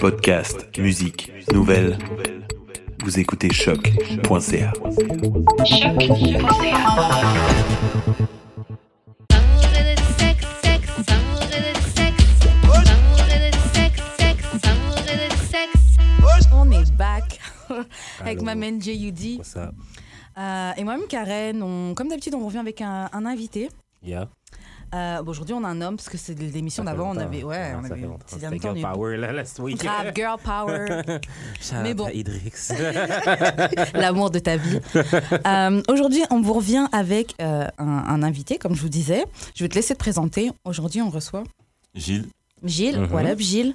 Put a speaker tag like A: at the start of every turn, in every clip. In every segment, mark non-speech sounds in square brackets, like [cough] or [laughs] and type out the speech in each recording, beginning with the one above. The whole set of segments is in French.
A: Podcast, musique, nouvelles. Vous écoutez choc.ca.
B: On est
C: [laughs]
B: back avec
C: Allô.
B: ma man J.U.D.
C: Ça,
B: Euh, et moi-même, Karen, on, comme d'habitude, on revient avec un, un invité.
C: yeah.
B: Euh, bon, Aujourd'hui, on a un homme, parce que c'est l'émission d'avant, on avait. Ouais,
C: hein.
B: on avait. Ces derniers temps, on a eu
C: power, là, last week. [laughs]
B: Grave girl power, Mais
C: Mais
B: bon.
C: bon.
B: [laughs]
C: Idrix.
B: l'amour de ta vie. Euh, Aujourd'hui, on vous revient avec euh, un, un invité, comme je vous disais. Je vais te laisser te présenter. Aujourd'hui, on reçoit
D: Gilles.
B: Gilles.
C: Mhm.
B: Voilà, Gilles.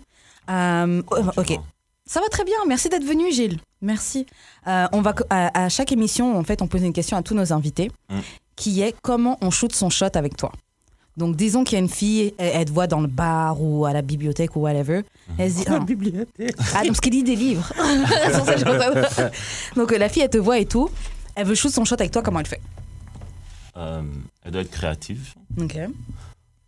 B: Euh, oh,
D: comment tu
B: ok,
D: vas
B: Ça va très bien, merci d'être venu Gilles. Merci. Euh, on va co- à, à chaque émission, en fait, on pose une question à tous nos invités,
D: Mm.
B: qui est comment on shoot son shot avec toi. Donc, disons qu'il y a une fille, elle, elle te voit dans le bar ou à la bibliothèque ou whatever.
D: Mm.
B: Elle se dit
C: [laughs]
B: ah,
C: bibliothèque.
B: ah, non, parce qu'elle lit des livres. [laughs] C'est pour ça que je comprends pas. Donc, euh, la fille, elle te voit et tout. Elle veut shoot son shot avec toi. Comment elle fait
D: Euh, elle doit être créative.
B: Ok.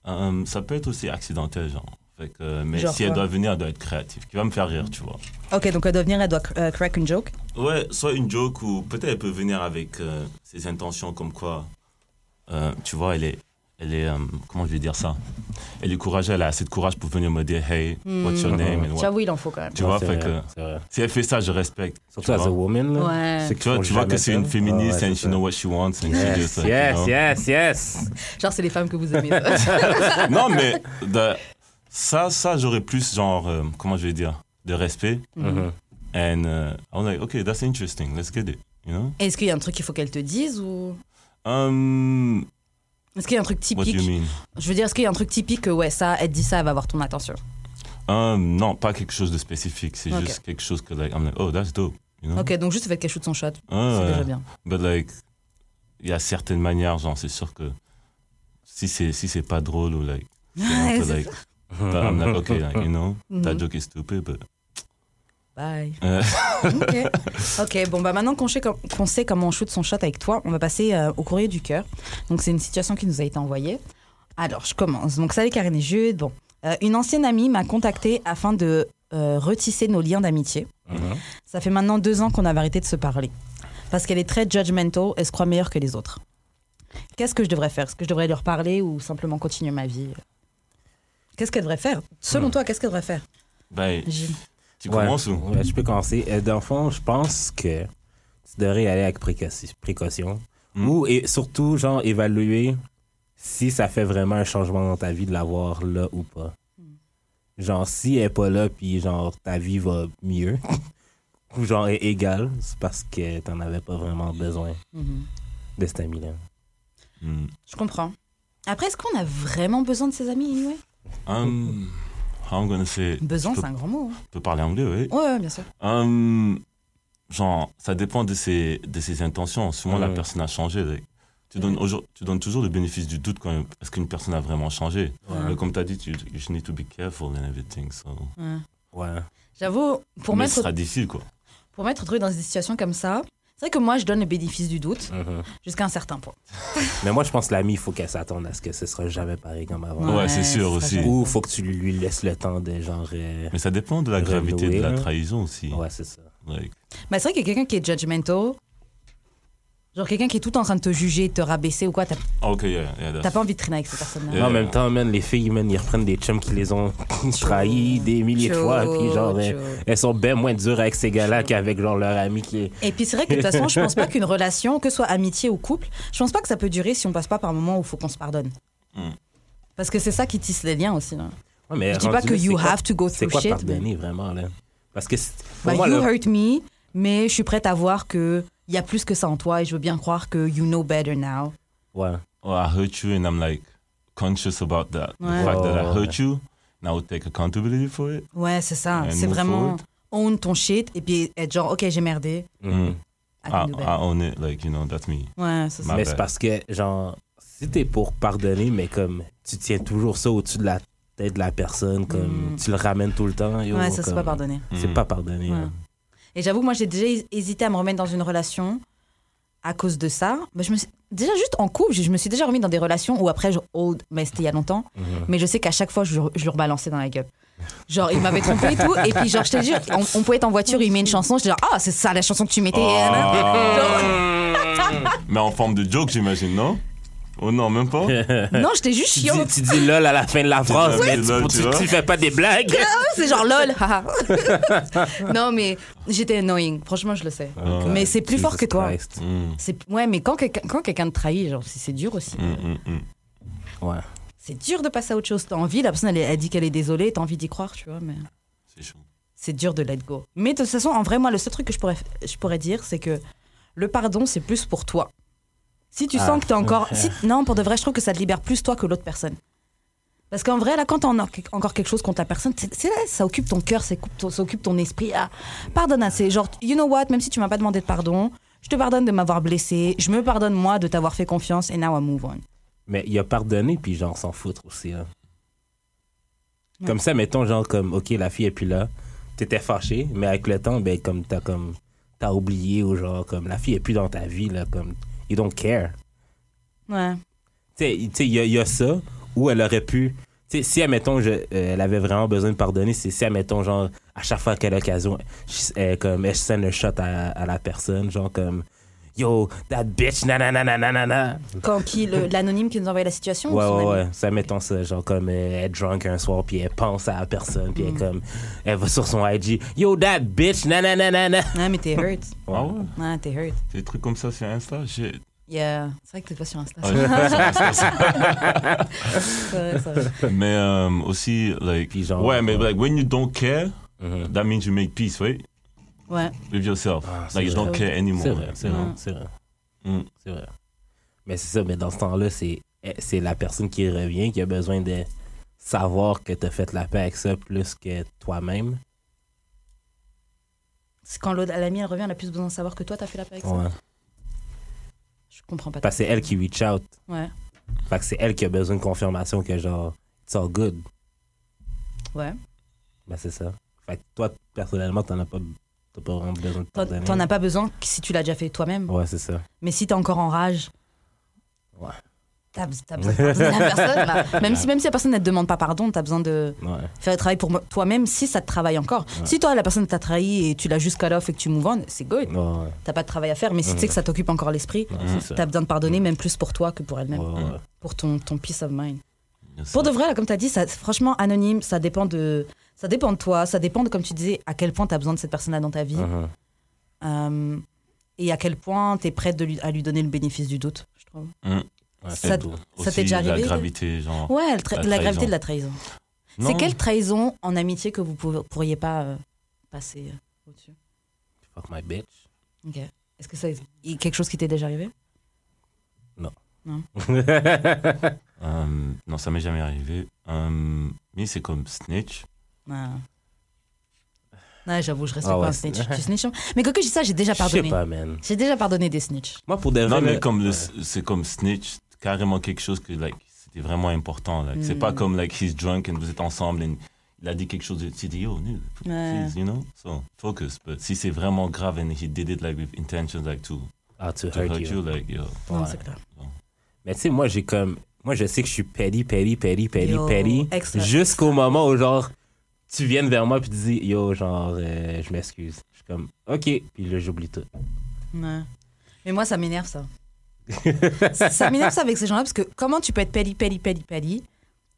D: Euh, ça peut être aussi accidentel, genre. Fait que, euh, mais
B: Genre
D: si elle
B: quoi
D: doit venir, elle doit être créative. Qui va me faire rire, tu vois.
B: Ok, donc elle doit venir, elle doit cr- euh, crack une joke.
D: Ouais, soit une joke ou peut-être elle peut venir avec euh, ses intentions comme quoi, euh, tu vois, elle est, elle est, euh, comment je vais dire ça Elle est courageuse, elle a assez de courage pour venir me dire Hey, what's your name and what-
B: Hmm. J'avoue, il en faut quand même.
D: Tu vois, fait que
C: C'est vrai.
D: si elle fait ça, je respecte.
C: Surtout
D: tu
C: as a
D: vois,
C: woman, là.
B: Ouais.
C: Ceux qui
D: tu vois,
C: font
D: tu vois
C: jamais
D: que c'est
C: ça.
D: une
C: Ah ouais,
D: féministe and
C: c'est
D: she
C: ça.
D: knows what she wants and she
C: Yes,
D: just like, you
C: yes,
D: know.
C: yes, yes.
B: Genre, c'est les femmes que vous aimez.
D: Non, mais de- ça, ça j'aurais plus, genre, euh, comment je vais dire, de respect.
B: Mm-hmm.
C: Mhm.
D: And uh, I was like, okay, that's interesting, let's get it, you know?
B: [laughs] Est-ce qu'il y a un truc qu'il faut qu'elle te dise ou
D: Um,
B: est-ce qu'il y a un truc
D: what do
B: typique
D: you mean?
B: Je veux dire, est-ce qu'il y a un truc typique que, ouais, ça, elle te dit ça, elle va avoir ton attention.
D: Um, non, pas quelque chose de spécifique, c'est
B: Ok.
D: juste quelque chose que, like, I'm like, oh, that's dope, you know?
B: Ok, donc juste le fait qu'elle shoot son shot,
D: Ah,
B: c'est
D: ouais.
B: déjà bien.
D: But like, il y a certaines manières, genre, c'est sûr que si c'est si c'est pas drôle ou
B: [laughs]
D: like, c'est un peu,
B: c'est
D: like, I'm like, okay, like, you know, that
B: Mhm.
D: joke is stupid, but
B: Bye.
D: Euh.
B: Ok. Ok, bon, bah maintenant qu'on sait, com- qu'on sait comment on shoot son shot avec toi, on va passer euh, au courrier du cœur. Donc, c'est une situation qui nous a été envoyée. Alors, je commence. Donc, salut Karine et Jude. Bon, Euh, une ancienne amie m'a contactée afin de euh, retisser nos liens d'amitié.
C: Mhm.
B: Ça fait maintenant deux ans qu'on avait arrêté de se parler. Parce qu'elle est très judgmental et se croit meilleure que les autres. Qu'est-ce que je devrais faire Est-ce que je devrais leur parler ou simplement continuer ma vie Qu'est-ce qu'elle devrait faire Selon toi, qu'est-ce qu'elle devrait faire
D: ben,
B: Gilles
D: tu
C: Ouais.
D: commences ou?
C: Ouais, je peux commencer. Euh, Dans le fond, je pense que tu devrais y aller avec précaution. précaution.
D: Mm.
C: Ou et surtout, genre, évaluer si ça fait vraiment un changement dans ta vie de l'avoir là ou pas. Genre, si elle est pas là, puis genre, ta vie va mieux, [laughs] ou genre, est égale, c'est parce que t'en avais pas vraiment besoin
B: Mhm.
C: de cet ami-là.
D: Mhm.
B: Je comprends. Après, est-ce qu'on a vraiment besoin de ses amis anyway
D: Um, how I'm gonna say, it?
B: Besoin,
D: Je peux-
B: c'est un grand mot.
D: je peux parler anglais, oui.
B: hein. Ouais, ouais, bien sûr.
D: Um, genre, ça dépend de ses, de ses intentions. Souvent, la
C: Ouais.
D: personne a changé. like. Tu donnes, aujourd- tu donnes toujours le bénéfice du doute quand est-ce qu'une personne a vraiment changé. Mais comme tu as dit, tu, you just need to be careful and everything. So.
B: Ouais.
C: Ouais.
B: J'avoue, pour
D: Mais ce
B: mettre,
D: sera difficile, quoi.
B: pour mettre truc dans des situations comme ça, c'est vrai que moi, je donne le bénéfice du doute
D: Mm-hmm.
B: jusqu'à un certain point.
C: Mais moi, je pense que l'ami, il faut qu'elle s'attende à ce que ce sera jamais pareil comme avant.
D: Ouais, c'est sûr
B: ça
D: aussi.
B: fait-
C: Ou faut que tu lui laisses le temps de genre. euh,
D: Mais ça dépend de la
C: Renouer,
D: gravité de la
C: hein.
D: trahison aussi.
C: Ouais, c'est ça.
D: Like,
B: Mais c'est vrai que quelqu'un qui est judgmental, genre quelqu'un qui est tout en train de te juger, de te rabaisser ou quoi, t'as
D: Ah, ok, yeah, yeah, that's-
B: t'as pas envie de traîner avec cette personne-là.
D: Euh,
C: Mais en même temps, man, les filles, man, ils reprennent des chums qui les ont [laughs] trahis des milliers de
B: Chaud,
C: fois. Puis genre, elles,
B: chaud.
C: elles sont bien moins dures avec ces gars-là qu'avec genre leur ami qui est.
B: Et puis c'est vrai que de toute façon, je pense pas qu'une relation, que ce soit amitié ou couple, je pense pas que ça peut durer si on passe pas par un moment où il faut qu'on se pardonne.
D: Mm.
B: Parce que c'est ça qui tisse les liens aussi. là.
C: Ouais, mais
B: Je dis
C: rendu
B: pas que
C: là, c'est
B: you
C: quoi-
B: have to go
C: C'est
B: through
C: quoi
B: shit. mais-
C: pardonner vraiment, là? Parce que c'est- pour
B: Bah,
C: moi,
B: you
C: le-
B: hurt me, mais je suis prête à voir que il y a plus que ça en toi et je veux bien croire que you know better now.
C: Ouais.
D: oh, I hurt you and I'm like conscious about that.
B: Ouais.
D: The fact that
C: Oh,
D: I hurt you, and I will take accountability for it.
B: Ouais, c'est ça.
D: And
B: C'est
D: move
B: vraiment
D: forward.
B: own ton shit et puis être genre, ok, j'ai merdé.
D: Mm.
B: I
D: I,
C: Ah,
B: can do
D: I
B: better.
D: own it, like, you know, that's me.
B: Ouais, c'est ça.
D: Ah
C: mais
D: ben.
C: c'est parce que, genre, si t'es pour pardonner, mais comme tu tiens toujours ça au-dessus de la tête de la personne, comme tu le ramènes tout le temps. yo,
B: Mm. Ouais, ça, c'est
C: comme-
B: pas pardonné.
C: C'est
D: Mm.
C: pas pardonné.
B: Ouais.
C: hein.
B: Et j'avoue, moi, j'ai déjà hés- hésité à me remettre dans une relation à cause de ça, bah, je me suis- déjà juste en couple, je, je me suis déjà remis dans des relations où après je hold, mais c'était il y a longtemps. Mais je sais qu'à chaque fois, je, je le rebalançais dans la gueule. Genre, il m'avait trompé et tout. Et puis, genre, je te jure, on, on pouvait être en voiture, il met une chanson. Je dis, genre, ah, c'est ça la chanson que tu mettais. Genre, [laughs]
D: Mais en forme de joke, j'imagine, non Oh non, même pas
B: non, j'étais juste
C: Tu dis,
B: chiante.
C: tu dis lol à la fin de la phrase,
D: Ouais.
C: mais tu,
D: Lol,
C: pour-
D: tu
C: tu-
D: vois.
C: tu fais pas des blagues.
B: Ah, C'est genre lol. haha. [laughs] non, mais j'étais annoying. Franchement, je le sais. mais c'est plus fort que toi.
C: Christ.
D: Mm,
B: C'est- Ouais, mais quand quelqu'un quand quelqu'un te trahit, genre, c'est c'est dur aussi.
D: mm, mm, mm.
C: Ouais.
B: C'est dur de passer à autre chose. T'as envie, la personne, elle, est- elle dit qu'elle est désolée, t'as envie d'y croire, tu vois, mais
D: C'est chaud.
B: c'est dur de let go. Mais de toute façon, en vrai, moi, le seul truc que je pourrais, f- je pourrais dire, c'est que le pardon, c'est plus pour toi. Si tu
C: Ah.
B: sens que t'es encore. si- non, pour de vrai, je trouve que ça te libère plus toi que l'autre personne. Parce qu'en vrai, là, quand t'as en- encore quelque chose contre la personne, c'est c'est là, ça occupe ton cœur, ça occupe ton, ça occupe ton esprit. Ah, pardonne, ah, c'est genre, you know what, même si tu m'as pas demandé de pardon, je te pardonne de m'avoir blessé, je me pardonne moi de t'avoir fait confiance, and now I move on.
C: Mais il a pardonné, puis genre s'en foutre aussi. là.
B: Ouais.
C: Comme ça, mettons, genre, comme, ok, la fille est plus là, t'étais fâché, mais avec le temps, ben, comme, t'as comme, t'as oublié, ou genre, comme, la fille est plus dans ta vie, là, comme, you don't care.
B: Ouais.
C: Tu sais, tu sais, il y, a- il y a ça où elle aurait pu. tu sais, si, admettons, je, euh, elle avait vraiment besoin de pardonner, c'est si, admettons, genre, à chaque fois qu'elle a l'occasion, je- elle, comme, elle send le shot à, à la personne, genre, comme, yo, that bitch, nanana, nanana.
B: Quand qui, le- l'anonyme qui nous envoyait la situation ou
C: Ouais,
B: son
C: ouais,
B: ami
C: ouais. Ça, mettons ça, genre, comme, euh, elle est drunk un soir, puis elle pense à la personne, puis elle, comme, elle va sur son IG, yo, that bitch, nanana, nanana.
B: Ouais, mais t'es hurt.
D: Ah ouais
B: Ouais, t'es hurt.
D: Des trucs comme ça sur Insta j'ai-
B: Yeah. C'est vrai que t'es pas sur Insta. [laughs]
C: [laughs]
D: Ah, j'ai pas sur Insta, ça.
B: C'est vrai, c'est vrai.
D: Mais euh, aussi, like,
C: Puis genre,
D: ouais, mais
C: ouais.
D: like, when you don't care,
C: Mhm.
D: that means you make peace, right?
B: Ouais.
D: With yourself.
C: Ah, c'est
D: like, you
C: vrai.
D: don't care anymore.
C: C'est vrai, c'est vrai,
B: Mm.
C: c'est vrai.
D: Mm.
C: C'est vrai. Mais c'est ça, mais dans ce temps-là, c'est, eh, c'est la personne qui revient qui a besoin de savoir que t'as fait la paix avec ça plus que toi-même.
B: C'est quand l'autre- l'ami elle revient, elle a plus besoin de savoir que toi t'as fait la paix avec ça.
C: Ouais.
B: Je comprends pas.
C: Parce que c'est elle qui reach out.
B: Ouais.
C: Fait que c'est elle qui a besoin de confirmation que genre, it's all good.
B: Ouais.
C: Ben c'est ça. Fait que toi, personnellement, t'en as pas, t'as pas vraiment besoin de
B: T'en-
C: pardonner.
B: T'en as pas besoin que si tu l'as déjà fait toi-même.
C: Ouais, c'est ça.
B: Mais si t'es encore en rage.
C: Ouais.
B: T'as t'as besoin de pardonner la personne.
C: [laughs]
B: là. Même, si, même si la personne ne te demande pas pardon, t'as besoin de
C: Ouais.
B: faire le travail pour mo- toi-même si ça te travaille encore. Si toi, la personne t'a trahi et tu l'as juste call off et que tu move on, c'est good.
C: Ouais, ouais.
B: T'as pas de travail à faire, mais si tu sais que ça t'occupe encore l'esprit,
C: Ouais, c'est ça.
B: t'as besoin de pardonner même plus pour toi que pour
C: Ouais,
B: elle-même.
C: ouais, ouais.
B: pour ton, ton peace of mind.
D: Yes,
B: Pour de vrai, là, comme tu as dit, ça, franchement, anonyme, ça dépend de ça dépend de toi, ça dépend de, comme tu disais, à quel point tu as besoin de cette personne-là dans ta vie
C: Mhm.
B: euh, et à quel point tu es prête de lui, à lui donner le bénéfice du doute, je trouve.
C: Ouais,
B: Ça-
C: c'est tout.
B: Ça
D: Aussi,
B: t'est déjà
D: La
B: arrivé,
D: gravité, genre.
B: Ouais, le tra-
D: La
B: la, gravité
D: trahison.
B: de la trahison. C'est
D: Non.
B: quelle trahison en amitié que vous pouvez- pourriez pas euh, passer euh, au-dessus
C: Fuck my bitch.
B: Ok. Est-ce que ça est quelque chose qui t'est déjà arrivé
D: Euh, non, ça m'est jamais arrivé. Euh, mais c'est comme snitch.
B: Non. Non, j'avoue, je reste
C: Ah
B: pas
C: ouais,
B: un snitch. Tu snitches hein. Mais quand que je dis ça, j'ai déjà
C: Je sais
B: pardonné.
C: pas, man.
B: J'ai déjà pardonné des snitchs.
C: Moi, pour de vrai,
D: Non, mais
C: le-
D: comme le-
C: Ouais.
D: c'est comme snitch, carrément quelque chose que like, c'était vraiment important. like. C'est
B: Mm.
D: pas comme like he's drunk and vous êtes ensemble and il a dit quelque chose. Tu dis yo, nul,
B: Ouais.
D: please, you know. So focus. But si c'est vraiment grave and he did it like with intentions like to,
C: Ah, to
D: to
C: hurt
D: hurt
C: you.
D: you, like yo.
B: Non,
C: Ouais.
B: c'est clair.
C: Mais tu sais, moi, j'ai comme. Moi, je sais que je suis petty, petty, petty, petty,
B: Yo,
C: petty.
B: extra,
C: Jusqu'au moment où, genre, tu viennes vers moi puis tu dis, yo, genre, euh, je m'excuse. Je suis comme, OK. Puis là, j'oublie tout.
B: Ouais. Mais moi, ça m'énerve, ça. ça m'énerve, ça, avec ces gens-là, parce que comment tu peux être pali, pali, pali, pali,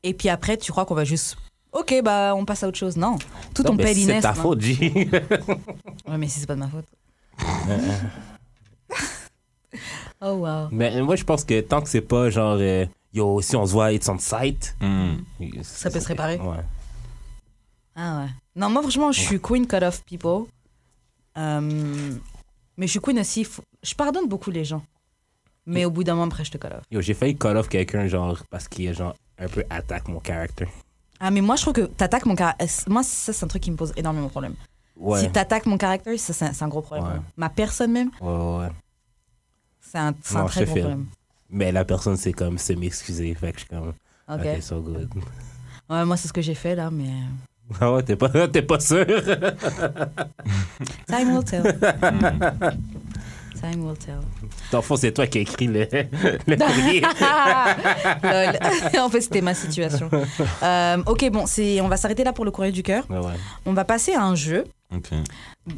B: et puis après, tu crois qu'on va juste. Ok, bah, on passe à autre chose. Non. Tout
C: Non,
B: ton
C: mais
B: péliness.
C: C'est ta
B: non.
C: faute, G. [laughs]
B: Ouais, mais si c'est pas de ma faute. [laughs] oh, wow.
C: mais moi, je pense que tant que c'est pas, genre, euh, yo, si on se voit, it's on site.
D: Mm.
C: Ça
B: peut se réparer.
C: Ouais.
B: Ah ouais. Non, moi, franchement, je suis queen cut off people. Euh, mais je suis queen aussi. Faut- Je pardonne beaucoup les gens. Mais au bout d'un moment, après, je te cut off.
C: Yo, j'ai failli call off quelqu'un, genre, parce qu'il, genre, un peu attaque mon caractère.
B: Ah, mais moi, je trouve que t'attaques mon caractère. euh, Moi, ça, c'est un truc qui me pose énormément de problèmes.
C: Ouais.
B: Si t'attaques mon caractère, ça, c'est un, c'est un gros problème.
C: Ouais.
B: Ma personne même,
C: Ouais, ouais, ouais.
B: c'est un, c'est un
C: Non, je
B: très
C: te
B: gros
C: file.
B: problème.
C: Mais la personne, c'est comme, se m'excuser. Fait que je suis comme,
B: Ok.
C: OK, so good. [laughs]
B: Ouais, moi, c'est ce que j'ai fait là, mais. euh,
C: Ah ouais, [laughs] t'es pas, t'es pas sûr? [laughs]
B: Time will tell. Time will tell. [laughs]
C: Dans le fond, c'est toi qui as écrit le, [laughs] le courrier.
B: Lol. [laughs] en fait, c'était ma situation. Euh, ok, bon, c'est, on va s'arrêter là pour le courrier du cœur.
C: Ouais, ouais.
B: On va passer à un jeu.
D: Ok.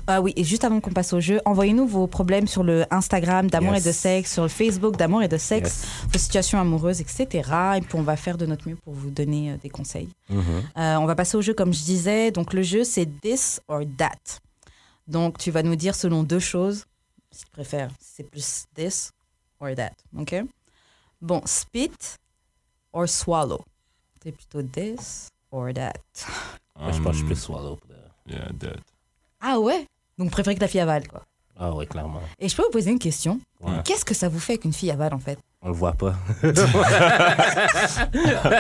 B: Ah oui, et juste avant qu'on passe au jeu, envoyez-nous vos problèmes sur le Instagram d'amour
C: Yes.
B: et de sexe, sur le Facebook d'amour et de sexe,
C: Yes.
B: vos situations amoureuses, etc. Et puis on va faire de notre mieux pour vous donner euh, des conseils.
C: Mhm.
B: Euh, on va passer au jeu comme je disais. Donc le jeu c'est this or that. Donc tu vas nous dire selon deux choses, si tu préfères, si c'est plus this or that. Ok Bon, spit or swallow. C'est plutôt this or that.
C: Moi, je pense que je suis
D: Um,
C: plus swallow. pour le-
D: Yeah, that.
B: Ah ouais Donc préférez que ta fille avale quoi.
C: Ah ouais, clairement.
B: Et je peux vous poser une question
C: Ouais.
B: Qu'est-ce que ça vous fait qu'une fille avale en fait
C: On le voit pas.
B: [laughs]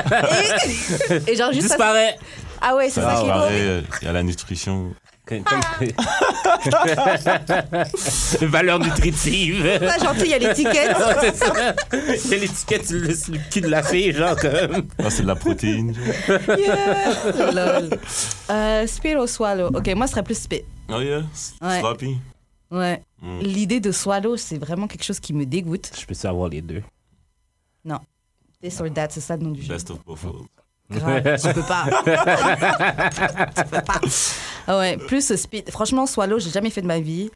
B: Et genre juste ça-
C: Disparaît!
B: Ah ouais, c'est ça, qui est
D: pareil,
B: beau.
D: euh, Il y a la nutrition.
C: Comme- comme- [laughs] Valeur nutritive. [laughs]
B: Pas gentil, il y a l'étiquette.
C: c'est ça. C'est l'étiquette sur le, sur le cul de la fille, genre comme.
D: Ah, c'est de la protéine.
B: [laughs] Yeah. Lol. Euh, spit or swallow. Ok, moi ce serait plus spit.
D: Oh yeah,
B: Ouais.
D: sloppy.
B: Ouais.
D: Mm.
B: L'idée de swallow, c'est vraiment quelque chose qui me dégoûte.
C: Je peux avoir les deux.
B: This or that, c'est ça le nom du jeu.
D: Best of both worlds.
B: Grave, tu peux pas. [laughs] tu peux pas. Ah ouais, plus euh, spit. Franchement, swallow, j'ai jamais fait de ma vie.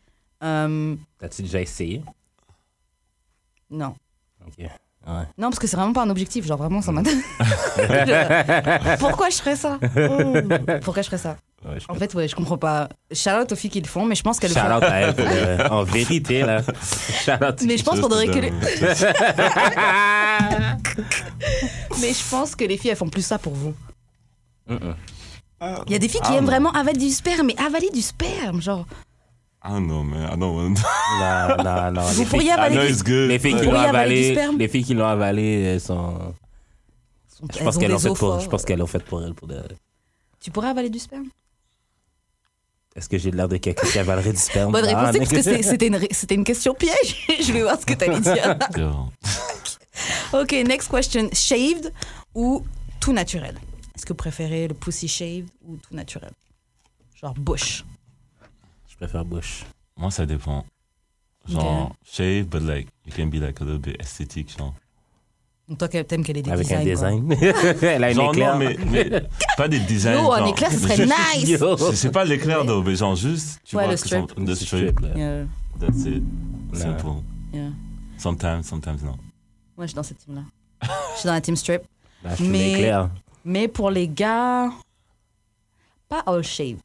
B: Euh,
C: T'as-tu déjà essayé?
B: non.
C: Ok. Ouais.
B: Non, parce que c'est vraiment pas un objectif. Genre, vraiment, ça m'intéresse.
C: [laughs]
B: Je- Pourquoi je ferais ça Oh. Pourquoi je ferais ça
C: ouais je
B: En fait, ouais, je comprends pas. Shout out aux filles qui le font, mais je pense qu'elles le
C: Shout
B: font.
C: out à elle, pour le- en vérité, là. Shout out.
B: Mais je pense qu'on devrait que les...
D: Just,
B: [laughs] Mais je pense que les filles, elles font plus ça pour vous.
C: Mm-mm.
B: Il y a des filles qui
D: Ah,
B: aiment
D: non.
B: vraiment avaler du sperme, mais avaler du sperme, genre.
D: I don't know, man. I don't want
C: Non, non, non.
B: Vous
C: les
B: pourriez
C: filles-
D: [laughs] I know
B: avaler du
D: it's good.
C: Les filles qui
B: Vous
C: l'ont
B: pourriez avaler du
C: avalé,
B: sperme
C: les filles qui l'ont avalé elles sont. Je
B: Elles
C: pense
B: ont
C: qu'elles l'ont
B: des
C: fait
B: os
C: pour. Je
B: forts.
C: pense Ah, qu'elles l'ont fait pour elle. Pour de...
B: Tu pourrais avaler du sperme
C: Est-ce que j'ai l'air de quelqu'un qui avalerait du sperme
B: Bonne réponse,
C: Ah,
B: c'est parce que
C: mais- [laughs]
B: c'est- c'était une, ré- c'était une question piège. [laughs] Je vais voir ce que t'allais dire.
D: Girl.
B: Ok, next question. Shaved ou tout naturel Est-ce que vous préférez le pussy shaved ou tout naturel Genre bush.
C: Je préfère Bush.
D: Moi, ça dépend. Genre, shave, but like, you can be like a little bit esthétique, genre.
B: Donc toi, que- t'aimes qu'elle ait des
C: Avec un
B: designs, quoi.
C: design. [laughs] elle a une
D: Genre,
C: éclair.
D: non, mais, mais pas des designs.
B: Yo, un
D: genre.
B: éclair, ce
D: [laughs]
B: serait nice
C: Yo.
D: Je sais pas l'éclair, though, mais genre juste, tu
B: Ouais,
D: vois,
B: le
D: que son-
C: Le
D: le strip.
C: strip, là.
B: Yeah,
D: That's it. Simple.
B: yeah.
D: Sometimes, sometimes, non.
B: Moi, je suis dans cette team-là. Je suis dans la team strip.
C: Là, je suis
B: Mais-
C: l'éclair.
B: Mais pour les gars, pas all shaved.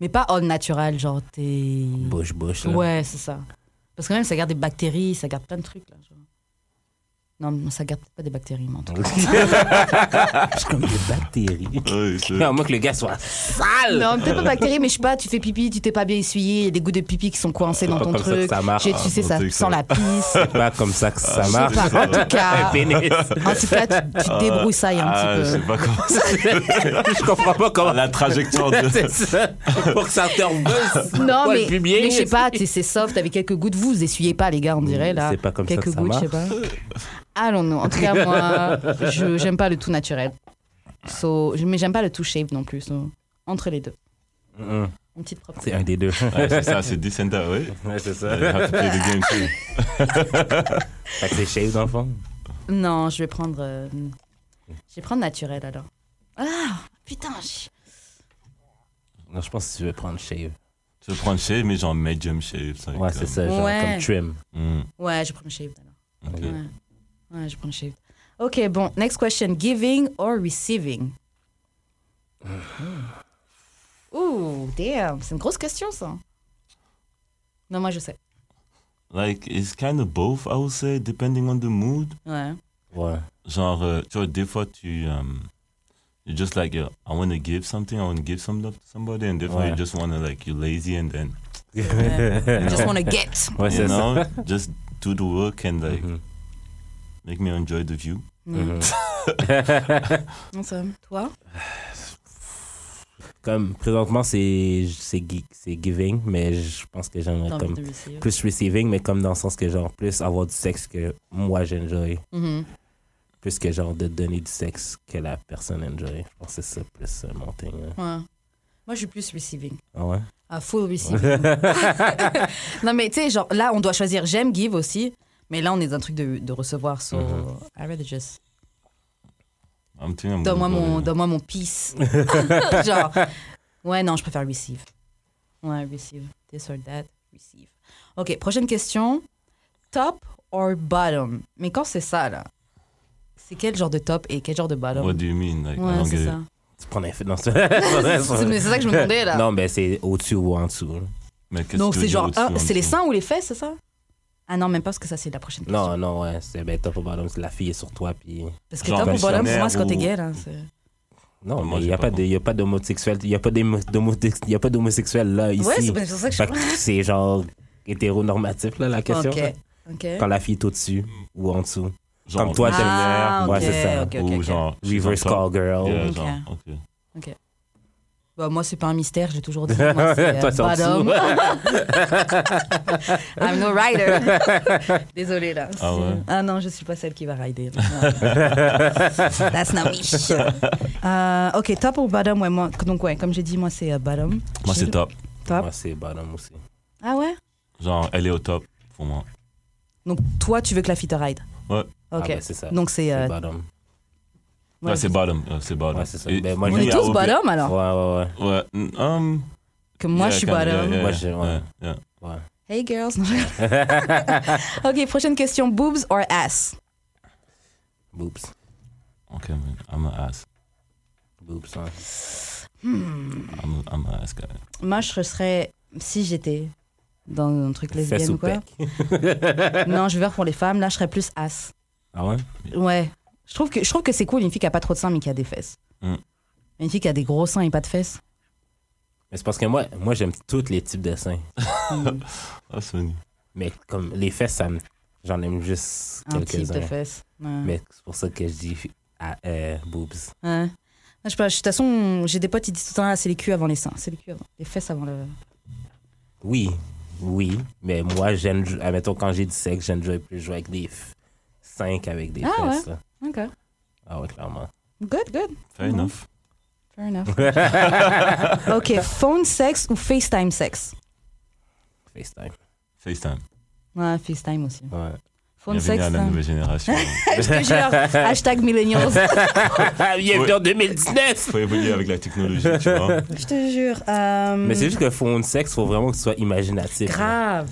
B: Mais pas all naturel, genre t'es.
C: Bush, Bush. Là.
B: Ouais, c'est ça. Parce que même, ça garde des bactéries, ça garde plein de trucs. Là, genre. Non, mais ça garde pas des bactéries, mais en tout cas.
C: je suis comme des bactéries.
D: Ouais, c'est-
C: À moins que le gars soit sale.
B: Non, peut-être
C: [laughs]
B: pas bactéries, mais je sais pas, tu fais pipi, tu t'es pas bien essuyé, il y a des gouttes de pipi qui sont coincées dans
C: Pas
B: ton
C: comme ça que
B: truc.
C: ça marche.
B: J'ai- tu sais,
D: Ah,
B: ça
D: on sait que
B: sent
D: ça-
B: la pisse.
C: C'est pas comme ça que ça
B: Je sais
C: marche. Eh,
B: pas, en tout
C: Un
B: cas.
C: [laughs] pénis.
B: En tout cas, tu, tu te débroussailles un
D: Ah,
B: petit
D: je
B: peu.
D: sais pas comment
C: je comprends pas comment.
D: La trajectoire
C: [laughs]
D: de.
C: C'est ça. Pour que ça te rebuzz.
B: Non,
C: Pas
B: mais,
C: le publier.
B: mais je sais
C: [laughs]
B: pas, tu sais, c'est soft avec quelques gouttes. Vous, vous essuyez pas, les gars, on dirait, là.
C: Mm, C'est pas comme ça
B: quelques
C: que ça
B: gouttes, je sais pas. Allons-nous. En tout cas, moi, je j'aime pas le tout naturel. So, je- mais j'aime pas le tout shape non plus. so, entre les deux.
C: Mm-mm.
B: Une petite propre.
C: Mm. C'est un des deux.
D: [laughs] Ouais, c'est ça, c'est Decenta, oui.
C: Ouais, c'est ça.
D: You have to play the game too.
C: Fait que c'est shave, dans le fond.
B: Non, je vais prendre. euh, je vais prendre naturel alors. Ah, putain. je-
C: Non, je pense que tu veux prendre shave.
D: Je veux prendre shave, mais genre medium shave. like,
C: Ouais, c'est
D: euh,
C: ça, genre
B: Ouais.
C: comme trim.
D: mm,
B: Ouais, je prends le shape alors.
D: ok.
B: Ouais. ouais, je prends le shape. Ok, bon. Next question. Giving or receiving? Ouh, damn. C'est une grosse question ça. Non, moi je sais.
D: Like, it's kind of both, I would say, depending on the mood.
B: Ouais.
C: Ouais.
D: Genre, euh, tu vois, des fois, tu. um, you're just like, yo, I want to give something, I want to give some love to somebody, and therefore you
C: Ouais.
D: just want to, like, you're lazy, and then,
B: I just wanna get.
C: Ouais,
D: you
C: c'est ça.
D: know, just do the work and, like,
C: Mhm.
D: make me enjoy the view.
C: Mhm.
B: Non, ça. Toi?
C: Comme présentement, c'est c'est gi- c'est giving, mais je pense que
B: T'as
C: j'aimerais
B: envie
C: comme
B: de receive.
C: plus receiving, mais comme dans le sens que genre plus avoir du sexe que moi j'enjoy,
B: Mhm.
C: plus que genre de donner du sexe que la personne enjoy. Je pense que c'est ça plus euh, mon thing. hein.
B: Ouais. Moi, Moi, je suis plus receiving.
C: Ah ouais?
B: À full receiving. [laughs] non, mais tu sais, genre, là, on doit choisir j'aime, give aussi. Mais là, on est dans un truc de, de recevoir. So,
D: Mhm.
B: I rather just.
D: I'm telling you,
B: Donne-moi
D: I'm
B: mon,
D: gonna-
B: donne-moi mon peace. genre, ouais, non, je préfère receive. Ouais, receive. This or that, receive. Ok, prochaine question. Top or bottom? Mais quand c'est ça, là, c'est quel genre de top et quel genre de bottom?
D: What do you mean? Like, I
B: ouais,
D: don't
B: c'est
D: get it.
B: ça.
C: Tu prends un fait dans ce. [laughs]
B: C'est- mais c'est ça que je me demandais, là.
C: Non, mais c'est au-dessus ou en dessous. là.
D: Mais qu'est-ce
B: Donc,
D: que tu
B: c'est
D: veux
B: genre,
D: dire
B: un-
D: au-dessus, en
B: c'est les
D: dessous
B: seins ou les fesses, c'est ça? Ah non, même pas, parce que ça, c'est la prochaine question.
C: Non, non, ouais. C'est ben, top ou bottom, c'est la fille est sur toi, puis.
B: Parce que
D: Genre
B: top ou bottom, pour
D: missionnaire
B: moi, c'est quand t'es
D: ou-
B: gay, là. c'est-
C: Non,
D: Moi,
C: mais il
D: j'ai
C: n'y a
D: pas
C: pas de- y a pas d'homosexuel. Il n'y a pas d'homo- d'homotex- y a pas d'homosexuel là, ici.
B: Ouais, c'est pour ça que je
C: Fait que c'est genre hétéronormatif, là, la question. là.
B: Ok, ok.
C: Quand la fille est au-dessus ou en dessous.
D: Genre
C: Comme toi, t'es le
B: Ah,
C: meilleur. Ouais, c'est ça.
B: ok, ok,
D: Ou
B: ok.
D: genre.
C: Reverse
D: genre,
C: call girl.
D: Yeah,
B: Ok.
D: genre, ok.
B: Bah, moi, c'est pas un mystère, j'ai toujours
C: [laughs]
B: dit. Moi, c'est, euh,
C: Toi, c'est en
B: bottom. [laughs] I'm no
C: [laughs]
B: rider. Désolée, là.
D: Ah ouais?
B: Ah non, je suis pas celle qui va
C: [laughs]
B: rider. Non. That's not me. Euh, ok, top ou bottom? Ouais, moi, donc, ouais, comme j'ai dit, moi, c'est euh, bottom.
D: Moi, c'est top.
B: Top.
C: Moi, c'est bottom aussi.
B: Ah ouais?
D: Genre, elle est au top pour moi.
B: Donc, toi, tu veux que la fille te ride?
D: Ouais.
B: Ok.
C: Ah, ben, c'est ça.
B: donc, c'est. euh,
C: C'est bottom.
B: ouais,
D: Ouais, c'est bottom. euh, C'est bottom.
C: Ouais, c'est ça.
D: Et-
C: Ben, moi,
B: on
C: je-
B: est
D: Yeah,
B: tous
D: ok.
B: bottom alors?
C: Ouais, ouais, ouais.
D: Ouais. mm, um,
B: Que moi,
D: yeah,
B: je suis
D: kinda,
B: bottom.
D: yeah, yeah,
C: Moi,
D: yeah,
C: je-
D: yeah,
C: ouais.
D: yeah.
C: ouais.
B: Hey, girls.
D: [laughs]
B: ok, prochaine question. Boobs or ass?
C: Boobs.
D: Ok, man. I'm an ass.
C: Boobs, ouais.
D: I'm, I'm an ass guy.
B: Moi, je serais, si j'étais dans un truc
C: Fesses
B: lesbienne
C: ou
B: ou quoi.
C: pec.
D: [laughs]
B: non, je veux dire pour les femmes, là, je serais plus as.
C: Ah ouais?
B: Ouais. Je trouve que, je trouve que c'est cool une fille qui a pas trop de seins mais qui a des fesses.
D: Mm.
B: Une fille qui a des gros seins et pas de fesses.
C: Mais c'est parce que moi, moi j'aime tous les types de seins.
D: Ah, Sony.
C: Mais comme les fesses, ça me- j'en aime juste
B: Un type de hein.
C: quelques-uns.
B: fesses. Ouais.
C: Mais c'est pour ça que je dis ah, euh, boobs.
B: Ouais. Je sais pas, je- de toute façon, j'ai des potes qui disent tout le temps, ah, c'est les culs avant les seins, c'est les culs avant, les fesses avant le.
C: Oui, oui. Mais moi, j'aime, admettons, quand j'ai du sexe, j'aime jouer plus jouer avec des f- seins qu'avec des
B: Ah
C: fesses. là.
B: Ok.
C: Ah ouais, clairement.
B: Good, good.
D: Fair
B: Mhm.
D: enough.
B: Fair enough. [laughs]
D: [laughs]
B: ok, phone sex ou FaceTime sex
C: FaceTime.
D: FaceTime.
B: Ouais, FaceTime aussi.
C: Ouais.
B: Phone
D: Bienvenue
B: sex.
D: à la
B: hein. [laughs]
D: nouvelle génération.
B: Je te
D: [laughs]
B: jure, [laughs] hashtag millennials.
C: Ah, bienvenue
D: Ouais.
C: en 2019!
D: Faut évoluer avec la technologie, tu vois.
B: [laughs] Je te jure. euh,
C: Mais c'est juste que fond de sexe, faut vraiment que tu sois imaginatif. là.
B: grave.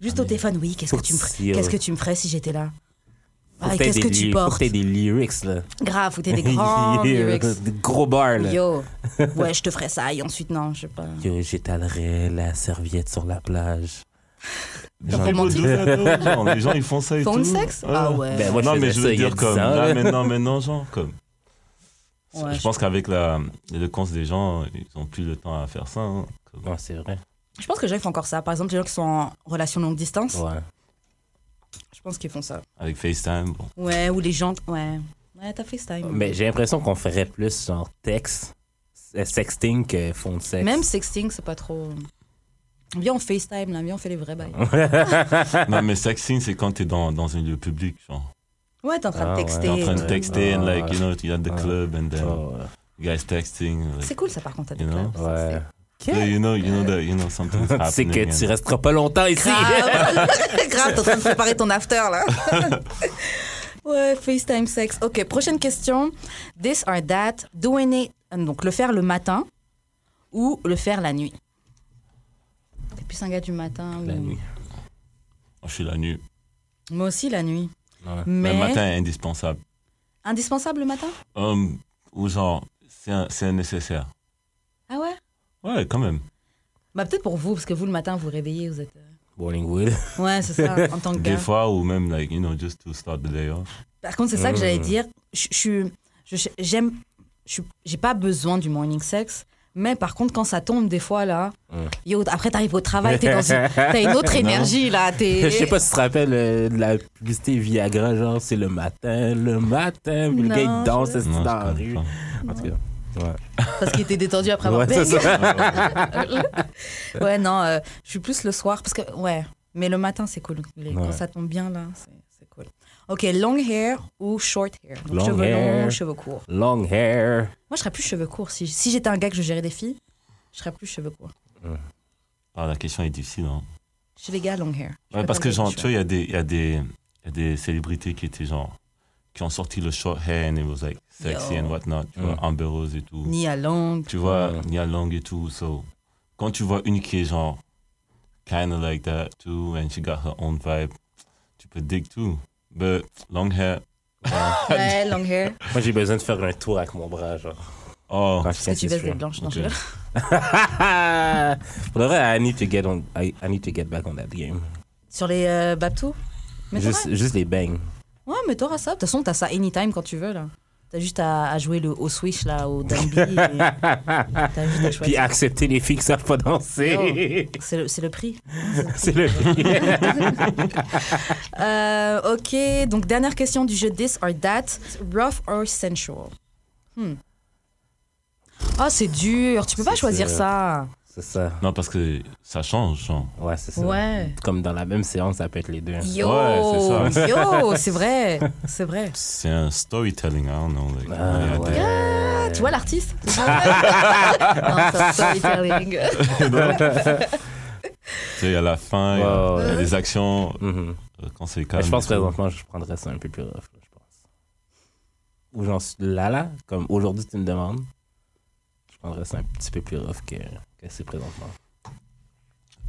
B: Juste au téléphone, oui. Qu'est-ce que tu me ferais
C: Si, euh,
B: Qu'est-ce que tu me ferais si j'étais là
C: Faut
B: Ah,
C: t'aies
B: Qu'est-ce que
C: des
B: tu
C: li- faut
B: portes
C: t'aies des lyrics, là.
B: Grave, faut que t'aies des
D: [laughs]
C: [laughs]
B: grands lyrics.
C: Des gros bars, là.
B: Yo, ouais, je te ferais ça et ensuite non, je sais pas.
C: Yo, j'étalerai la serviette sur la plage.
D: Genre,
B: pas
D: les
B: menti.
D: modos, genre, les gens ils font ça et
B: Phone
D: tout.
B: sex Ah ouais.
C: Ben, moi,
D: non,
C: je
D: mais
C: faisais
D: je
C: ça
D: veux
C: il y a
D: dire
C: 10
D: comme.
C: ans,
D: Là,
C: là.
D: maintenant, maintenant, genre, comme.
B: Ouais,
D: je pense qu'avec la- l'éloquence des gens, ils ont plus le temps à faire ça. hein. Comme-
C: Ouais, c'est vrai.
B: Je pense que les gens ils font encore ça. Par exemple, les gens qui sont en relation longue distance,
C: Ouais.
B: je pense qu'ils font ça.
D: Avec FaceTime, [laughs] bon.
B: Ouais, ou les gens, ouais, ouais, t'as FaceTime.
C: Mais j'ai l'impression qu'on ferait plus genre texte, euh, sexting que fond de sexe.
B: Même sexting, c'est pas trop. Viens, on FaceTime là, viens, on fait les vrais bails.
D: non, mais sexting, c'est quand t'es dans, dans un lieu public, genre.
B: Ouais, t'es en train de
C: Ah, ouais.
D: T'es
B: texter.
D: en train de
B: tout.
D: texter, and
C: Ah,
D: like, you know, you're at the
C: Ah.
D: club, and then
C: Oh, ouais.
D: you guys texting.
B: C'est
D: Like,
B: cool ça, par contre, à
D: You know?
C: Ouais.
D: so you know, you know that, you
C: [laughs]
D: know, something's happening.
C: Tu sais que tu
D: and-
C: resteras pas longtemps ici.
D: [laughs]
B: Grave, [laughs] grave, t'es en train de préparer ton after là. ouais, FaceTime sex. Ok, prochaine question. This or that, doing it, donc le faire le matin ou le faire la nuit. T'es plus un gars du matin ou...
C: La nuit.
D: Oh, je suis la nuit.
B: Moi aussi la nuit.
C: Ouais.
B: Mais,
D: Le matin est indispensable.
B: indispensable le matin
D: Hum, ou genre, c'est un, c'est un nécessaire.
B: Ah ouais
D: Ouais, quand même.
B: Bah peut-être pour vous, parce que vous le matin vous vous réveillez, vous
D: [laughs]
B: êtes... euh,
C: Bowlingwood.
B: Ouais, c'est ça, en tant que
D: Des
B: gars.
D: fois, ou même, like, you know, just to start the day off.
B: Par contre, c'est ça que j'allais
C: Mmh.
B: dire. Je je suis. je- J'aime. je suis- J'ai pas besoin du morning sex. Mais par contre, quand ça tombe, des fois, là. Yo, après, t'arrives au travail, t'es dans
C: [laughs]
B: une- t'as une autre énergie, là.
C: Je
B: t'es-
C: sais pas si tu te rappelles euh, de la publicité Viagra, genre c'est le matin, le matin, puis le
B: Non,
C: gars il danse c'est
D: Non,
C: dans la
D: je
C: rue.
D: comprends.
C: En tout cas, ouais.
B: Parce qu'il était détendu après avoir
C: Ouais, c'est
B: bang.
C: ça.
B: [laughs] Ouais, non, euh, je suis plus le soir. Parce que, ouais. Mais le matin, c'est cool. Les- Quand
C: Ouais.
B: ça tombe bien, là, c'est c'est cool. Ok, long hair ou short hair Donc,
C: Long
B: cheveux longs,
C: hair.
B: cheveux courts.
C: Long hair.
B: Moi, je serais plus cheveux courts. Si, si j'étais un gars que je gérais des filles, je serais plus cheveux courts.
D: Ah, la question est difficile, hein.
B: Je suis les gars long hair. Je
D: Ouais,
B: peux
D: parce
B: pas
D: que,
B: dire
D: genre,
B: je
D: tu
B: suis-
D: vois, il y, a des- il y, a des- il y a des célébrités qui étaient, genre, qui ont sorti le short hair and it was like sexy
B: Yo.
D: and whatnot. Tu
C: Mm.
D: vois, Amber Rose et tout.
B: Ni à longue.
D: Tu vois,
C: Mm.
D: Nia Long et tout. So, quand tu vois une qui est, genre, kind of like that too, and she got her own vibe, tu peux dig tout. But long hair,
B: Ouais, long
D: [laughs]
B: hair.
C: Moi, j'ai besoin de faire un tour avec mon bras, genre.
D: oh,
C: Quand je
B: Est-ce que tu baisses des
C: blancs.
B: blanches? Non,
D: Ok.
B: je rigole.
C: [laughs] Pour de vrai, I need to get on, I, I need to get back on that game.
B: Sur les euh, babtous? Mais t'auras-
C: Juste, juste les bangs.
B: Ouais, mais t'auras ça. De toute façon, t'as ça anytime quand tu veux, là. T'as juste à, à jouer le, au switch, là, au Danby.
D: [laughs]
B: et T'as juste à
C: Puis
B: choisir.
C: accepter les filles qui savent pas danser.
B: C'est le, c'est le prix.
C: [laughs] C'est le [laughs]
B: Euh, ok, donc dernière question du jeu This or That. Rough or sensual? Hmm. Ah, c'est dur. Tu peux pas
C: C'est
B: choisir
C: dur.
B: ça.
C: C'est ça.
D: non, parce que ça change, genre.
C: Ouais, c'est ça.
B: Ouais.
C: Comme dans la même séance, ça peut être les deux.
B: Yo,
D: Ouais, c'est ça. [laughs]
B: yo, c'est vrai, c'est vrai.
D: C'est un storytelling, I don't know. Like, il y
C: Ah,
D: a des-
B: Ah, tu vois l'artiste [laughs] Non, ça, storytelling.
C: [laughs]
D: tu sais, à la fin, il y a- il y a des actions
C: Mhm.
D: euh, quand c'est
C: Mais
D: calme.
C: je pense
D: et tout.
C: présentement, je prendrais ça un peu plus rough, là, je pense. Ou j'en suis là, là, comme aujourd'hui, tu me demandes. Je prendrais ça un petit peu plus rough que, que c'est présentement.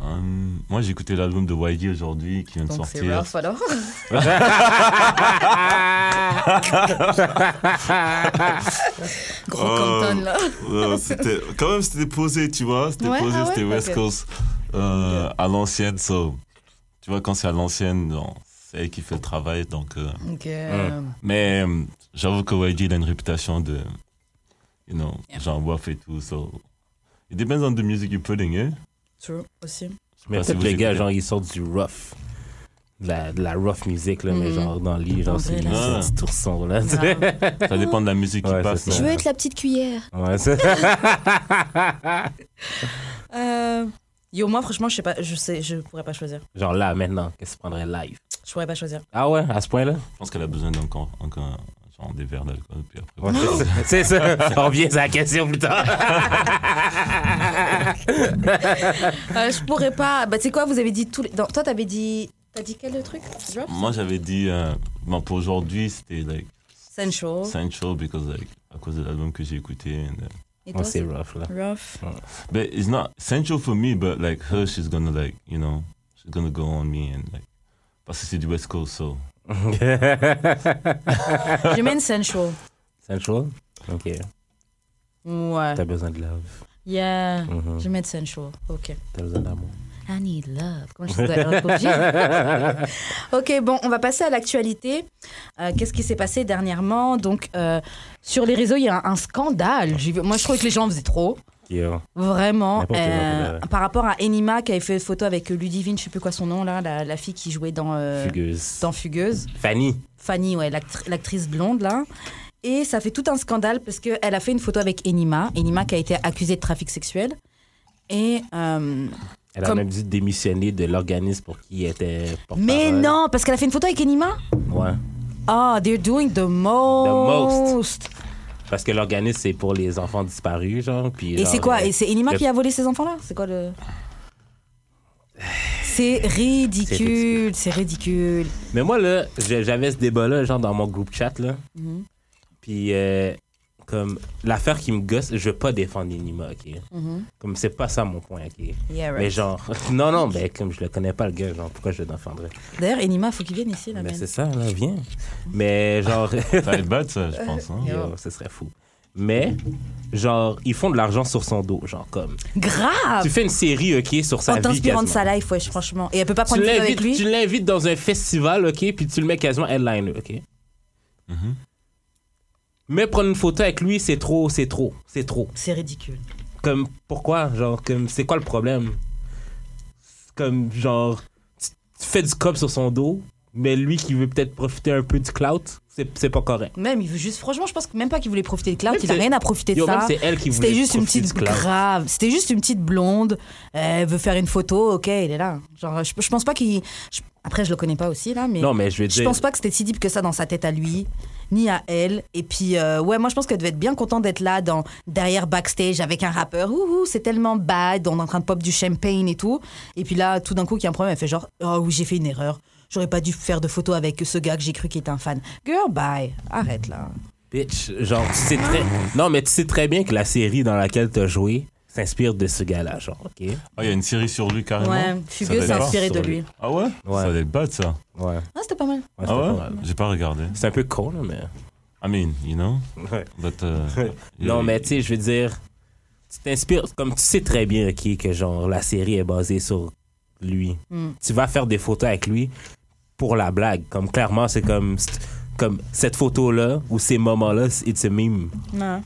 D: Hum, moi, j'ai écouté l'album de YG aujourd'hui qui vient de
B: Donc c'est
D: sortir.
B: rough [laughs] alors. Gros
D: Euh,
B: Compton
C: Oh.
B: là.
D: Ouais, c'était quand même c'était posé, tu vois, c'était
B: Ouais,
D: posé,
B: ah ouais,
D: c'était West
B: ok.
D: Coast euh, à l'ancienne. So, tu vois, quand c'est à l'ancienne, non, c'est elle qui fait le travail. Donc, euh,
B: Donc, euh,
D: mais hum, j'avoue que YG il a une réputation de, you know, genre bof et tout. So, it depends on the music you're putting, eh?
B: true aussi.
C: Mais
D: Ah, si
C: peut-être
D: vous
C: le gars,
D: écoutez.
C: genre, il sort du rough. De la, de la rough musique, là,
E: Mm-hmm.
C: mais
B: Mhm.
C: genre dans l'île, genre,
B: André,
C: c'est
B: là.
C: [laughs] c'est un petit tourson, là.
B: Grave.
D: Ça dépend de la musique qui
C: Ouais,
D: passe.
C: c'est ça.
D: non?
C: veux
E: être la petite cuillère.
C: Ouais, c'est-
B: Euh, yo, moi franchement, je sais pas, je sais, je pourrais pas choisir.
C: [laughs] genre là, maintenant, qu'est-ce que tu prendrais live?
B: Je pourrais pas choisir.
C: Ah ouais, à ce point-là?
D: Je pense qu'elle a besoin d'encore encore, genre des verres d'alcool. Puis après,
C: Ouais, c'est ça. [laughs] c'est ça. On revient à la question plus tard.
E: [laughs]
B: Euh, je pourrais pas. Bah, tu sais quoi, vous avez dit tous les. dans- toi, t'avais dit. T'as dit quel le truc Drop
D: Moi, j'avais dit, euh, bon, pour aujourd'hui, c'était like
B: Sensual.
D: central because like à cause de l'album que j'ai écouté. And, uh,
B: Et
C: Oh,
B: toi
C: c'est rough, là.
B: Rough.
D: but it's not central for me, but like her, she's gonna like you know, she's gonna go on me and like parce que c'est du West Coast, so
E: [laughs]
B: Je mets une sensual.
C: Central? Ok.
B: Ouais.
C: T'as besoin de love.
B: Yeah.
C: Mhm.
B: Je mets une sensual. Ok.
C: T'as besoin d'amour.
B: I need love.
C: [laughs]
B: Comment je sais ça [laughs] Ok, bon, on va passer à l'actualité. Euh, Qu'est-ce qui s'est passé dernièrement Donc, euh, sur les réseaux, il y a un, un scandale. J'ai vu- Moi, je trouvais que les gens en faisaient trop. Euh,
C: Yo.
B: Vraiment.
C: N'importe
B: euh,
C: quoi, ouais.
B: par rapport à Enima qui avait fait une photo avec Ludivine, je sais plus quoi son nom, là, la, la fille qui jouait dans, euh,
C: Fugueuse.
B: dans Fugueuse.
C: Fanny.
B: Fanny, ouais, l'actri- l'actrice blonde, là. Et ça fait tout un scandale parce qu'elle a fait une photo avec Enima. Enima qui a été accusée de trafic sexuel. Et. euh,
C: Elle
B: Comme-
C: a même dû démissionner de l'organisme pour qui elle était porte-parole.
B: Mais non, parce qu'elle a fait une photo avec Enima
C: Ouais.
B: Ah, they're doing the most.
C: The Parce que l'organisme, c'est pour les enfants disparus, genre. Puis
B: Et
C: genre,
B: c'est quoi
C: euh,
B: Et c'est Enima
C: le-
B: qui a volé ces enfants-là C'est quoi le. C'est ridicule, c'est ridicule.
C: Mais moi, là, j'ai- j'avais ce débat-là, genre, dans mon groupe chat, là.
B: Mhm.
C: Puis, euh, comme, l'affaire qui me gosse, je veux pas défendre Enima, OK?
B: Mhm.
C: Comme, c'est pas ça mon point, OK?
B: Yeah,
C: Mais
B: right.
C: genre, [laughs] non, non, mais comme je le connais pas, le gars, genre, pourquoi je le défendrais?
B: D'ailleurs, Enima, faut qu'il vienne ici, la
C: Mais
B: man.
C: c'est ça, là, viens. Mais genre, [laughs]
D: ça va être bad, ça, je pense. Hein?
B: Yeah.
C: yo, oh, ce serait fou. Mais, genre, ils font de l'argent sur son dos, genre, comme. Tu
B: Grave
C: fais une série, OK, sur sa
B: Ah. En
C: vie.
B: t'inspirant de
C: quasiment.
B: sa life, wesh, franchement. Et elle peut pas
C: tu
B: prendre une photo avec
C: l'invites, tu
B: lui
C: l'invites dans un festival, OK, puis tu le mets quasiment headliner, OK? Mais prendre une photo avec lui, c'est trop, c'est trop, c'est trop.
B: C'est ridicule.
C: Comme, pourquoi? Genre, comme, c'est quoi le problème? C'est Comme, genre, tu, tu fais du cop sur son dos, mais lui qui veut peut-être profiter un peu du clout, c'est c'est pas correct.
B: Même, il veut juste, franchement, je pense que même pas qu'il voulait profiter de Cloud,
C: Même
B: il a
C: c'est-
B: rien à profiter de
C: Yo, même
B: ça.
C: c'est elle qui voulait
B: C'était juste une
C: profiter
B: petite
C: du clout.
B: grave. C'était juste une petite blonde. Elle veut faire une photo. Ok, il est là. Genre, je, je pense pas qu'il. je- Après, je le connais pas aussi là, mais.
C: Non, mais je veux
B: je
C: dire,
B: pense pas que c'était si deep que ça dans sa tête à lui. ni à elle. Et puis, euh, ouais, moi, je pense qu'elle devait être bien contente d'être là, dans, derrière backstage, avec un rappeur. Ouh, ouh, c'est tellement bad, on est en train de pop du champagne et tout. Et puis là, tout d'un coup, il y a un problème, elle fait genre, oh oui, j'ai fait une erreur. J'aurais pas dû faire de photos avec ce gars que j'ai cru qu'il était un fan. Girl, bye. Arrête là.
C: Bitch, genre, tu sais très. Non, mais tu sais très bien que la série dans laquelle t'as joué s'inspire de ce gars-là, genre, ok?
D: Ah, il y a une série sur lui carrément.
B: Ouais,
D: Ça doit
B: Fugueux
D: être
B: s'est
D: fort,
B: inspiré
C: sur
B: de
C: lui.
B: lui.
D: Ah ouais,
C: Ouais.
D: Ça doit être bad ça.
C: Ouais. ouais
B: Ah, c'était pas mal.
C: c'était
D: Ah
C: pas
D: ouais
C: mal.
D: J'ai pas regardé.
C: C'est un peu con, là, mais.
D: I mean, you know
C: Ouais.
D: but, euh,
C: [laughs] Non,
D: il-
C: mais tu sais, je veux dire, tu t'inspires, comme tu sais très bien, ok, que genre la série est basée sur lui.
B: Mm.
C: Tu vas faire des photos avec lui pour la blague. Comme clairement, c'est comme, c'est- comme cette photo-là ou ces moments-là, c'est- it's a meme.
B: Non.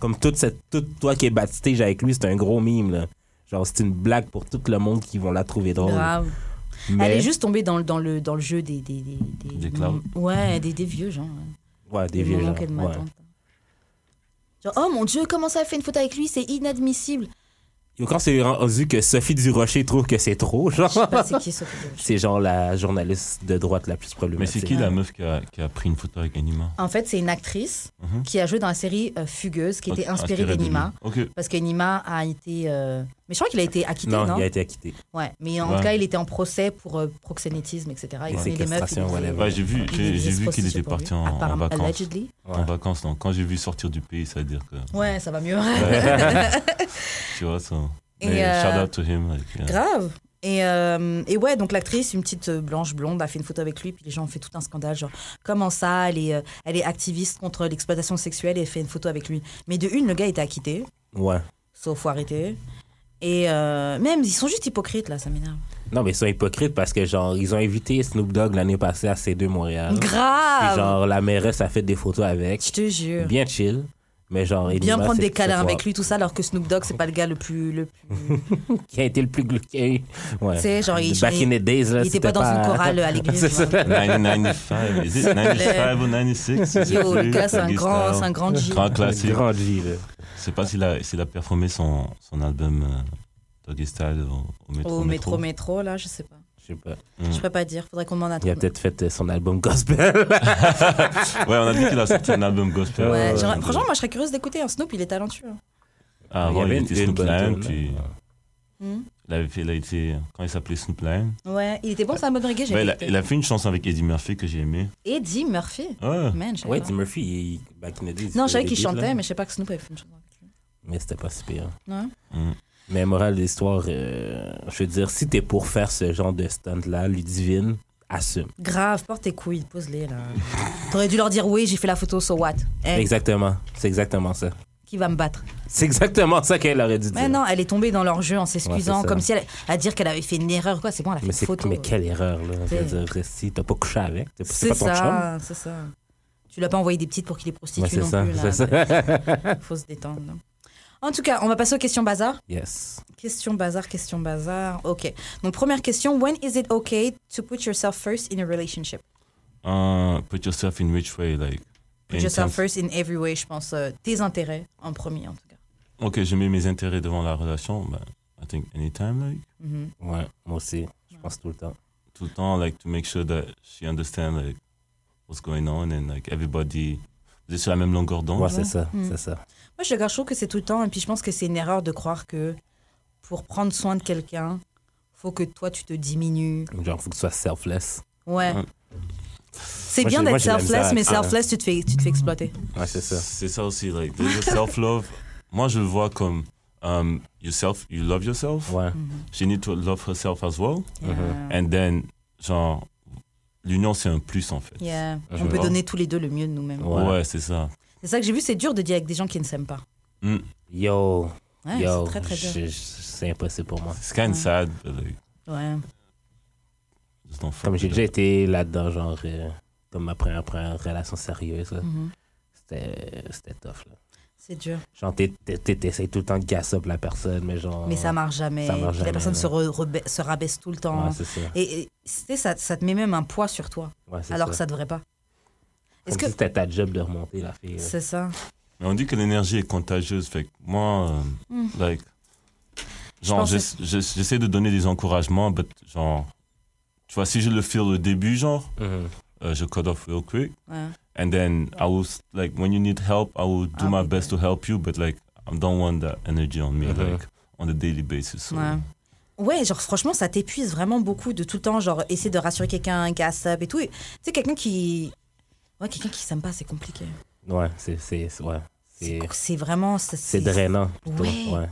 C: Comme toute cette, toute toi qui es backstage avec lui, c'est un gros meme, là. Genre, c'est une blague pour tout le monde qui vont la trouver drôle.
B: Grave. Elle
C: Mais,
B: est juste tombée dans le, dans le, dans le jeu des. Des, des,
D: Des clowns.
B: Ouais, des, des vieux gens. ouais.
C: ouais, des
B: Des
C: vieux
B: moments
C: gens.
B: qu'elle
C: ouais.
B: m'attend. Genre, oh mon dieu, comment ça, elle fait une photo avec lui C'est inadmissible.
C: Yo, Quand c'est rendu que Sophie Durocher trouve que c'est trop,
B: Je sais
C: genre,
B: pas c'est qui Sophie Durocher.
C: c'est genre la journaliste de droite la plus
D: Mais
C: problématique.
D: c'est qui la meuf qui a, qui a pris une photo avec Enima
B: En fait, c'est une actrice
D: Mhm. Oh,
B: qui a joué dans la série euh, Fugueuse, qui était inspirée
D: de lui.
B: d'Enima.
D: Ok.
B: Parce qu'Enima a été. euh, Mais je crois qu'il a été acquitté, non,
C: Non, il a été acquitté.
B: Ouais, mais en
D: Ouais.
B: tout cas, il était en procès pour euh, proxénétisme, etc.
C: Et
B: Il prenait des meufs.
C: séquestration,
B: il faisait-
C: whatever.
D: Ouais, bah, j'ai vu,
B: il
D: j'ai
B: les
D: j'ai vu qu'il
B: prostituait
D: était
B: pour lui.
D: parti en, en
B: Apparemment,
D: vacances.
B: allegedly.
D: En vacances, donc quand j'ai vu sortir du pays, ça
B: [laughs]
D: veut dire que
B: Ouais, ça va mieux.
D: tu vois ça.
B: Et,
D: Mais
B: euh,
D: shout out to him. like, yeah.
B: Grave. Et, euh, et ouais, donc l'actrice, une petite euh, blanche blonde, a fait une photo avec lui, puis les gens ont fait tout un scandale, genre comment ça, elle est, euh, elle est activiste contre l'exploitation sexuelle et elle fait une photo avec lui. Mais de une, le gars était acquitté,
C: Ouais.
B: sauf faut arrêter. Et euh, même, ils sont juste hypocrites là, ça m'énerve.
C: Non, mais ils sont hypocrites parce que, genre, ils ont invité Snoop Dogg l'année passée à C2 Montréal.
B: Grave
C: Ah Et genre, la mairesse a fait des photos
B: Je
C: avec.
B: te jure. Bien,
C: Bien chill. Mais genre, il
B: prendre des câlins avec lui, tout ça, alors que Snoop Dogg, c'est pas le gars le plus. Le plus...
C: Qui a été le plus glauqué. Ouais.
B: Tu sais, genre, il-
C: Back in the days, là.
B: il était pas dans une chorale euh, à l'église,
C: C'est ça.
D: 1995, is it 95 ou 96 je sais
B: [laughs] Yo, le
D: plus,
B: gars, c'est un
D: Doggy
B: grand,
D: Style.
B: c'est un grand G.
D: Grand classique.
C: Grand G, là.
D: Je sais pas s'il a, s'il a performé son, son album euh, Doggy Style au, au métro.
B: Au métro, métro, là, je sais pas.
C: Je sais pas.
B: Je peux pas dire, faudrait qu'on demande à
C: Il a
B: ton-
C: peut-être fait euh, son album gospel.
D: Ouais, on a dit qu'il a sorti un album gospel.
B: Ouais,
C: Euh,
B: j'aurais- franchement, moi, je serais curieuse d'écouter. Hein. Snoop, il est talentueux. hein.
C: [laughs]
D: Ah, avant, il,
C: avait
D: était
C: une
D: Snoop
C: bonne
D: Lion,
C: tune,
D: puis
C: là.
B: Hmm.
D: il avait fait, il a été, quand il s'appelait Snoop Lion,
B: Ouais, il était bon, c'est un mode reggae, j'ai
D: bah, il, a,
B: écouté.
D: il a fait une chanson avec Eddie Murphy que j'ai aimé.
B: Eddie Murphy.
D: Ouais.
B: Man, je savais
C: Ouais,
B: pas.
C: Tim Murphy, il- back in the days. il
B: Non, je
C: faisait
B: savais qu'il
C: des beats, là.
B: chantait, mais je sais pas que Snoop avait fait une chanson avec lui.
C: Mais c'était pas si pire.
B: Non
D: Mm.
C: Mais morale de l'histoire, euh, je veux dire, si t'es pour faire ce genre de stunt-là, Ludivine, assume.
B: Grave, porte tes couilles, pose-les là. T'aurais dû leur dire oui, j'ai fait la photo, so what Eh,
C: Exactement. C'est exactement ça.
B: Qui va me battre
C: C'est exactement ça qu'elle aurait dû dire.
B: Mais non, elle est tombée dans leur jeu en s'excusant,
C: Ouais, c'est ça.
B: comme si elle. à dire qu'elle avait fait une erreur, quoi. C'est bon, elle a fait
C: Mais,
B: une
C: c'est-
B: photo.
C: mais quelle erreur, là. Je
B: C'est-
C: veux dire, si t'as pas couché avec, t'es-
B: C'est
C: c'est pas ton chum.
B: ça, c'est ça. Tu l'as pas envoyé des petites pour qu'il les prostitue
C: Ouais, c'est
B: non
C: ça,
B: plus, là.
C: c'est ça. [laughs]
B: Faut se détendre. non. En tout cas, on va passer aux questions bazar.
C: yes.
B: Question bazar, question bazar. Ok. Donc première question, when is it okay to put yourself first in a relationship?
D: Euh, put yourself in which way, like.
B: Put yourself
D: anytime.
B: first in every way, je pense. euh, tes intérêts en premier en tout cas.
D: Ok, je mets mes intérêts devant la relation. Ben, I think anytime, like,
B: Mhm.
C: Ouais, moi aussi. Je pense tout le temps.
D: tout le temps, like, to make sure that she understands, like, what's going on and, like, everybody. Vous êtes sur la même longueur
C: Ouais,
D: d'onde.
C: c'est ça.
B: Mm.
C: C'est ça.
B: Moi je, je trouve que c'est tout le temps et puis je pense que c'est une erreur de croire que pour prendre soin de quelqu'un, faut que toi tu te diminues.
C: Genre, faut que tu sois selfless.
B: Ouais.
D: Ouais.
B: C'est
C: Moi,
B: bien
C: j'ai-
B: d'être
C: moi, j'ai la misère
B: selfless,
C: avec
B: mais
C: ça, hein.
B: selfless, tu te fais, tu te fais exploiter.
C: Ouais, c'est ça.
D: C'est ça aussi, like, there's a self-love.
C: [laughs]
D: Moi, je le vois comme, um, yourself, you love yourself.
C: Ouais.
B: Mm.
D: She need to love herself as well.
C: Mhm.
B: Yeah.
D: And then, genre, l'union, c'est un plus, en fait.
B: Yeah.
C: Je
B: On peut
D: vois.
B: donner tous les deux le mieux de nous-mêmes.
C: Ouais.
D: Ouais, c'est ça.
B: C'est ça que j'ai vu, c'est dur de dire avec des gens qui ne s'aiment pas.
D: Mm.
C: Yo.
B: Ouais,
C: yo.
B: c'est très très dur.
C: je- je- C'est impossible pour moi.
D: It's kind
B: Ouais.
D: of sad, but, like,
B: Ouais.
D: just don't fuck
C: Comme j'ai
D: it
C: déjà
D: up.
C: été là-dedans, genre, euh, comme ma première, première relation sérieuse, là.
B: Mm-hmm.
C: c'était c'était tough, là.
B: C'est dur.
C: Genre, t'es- t'es- t'es- t'essayes tout le temps de gas up la personne, mais genre.
B: Mais ça marche jamais.
C: Ça marche
B: Puis
C: jamais,
B: la personne
C: ouais.
B: se, re- rebe- se rabaisse tout le temps.
C: Ouais, c'est ça.
B: et et, tu sais, ça, ça te met même un poids sur toi,
C: Ouais, c'est
B: alors
C: ça.
B: que ça devrait pas.
C: Comme
B: Est-ce que
C: si c'était ta job de remonter la fille. là.
B: c'est ça
D: Mais on dit que l'énergie est contagieuse. Fait que moi, euh,
B: Mm.
D: like,
B: Je
D: genre,
B: pense que
D: j'ess- j'ess- j'essaie de donner des encouragements, but genre, tu vois, si je le fais au début, genre,
C: Mhm.
D: euh, je cut off real quick.
B: Ouais.
D: and then I will s- like when you need help, I will do
B: I'll
D: my
B: be
D: best to help you, but like I don't want that energy on me
C: Mhm.
D: like on a daily basis. So.
B: Ouais. Ouais, genre franchement, ça t'épuise vraiment beaucoup de tout le temps, genre essayer de rassurer quelqu'un, casse up et tout. Et Tu sais, quelqu'un qui. Ouais, quelqu'un qui s'aime pas, c'est compliqué.
C: Ouais, c'est- c'est c'est- ouais.
B: C'est
C: C'est-
B: c'est vraiment. ça-
C: c'est drainant. plutôt,
B: Ouais.
C: ouais.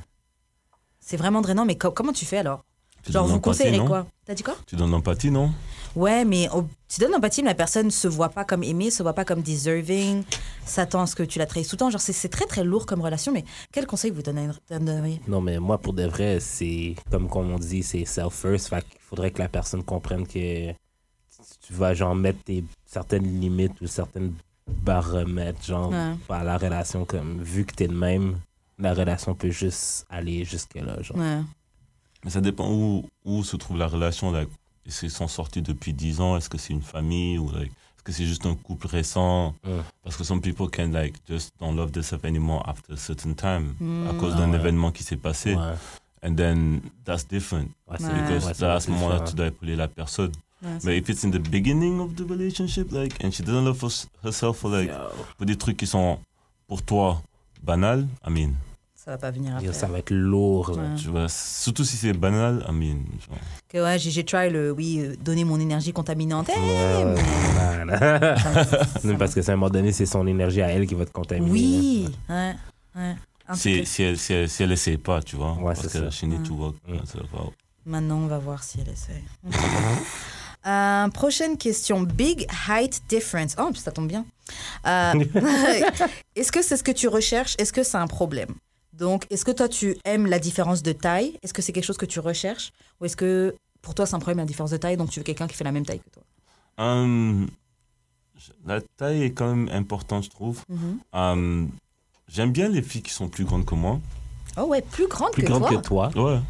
B: C'est vraiment drainant, mais co- comment tu fais alors
D: Tu
B: Genre,
D: donnes
B: vous
D: l'empathie,
B: conseillerez
D: non
B: quoi T'as dit quoi
D: Tu donnes l'empathie, non
B: Ouais, mais au- tu donnes l'empathie, mais la personne se voit pas comme aimée, se voit pas comme deserving, s'attend à ce que tu la trahisses tout le temps. Genre, c'est- c'est très très lourd comme relation, mais quel conseil vous donne- donneriez
C: Non, mais moi, pour de vrai, c'est comme, comme on dit, c'est self-first. Fait qu'il faudrait que la personne comprenne que tu vas, genre, mettre tes, certaines limites ou certaines baromètres, genre,
B: Ouais.
C: par la relation. Comme, vu que t'es de même, la relation peut juste aller jusque-là, genre.
B: Ouais.
D: Mais ça dépend où, où se trouve la relation. Like, est-ce qu'ils sont sortis depuis 10 ans Est-ce que c'est une famille ou like, Est-ce que c'est juste un couple récent
C: Ouais.
D: Parce que some people can like just don't love this anymore after a certain time à
B: Hmm.
D: cause
C: Ah
D: d'un
C: ouais.
D: événement qui s'est
C: Ouais.
D: passé.
C: Ouais,
D: And then that's different.
C: c'est-
B: Ouais.
D: Because
C: ouais, c'est
D: là, à ce moment-là,
C: différent.
D: tu dois épauler la personne.
B: Ouais, c'est-
D: Mais if it's in the beginning of the relationship, like, and she doesn't love hers- herself for like,
C: Yo,
D: pour des trucs qui sont pour toi banals, I mean,
B: Ça va pas venir après.
C: yo, ça va être lourd, là.
B: Ouais.
D: tu vois, surtout si c'est banal, I mean, genre,
B: Que ouais, j'ai j'ai try le oui, euh, donner mon énergie contaminante. Eh,
C: Ouais, ouais, ouais, ouais. Non, parce que c'est à un moment donné, c'est son énergie à elle qui va te contaminer.
B: Oui, ouais, ouais. Un
D: si,
B: truc.
D: si elle, si elle, si elle essaie pas, tu vois,
C: Ouais,
D: parce
C: c'est ça.
D: que she need to work
C: Mm.
D: herself out.
B: Maintenant, on va voir si elle essaie. [laughs] Euh, prochaine question. Big height difference. Oh, ça tombe bien. Euh, [laughs] est-ce que c'est ce que tu recherches Est-ce que c'est un problème Donc, est-ce que toi, tu aimes la différence de taille Est-ce que c'est quelque chose que tu recherches Ou est-ce que pour toi, c'est un problème la différence de taille Donc, tu veux quelqu'un qui fait la même taille que toi
D: Hum, je- la taille est quand même importante, je trouve.
B: Mhm.
D: Hum, J'aime bien les filles qui sont plus grandes que moi.
B: Oh, ouais, plus grande
C: Plus
B: que
C: grande
B: toi.
C: que toi.
D: Ouais.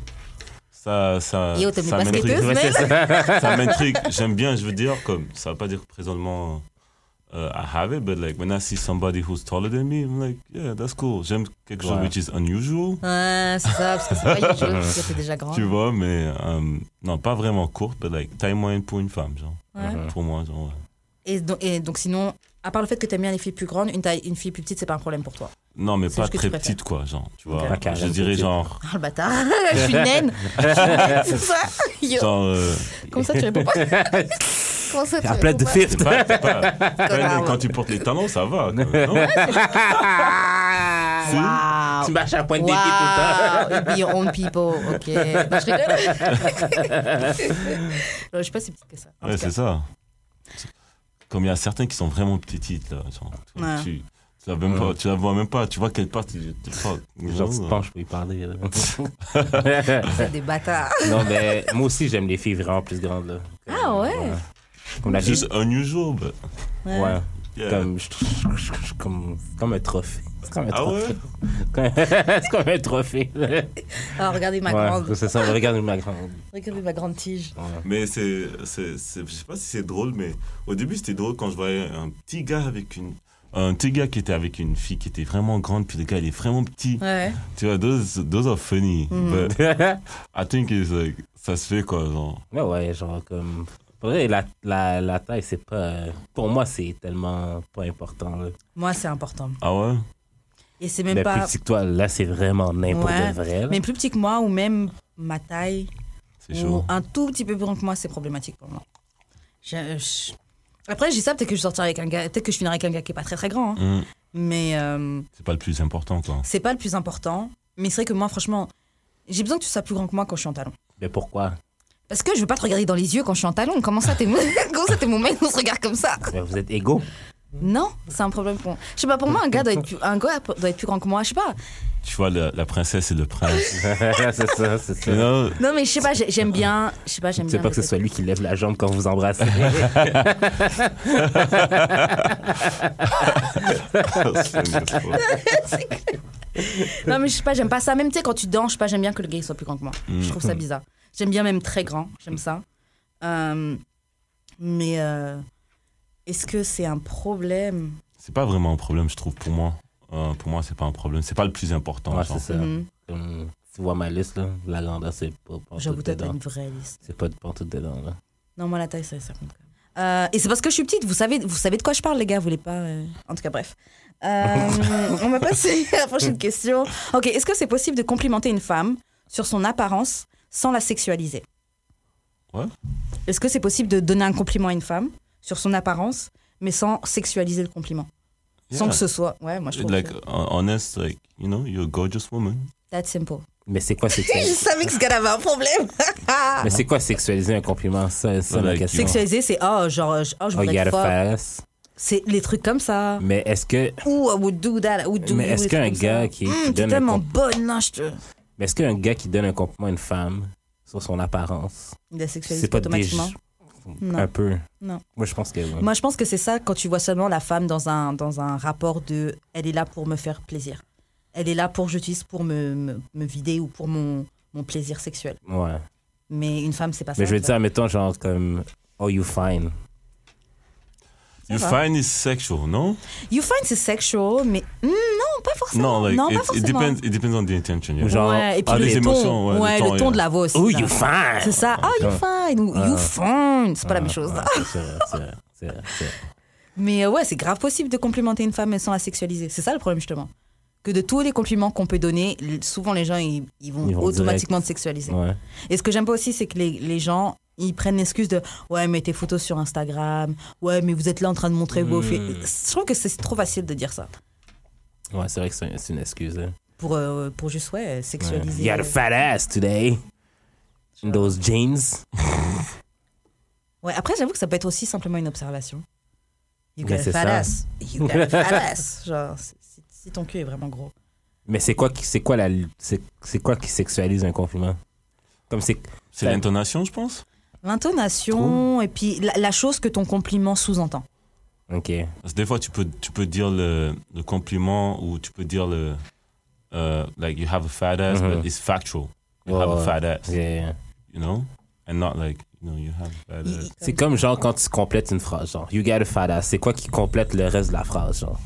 D: Ça, ça,
B: Yo, t'es
D: ça
B: une
D: m'intrigue. [laughs]
B: basketteuse,
C: Ouais, c'est ça.
D: ça m'intrigue. J'aime bien, je veux dire, comme ça veut pas dire présentement euh, I have it, but like when I see somebody who's taller than me, I'm like, yeah, that's cool. J'aime quelque chose
C: Ouais.
D: which is unusual,
B: Ouais, c'est ça, parce que c'est pas usual, parce que t'es déjà grande.
D: tu vois, mais euh, non, pas vraiment courte, but like taille moyenne pour une femme, genre.
B: Ouais.
C: Mhm.
D: Pour moi, genre. ouais.
B: Et donc, et donc sinon, à part le fait que t'aimes bien les filles plus grandes, une, taille, une fille plus petite, c'est pas un problème pour toi.
D: Non, mais
B: C'est
D: pas
B: ce que tu
D: très
B: préfères.
D: petite, quoi, genre, tu vois.
B: Ok.
C: Pas
D: Je
C: carrément
D: dirais
C: petite.
D: genre,
B: Ah le bâtard, [laughs] je suis naine. Je suis naine,
C: [laughs]
B: c'est ça. Yo.
D: genre euh,
B: [laughs] Comme ça, tu réponds pas. Comment ça, tu
C: À plein
B: réponds
C: de
B: pas
D: c'est
C: fifth.
D: pas, c'est pas-
B: Connard,
D: quand
B: ouais.
D: tu portes les talons, ça va. quand même, non Si.
C: Tu marches à pointe
B: Wow.
C: des pieds tout
B: Wow. Be your own people,
C: [laughs]
B: ok. Non, je [laughs] rigole. Non, je suis pas si petite que ça. En
D: Ouais,
B: tout cas.
D: c'est ça. Comme il y a certains qui sont vraiment petites, là. Genre, tu,
B: Ouais.
D: tu, tu la vois même pas, tu la vois même pas, tu vois quelle part tu tu-
C: le
D: tu-
C: temps. Genre, tu te
D: Ouais.
C: penches pour y parler. là.
B: Vous êtes des bâtards.
C: [laughs] non, mais moi aussi, j'aime les filles vraiment plus grandes. Là.
B: Ah ouais.
C: Comme la fille.
D: Juste unusual, but
C: Ouais.
D: yeah.
C: Comme, je- je- je- je- comme, c'est comme un trophée. C'est comme un
D: Ah ouais?
C: trophée. [laughs] C'est comme
B: [laughs]
C: un trophée.
B: Alors, Ah, regardez ma
C: Ouais,
B: grande.
C: c'est ça, regarde ma grande. [laughs]
B: Regardez ma grande tige.
D: Mais c'est, c'est, c'est- je sais pas si c'est drôle, mais au début c'était drôle quand je voyais un petit gars avec une, un petit gars qui était avec une fille qui était vraiment grande, puis le gars il est vraiment petit.
B: Ouais.
D: Tu vois, those, those are funny,
B: Mm.
D: but I think it's like, ça se fait quoi, genre.
C: Ouais, ouais, genre comme. Pour vrai, la, la, la taille, c'est pas. euh, Pour moi, c'est tellement pas important. Là.
B: Moi, c'est important.
D: Ah ouais?
B: Et c'est même
C: Mais
B: pas.
C: plus petit que toi, là, c'est vraiment n'importe
B: Ouais.
C: vrai. là.
B: Mais plus petit que moi ou même ma taille.
D: C'est
B: ou
D: chaud.
B: un tout petit peu plus grand que moi, c'est problématique pour moi. Je- je- Après, je dis ça, peut-être que je sortirai avec un gars, peut-être que je finirai avec un gars qui est pas très très grand, hein.
D: Mm.
B: mais euh,
D: C'est pas le plus important, quoi.
B: c'est pas le plus important. Mais c'est vrai que moi, franchement, j'ai besoin que tu sois plus grand que moi quand je suis en talon.
C: Mais pourquoi?
B: Parce que je veux pas te regarder dans les yeux quand je suis en talon. Comment ça, t'es mon, [laughs] comment ça, t'es mon mec, on se regarde comme ça
C: Ben, Vous êtes égaux. [laughs]
B: Non, c'est un problème pour moi. Je sais pas, pour moi, un gars doit être plus, un gars doit être plus grand que moi. Je sais pas.
D: Tu vois, la, la princesse et le
B: [laughs]
D: prince.
C: c'est ça, c'est
D: You
C: ça.
D: know, [laughs]
B: Non, mais je sais pas, j'ai- j'aime bien. Je sais pas, j'aime
C: C'est
B: bien.
C: pas
B: le
C: que ce
B: fait-
C: soit lui qui lève la jambe quand vous embrassez.
B: [laughs] Non, mais je sais pas, j'aime pas ça. Même, tu sais, quand tu danses, je sais pas, j'aime bien que le gars il soit plus grand que moi. Je trouve ça bizarre. J'aime bien même très grand, j'aime ça. Euh, mais euh, est-ce que c'est un problème
D: c'est pas vraiment un problème, je trouve, pour moi. Euh, pour moi, c'est pas un problème. C'est pas le plus important.
C: Ouais,
D: genre.
C: c'est ça.
B: Mhm.
C: Comme, tu vois ma liste, là, la grandeur, c'est pas pantoute
B: J'avoue, toi, t'as
C: dedans.
B: une vraie liste.
C: C'est pas de pantoute dedans, là.
B: Non, moi, la taille, ça, ça compte quand même. Euh, et c'est parce que je suis petite, vous savez, vous savez de quoi je parle, les gars, vous voulez pas. euh, En tout cas, bref. Euh, on va passer à la prochaine question. Ok, est-ce que c'est possible de complimenter une femme sur son apparence sans la sexualiser
D: Ouais.
B: Est-ce que c'est possible de donner un compliment à une femme sur son apparence, mais sans sexualiser le compliment Sans
D: Yeah.
B: que ce soit. Ouais, moi je trouve.
D: Like,
B: que-
D: hon- honest, like, you know, you're a gorgeous woman.
B: That's simple.
C: Mais c'est
B: [laughs]
C: quoi
B: je [laughs]
C: sexualiser
B: savais que ce gars avait un problème.
C: Mais c'est quoi sexualiser un compliment Ça, c'est la
D: Like,
B: [laughs]
C: question.
B: Sexualiser, c'est oh, genre, je- oh, je
C: Oh, you
B: voudrais
C: got
B: être
C: a
B: fort.
C: face.
B: C'est les trucs comme ça.
C: Mais est-ce que
B: Ouh, I would do that, I would do
C: mais
B: you,
C: est-ce
B: des
C: qu'un
B: trucs comme ça.
C: gars qui, qui
B: Hum, t'es
C: donne un
B: tellement
C: compl-
B: bonne, non, je te.
C: mais est-ce qu'un gars qui donne un compliment à une femme sur son apparence,
B: Il la sexualise
C: c'est pas Ah,
B: automatiquement.
C: déjà
B: Non.
C: un peu
B: Non.
C: Moi je pense que oui.
B: Moi, je pense que c'est ça quand tu vois seulement la femme dans un, dans un rapport de elle est là pour me faire plaisir. Elle est là pour, j'utilise pour me, me, me vider ou pour mon, mon plaisir sexuel.
C: Ouais.
B: Mais une femme, c'est pas ça.
C: Mais je veux
B: tu
C: dire mettons genre comme oh you fine.
D: You
B: va.
D: find is sexual, no?
B: vois. You find c'est sexual, mais Hmm, non, pas forcément.
D: No, like,
B: non,
D: it,
B: pas
D: it
B: forcément.
D: depends. It depends on the intention. Yeah.
C: Genre-
B: ouais, et puis
D: ah,
B: le
D: les
B: ton,
D: émotions, ouais, le
B: ouais, le ton,
D: ton,
B: de
D: yeah.
B: la voix aussi.
C: Oh
B: là.
C: you Oh fine.
B: C'est ça. Ah, you fine ou you fine. C'est pas la même chose.
C: Ouais, c'est vrai, c'est vrai, c'est vrai, c'est vrai.
B: Mais euh, ouais, c'est grave possible de complimenter une femme mais sans la sexualiser. C'est ça le problème justement. Que de tous les compliments qu'on peut donner, l- souvent les gens ils, ils vont,
C: Ils vont
B: automatiquement te sexualiser. [laughs]
C: Ouais.
B: Et ce que j'aime pas aussi, c'est que les, les gens ils prennent l'excuse de ouais mais tes photos sur Instagram, ouais mais vous êtes là en train de montrer vos filles. Je trouve que c'est trop facile de dire ça
C: Ouais, c'est vrai que c'est un- c'est une excuse. hein.
B: pour euh, pour juste ouais sexualiser.
C: You got a fat ass today. In those jeans.
B: Ouais après j'avoue que ça peut être aussi simplement une observation. You got
C: Mais
B: a
C: c'est
B: fat
C: ça.
B: ass. You
C: [laughs]
B: got a fat ass. Genre si- si- si ton cul est vraiment gros.
C: Mais c'est quoi qui c'est quoi la c'est c'est quoi qui sexualise un compliment Comme c'est
D: C'est l'intonation, je pense.
B: L'intonation et puis la, la chose que ton compliment sous-entend.
C: OK.
D: Parce que des fois, tu peux, tu peux dire le, le compliment ou tu peux dire le. euh, like, you have a fat ass,
C: Mhm.
D: but it's factual. You
C: Ouais,
D: have a
C: ouais.
D: fat ass,
C: Yeah.
D: you know? And not like, you know, you have a fat
B: Il-
D: ass.
C: C'est comme genre quand tu complètes une phrase, genre You got a fat ass. C'est quoi qui complète le reste de la phrase, genre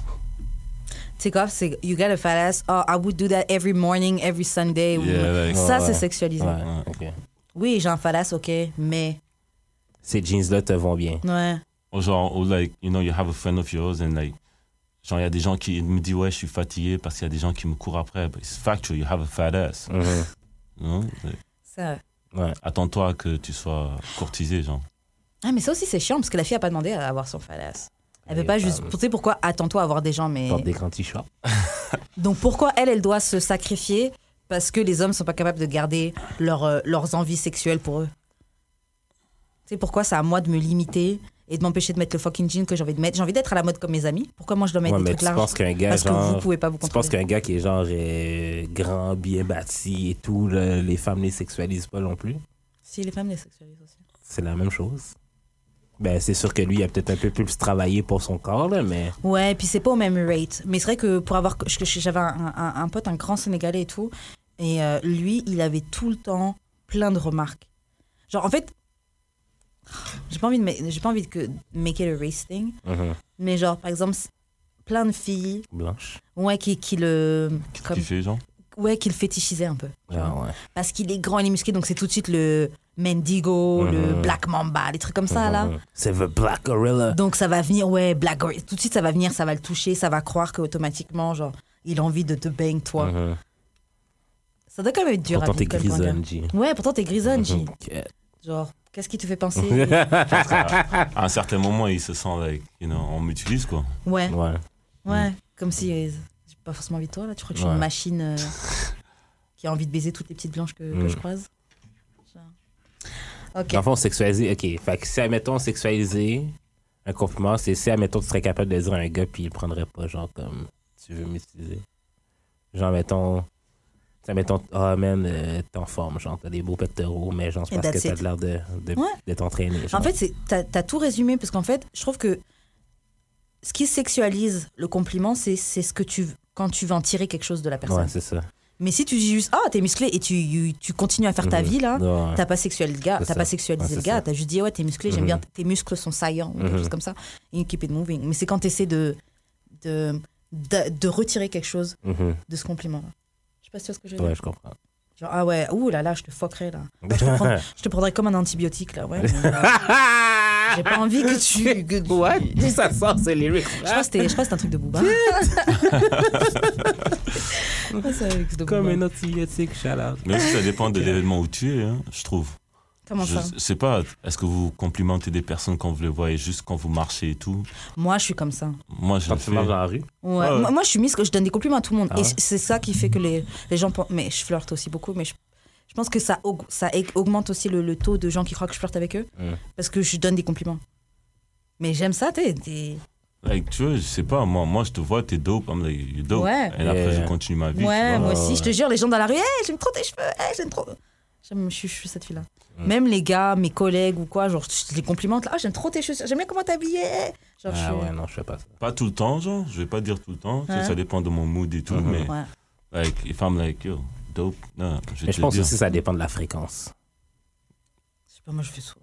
B: C'est quoi C'est you got a fat ass. Oh, I would do that every morning, every Sunday. Ou-
D: Yeah, like-
B: Ça,
C: Ouais,
B: c'est
C: ouais.
B: sexualisé.
C: Ouais, ok.
B: Oui, j'ai un fat ass, ok, mais
C: Ces jeans-là te vont bien.
B: ouais.
D: Ou genre, ou like, you know, you have a friend of yours and like, genre, il y a des gens qui me disent, ouais, je suis fatigué parce qu'il y a des gens qui me courent après. But it's factual, you have a fat ass.
C: Mhm.
D: You know? Like,
B: Ça.
C: Ouais.
D: Attends-toi à que tu sois courtisé, genre.
B: Ah, mais ça aussi, c'est chiant parce que la fille a pas demandé à avoir son fat ass. Elle
C: Et
B: veut pas
C: bah,
B: juste. Tu sais pourquoi Attends-toi à avoir des gens, mais.
C: Porte des grands t-shirts.
B: Donc pourquoi elle, elle doit se sacrifier parce que les hommes sont pas capables de garder leur, euh, leurs envies sexuelles pour eux Tu sais pourquoi c'est à moi de me limiter et de m'empêcher de mettre le fucking jean que j'ai envie de mettre J'ai envie d'être à la mode comme mes amis. Pourquoi moi je dois mettre
C: Ouais,
B: des
C: mais
B: trucs
C: tu
B: larges
C: penses qu'un gars,
B: Parce que
C: genre-
B: vous pouvez pas vous
C: Tu penses
B: contrôler.
C: qu'un gars qui est genre euh, grand, bien bâti et tout, le- les femmes ne les sexualisent pas non plus
B: Si les femmes les sexualisent aussi.
C: C'est la même chose. Ben, c'est sûr que lui, il a peut-être un peu plus travaillé pour son corps, là, mais.
B: Ouais, puis c'est pas au même rate. Mais c'est vrai que pour avoir. je- je- J'avais un, un- un pote, un grand Sénégalais et tout. Et euh, lui, il avait tout le temps plein de remarques. Genre, en fait. J'ai pas envie de, ma- j'ai pas envie de que, make it a race thing.
C: Mhm.
B: Mais genre, par exemple, c- plein de filles,
C: Blanche.
B: ouais, qui, qui le. comme-
D: Qui fait, genre?
B: ouais, qui le fétichisait un peu. tu vois.
C: Genre, ouais.
B: Parce qu'il est grand, il est musclé, donc c'est tout de suite le Mendigo, le Black Mamba, des trucs comme ça, là.
C: Mhm. C'est The Black Gorilla.
B: Donc ça va venir, ouais, Black Gorilla. Tout de suite, ça va venir, ça va le toucher, ça va croire qu'automatiquement, genre, il a envie de te bang, toi.
C: Mhm.
B: Ça doit quand même être dur
C: Pourtant,
B: à
C: t'es
B: vivre comme
C: grisonne,
B: gars.
C: G.
B: Ouais, pourtant, t'es grisonne, G.
C: Ok.
B: Genre, qu'est-ce qui te fait penser
D: À un certain moment, il se sent, like, you know, on m'utilise, quoi.
B: Ouais,
C: Ouais.
B: ouais. Comme si. euh, J'ai pas forcément envie de toi, là. Tu crois que je suis
C: Ouais.
B: une machine
C: [laughs]
B: euh, qui a envie de baiser toutes les petites blanches que, que
C: Mm.
B: je croise Genre. Ok.
C: Dans le fond, sexualiser, ok. Fait que si, admettons, sexualiser un compliment, c'est si, admettons, tu serais capable de dire à un gars, puis il prendrait pas, genre, comme, tu veux m'utiliser. Genre, mettons, ça mettons, ah, man, euh, t'es en forme, genre, t'as des beaux pectoraux, mais genre, c'est
B: And
C: parce que
B: that's
C: t'as
B: it.
C: de l'air de, de,
B: Ouais.
C: de t'entraîner. genre.
B: En fait, c'est- t'as as tout résumé parce qu'en fait, je trouve que ce qui sexualise le compliment, c'est c'est ce que tu quand tu veux en tirer quelque chose de la personne.
C: ouais, c'est ça.
B: Mais si tu dis juste ah t'es musclé et tu, you- tu continues à faire
C: Mm.
B: ta vie là,
C: Ouais.
B: Ah. t'as pas sexualisé le gars,
C: C'est
B: t'as
C: ça.
B: pas sexualisé
C: Ouais,
B: le
C: c'est
B: gars,
C: ça. Mhm.
B: t'as juste dit ouais t'es musclé, j'aime bien tes muscles sont saillants ou quelque chose comme ça. You keep it moving. Mais c'est quand t'essaies de de, de de retirer quelque chose
C: Mhm.
B: de ce compliment. là Je sais pas si tu vois ce que je veux
C: Ouais,
B: dire.
C: je comprends.
B: Genre ah
C: [laughs]
B: ouais ouh là là je te foquerai là. Je te prendrai comme un antibiotique là ouais. mais, euh, J'ai pas envie que
C: [laughs]
B: tu. que tu-
C: What? D'où ça sort ces lyrics?
B: Je crois que c'était je crois que c'était un truc de Booba. [laughs] Ouais, c'est un truc de
C: Comme
B: Booba.
C: un autre sciatique, shout out.
D: Mais
B: [laughs]
D: aussi, ça dépend de l'événement où tu es, hein, je trouve.
B: Comment
D: je
B: ça
D: sais pas, est-ce que vous complimentez des personnes quand vous les voyez, juste quand vous marchez et tout
B: Moi, je suis comme ça.
D: Moi, je
C: Quand
D: le
C: tu
D: fais.
C: marches dans la rue.
B: Ouais.
D: Ah ouais.
B: Moi, moi, je suis mise, que je donne des compliments à tout le monde.
C: Ah
B: et
C: ouais
B: c'est ça qui fait que les, les gens pensent. Mais je flirte aussi beaucoup, mais je, je pense que ça, aug- ça aig- augmente aussi le, le taux de gens qui croient que je flirte avec eux.
C: Mm.
B: Parce que je donne des compliments. Mais j'aime ça, t'es. t'es-
D: Like, tu vois, je sais pas, moi, moi je te vois, t'es dope, I'm like, you're dope.
B: Ouais.
D: Et après,
C: Yeah.
D: je continue ma vie.
B: ouais,
D: tu vois.
B: moi
C: ouais,
B: aussi,
C: ouais.
B: je te jure, les gens dans la rue, hey, j'aime trop tes cheveux, hey, j'aime trop. J'aime, je, suis- je suis cette fille-là. Même les gars, mes collègues ou quoi, genre, je les complimente. Ah, j'aime trop tes cheveux, j'aime bien comment t'es habillée. Genre, je
C: Ah
B: suis-
C: ouais, non, je fais pas ça.
D: Pas tout le temps, genre, je vais pas dire tout le temps, tu sais,
B: Ouais.
D: ça dépend de mon mood et tout,
C: Mhm.
D: mais
B: Ouais.
D: like, if I'm like, yo, dope, non, je vais
C: Mais je
D: te
C: pense
D: dire.
C: aussi que ça dépend de la fréquence.
B: Je sais pas, moi, je fais ça.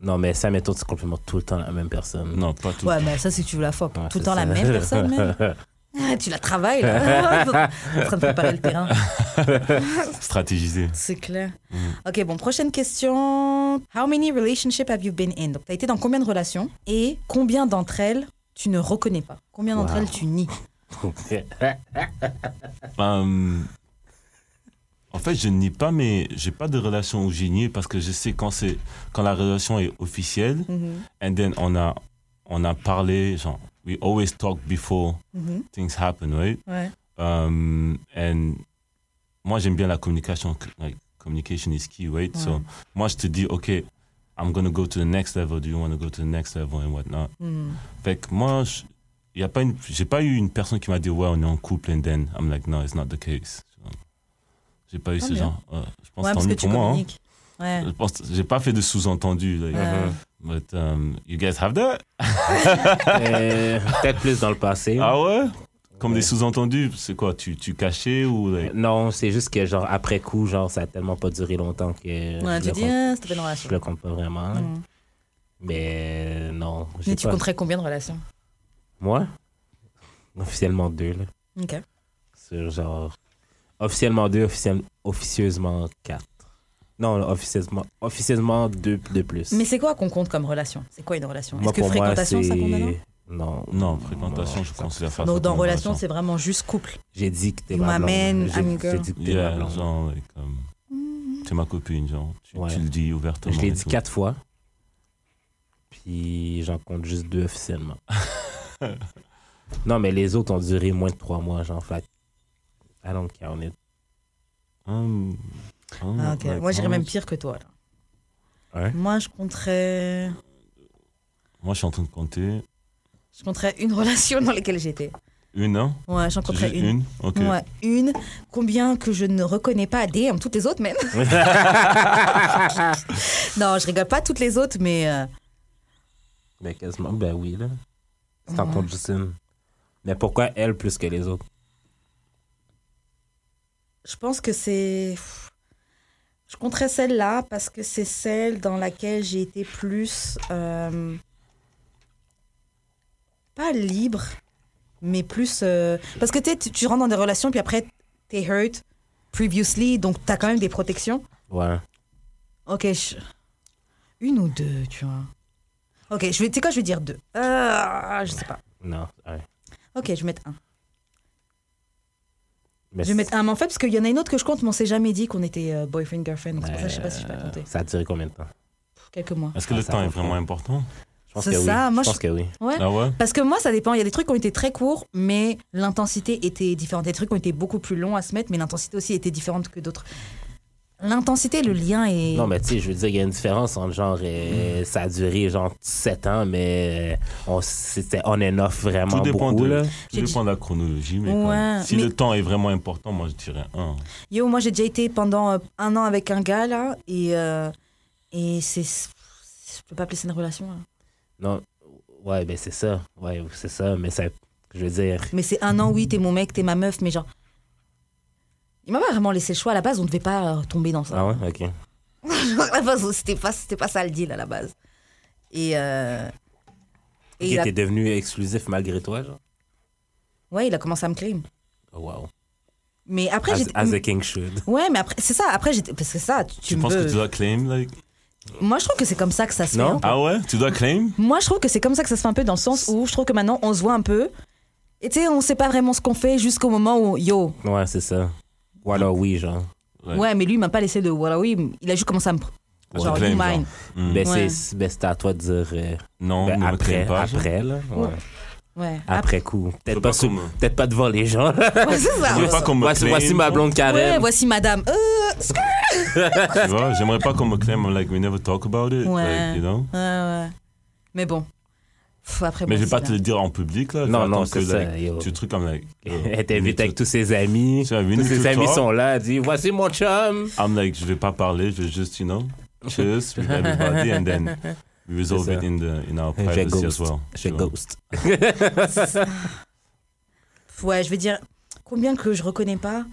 C: Non, mais ça, mettons, tu complimentes tout le temps la même personne.
D: Non, pas tout le
B: Ouais, mais ça, c'est que tu veux la foppe.
C: Ouais,
B: tout le
C: Ah, c'est
B: temps la
C: ça.
B: même personne, même.
C: [laughs]
B: Ah, tu la travailles, là. [laughs] en train de préparer le
C: [laughs]
B: terrain.
D: temps, stratégiser.
B: C'est clair.
C: Mm.
B: Ok, bon, prochaine question. How many relationships have you been in Donc, t'as été dans combien de relations et combien d'entre elles tu ne reconnais pas Combien d'entre
C: Wow.
B: elles tu nies
D: Hum, en fait, je nie pas, mais j'ai pas de relation où j'ai nié parce que je sais quand c'est quand la relation est officielle. And then on a on a parlé, genre, we always talk before
B: Mhm.
D: things happen, right?
B: Ouais.
D: Um, and moi, j'aime bien la communication. c- Like, communication is key, right? So, moi, je te dis, OK, I'm going to go to the next level. Do you want to go to the next level and whatnot?
B: Mhm.
D: Fait que moi, je- y a pas une- j'ai pas eu une personne qui m'a dit, ouais, on est en couple, and then I'm like, no, it's not the case. So, J'ai pas eu
B: Tant
D: ce
B: mieux.
D: genre. euh, je pense
B: Ouais,
D: tant
B: parce que
D: mieux
B: tu
D: pour moi. hein.
B: communiques. Ouais.
D: Je
C: Euh,
D: pense, j'ai pas fait de sous-entendu. Like,
B: Ouais.
D: But um, you guys have that?
C: [laughs] Euh, Peut-être plus dans le passé.
D: Ah ouais? Comme
C: Ouais.
D: des sous-entendus, c'est quoi? Tu, tu cachais ou. like,
C: Non, c'est juste que, genre, après coup, genre, ça a tellement pas duré longtemps que.
B: Ouais,
C: je
B: tu
C: le
B: dis,
C: compte-
B: ah, c'était pas une relation.
C: Je le compte pas vraiment.
B: Mhm.
C: Mais non. j'ai
B: Mais tu
C: pas-
B: compterais combien de relations
C: Moi Officiellement deux, là.
B: Ok.
C: Sur genre. Officiellement deux, officiel- officieusement quatre. Non, officieusement, officieusement deux de plus.
B: Mais c'est quoi qu'on compte comme relation C'est quoi une relation Est-ce
C: Moi,
B: que
C: pour moi,
B: fréquentation, ça compte dedans
C: c'est- Non.
D: Non, fréquentation, je considère pas ça.
B: Donc, dans
D: comme une
B: relation, c'est vraiment juste couple.
C: J'ai dit que t'es
B: You
C: ma
B: my
C: blonde.
B: man,
C: J'ai-
B: I'm your
C: J'ai
B: girl.
C: dit que t'es ma
D: Yeah,
C: blonde.
D: genre, like, um, t'es ma copine, genre. Tu,
C: Ouais.
D: tu le dis ouvertement.
C: Je l'ai
D: et
C: dit
D: tout.
C: quatre fois. Puis j'en compte juste deux
D: [laughs]
C: officiellement. non, mais les autres ont duré moins de trois mois, genre. Fait que I don't count it.
D: Hum, hum,
B: Ah, ok.
D: like,
B: Moi, j'irais
D: hum.
B: même pire que toi. là.
C: Ouais.
B: Moi, je compterais.
D: Moi, je suis en train de compter.
B: Je compterais une relation dans laquelle j'étais.
D: Une, hein?
B: Ouais, j'en
D: C'est
B: compterais
D: juste
B: une.
D: Ok.
B: Ouais, une. Combien que je ne reconnais pas DM, toutes les autres même. [laughs] non, je rigole pas toutes les autres, mais euh,
C: Mais quasiment, ben oui, là. C'est en compte juste une. Mais pourquoi elle plus que les autres?
B: je pense que c'est. Je compterais celle-là parce que c'est celle dans laquelle j'ai été plus. euh, Pas libre, mais plus. euh, Parce que tu sais, tu tu rentres dans des relations, puis après, t'es hurt previously, donc t'as quand même des protections.
C: Ouais.
B: Ok, je- une ou deux, tu vois. Ok, je vais, tu sais quoi, je vais dire deux. Ah, je sais pas.
C: Non, ouais.
B: Ok, je vais mettre un.
C: Mais
B: Je vais mettre un, mais en fait, parce qu'il y en a une autre que je compte, mais on s'est jamais dit qu'on était euh, boyfriend, girlfriend. Donc c'est pour ça, que je sais pas si je vais pas compter.
C: Euh, Ça a duré combien de temps?
B: Pff, Quelques mois.
D: Est-ce que
C: Ah,
D: le
C: ça
D: temps est
C: comprend.
D: vraiment important?
C: Je pense
B: C'est
C: que
B: ça,
C: oui.
B: moi,
C: je pense
B: je-
C: que oui.
B: Ouais.
D: Ah ouais?
B: Parce que moi, ça dépend. Il y a des trucs qui ont été très courts, mais l'intensité était différente. Des trucs qui ont été beaucoup plus longs à se mettre, mais l'intensité aussi était différente que d'autres. L'intensité, le lien est.
C: Non, mais tu sais, je veux dire, il y a une différence entre genre,
B: Mm.
C: euh, ça a duré genre 7 ans, mais euh, on, c'était on and off vraiment
D: Tout dépend,
C: beaucoup,
D: de,
C: là.
D: tout dépend de la chronologie, mais
B: Ouais,
D: comme- si
B: mais-
D: le temps est vraiment important, moi je dirais un.
B: Yo, moi j'ai déjà été pendant euh, un an avec un gars là, et, euh, et c'est. Je peux pas appeler ça une relation. hein. là.
C: Non, ouais, ben c'est ça. Ouais, c'est ça, mais ça, je veux dire,
B: Mais c'est un an, oui, t'es mon mec, t'es ma meuf, mais genre. Il m'a pas vraiment laissé le choix. À la base, on devait pas euh, tomber dans ça.
C: ah ouais, ok.
B: [laughs] à la base, c'était pas, c'était pas ça le deal à la base. Et. euh, et
C: Et
B: il a...
C: t'es devenu exclusif malgré toi, genre.
B: Ouais, il a commencé à me claim.
C: Oh, wow.
B: Mais après,
C: As,
B: j'étais.
C: as the king should.
B: Ouais, mais après, c'est ça. Après, j'étais. Parce que ça, tu,
D: Tu
B: me
D: penses que
B: veux-
D: tu dois claim, like,
B: Moi, je trouve que c'est comme ça que ça se fait.
C: Non
B: un peu.
D: Ah ouais Tu dois claim
B: Moi, je trouve que c'est comme ça que ça se fait un peu dans le sens où je trouve que maintenant, on se voit un peu. Et tu sais, on sait pas vraiment ce qu'on fait jusqu'au moment où, yo,
C: [laughs] Ouais, c'est ça. Ou alors oui, genre.
D: Ouais.
B: ouais, mais lui, il m'a pas laissé de voilà, oui, il a juste commencé à me.
D: Ouais,
B: Genre,
D: claim,
B: you
D: genre.
B: mine.
D: Hmm.
C: Ben,
B: Ouais.
C: c'est ben, c'est à toi de dire euh,
D: Non,
C: ben,
D: ne me
C: après,
D: claim pas. genre.
C: après, là. Ouais.
B: Ouais. Ouais.
C: Après coup.
D: Je
C: Peut-être
D: veux pas euh,
C: pas, sous-
D: qu'on me-
C: peut-être pas devant les
D: [laughs]
C: gens.
B: Ouais, [laughs] c'est Ah, ça.
D: Je veux pas qu'on me
C: voici,
D: claim.
C: voici ma blonde
B: Ouais,
C: Karen.
B: voici madame. Euh,
D: Tu vois, j'aimerais pas qu'on me claim. I'm like, we never talk about it.
B: Ouais.
D: like, you know?
B: Ouais, ouais. Mais bon. Pff, après,
D: Mais
B: bon,
D: je vais pas
B: c'est
D: te
B: là.
D: le dire en public, là. Je
C: Non,
D: vais
C: non,
D: attendre que,
C: c'est ça,
D: like,
C: yo.
D: Tu trucs comme,
C: [laughs]
D: like. oh,
C: Elle t'invite avec tous ses amis.
D: Tu as vu,
C: Tous ses
D: Nicolas
C: amis sont là. Elle dit Voici mon chum.
D: I'm like, je vais pas parler, je vais juste, you know,
C: [laughs]
D: cheers with everybody and then we resolve
C: C'est ça.
D: it in, the, in our
C: Je vais
D: privacy as
C: ghost.
D: well.
C: Je
D: Tu vois.
C: ghost.
B: Pff, Ouais, je vais dire combien que je reconnais pas.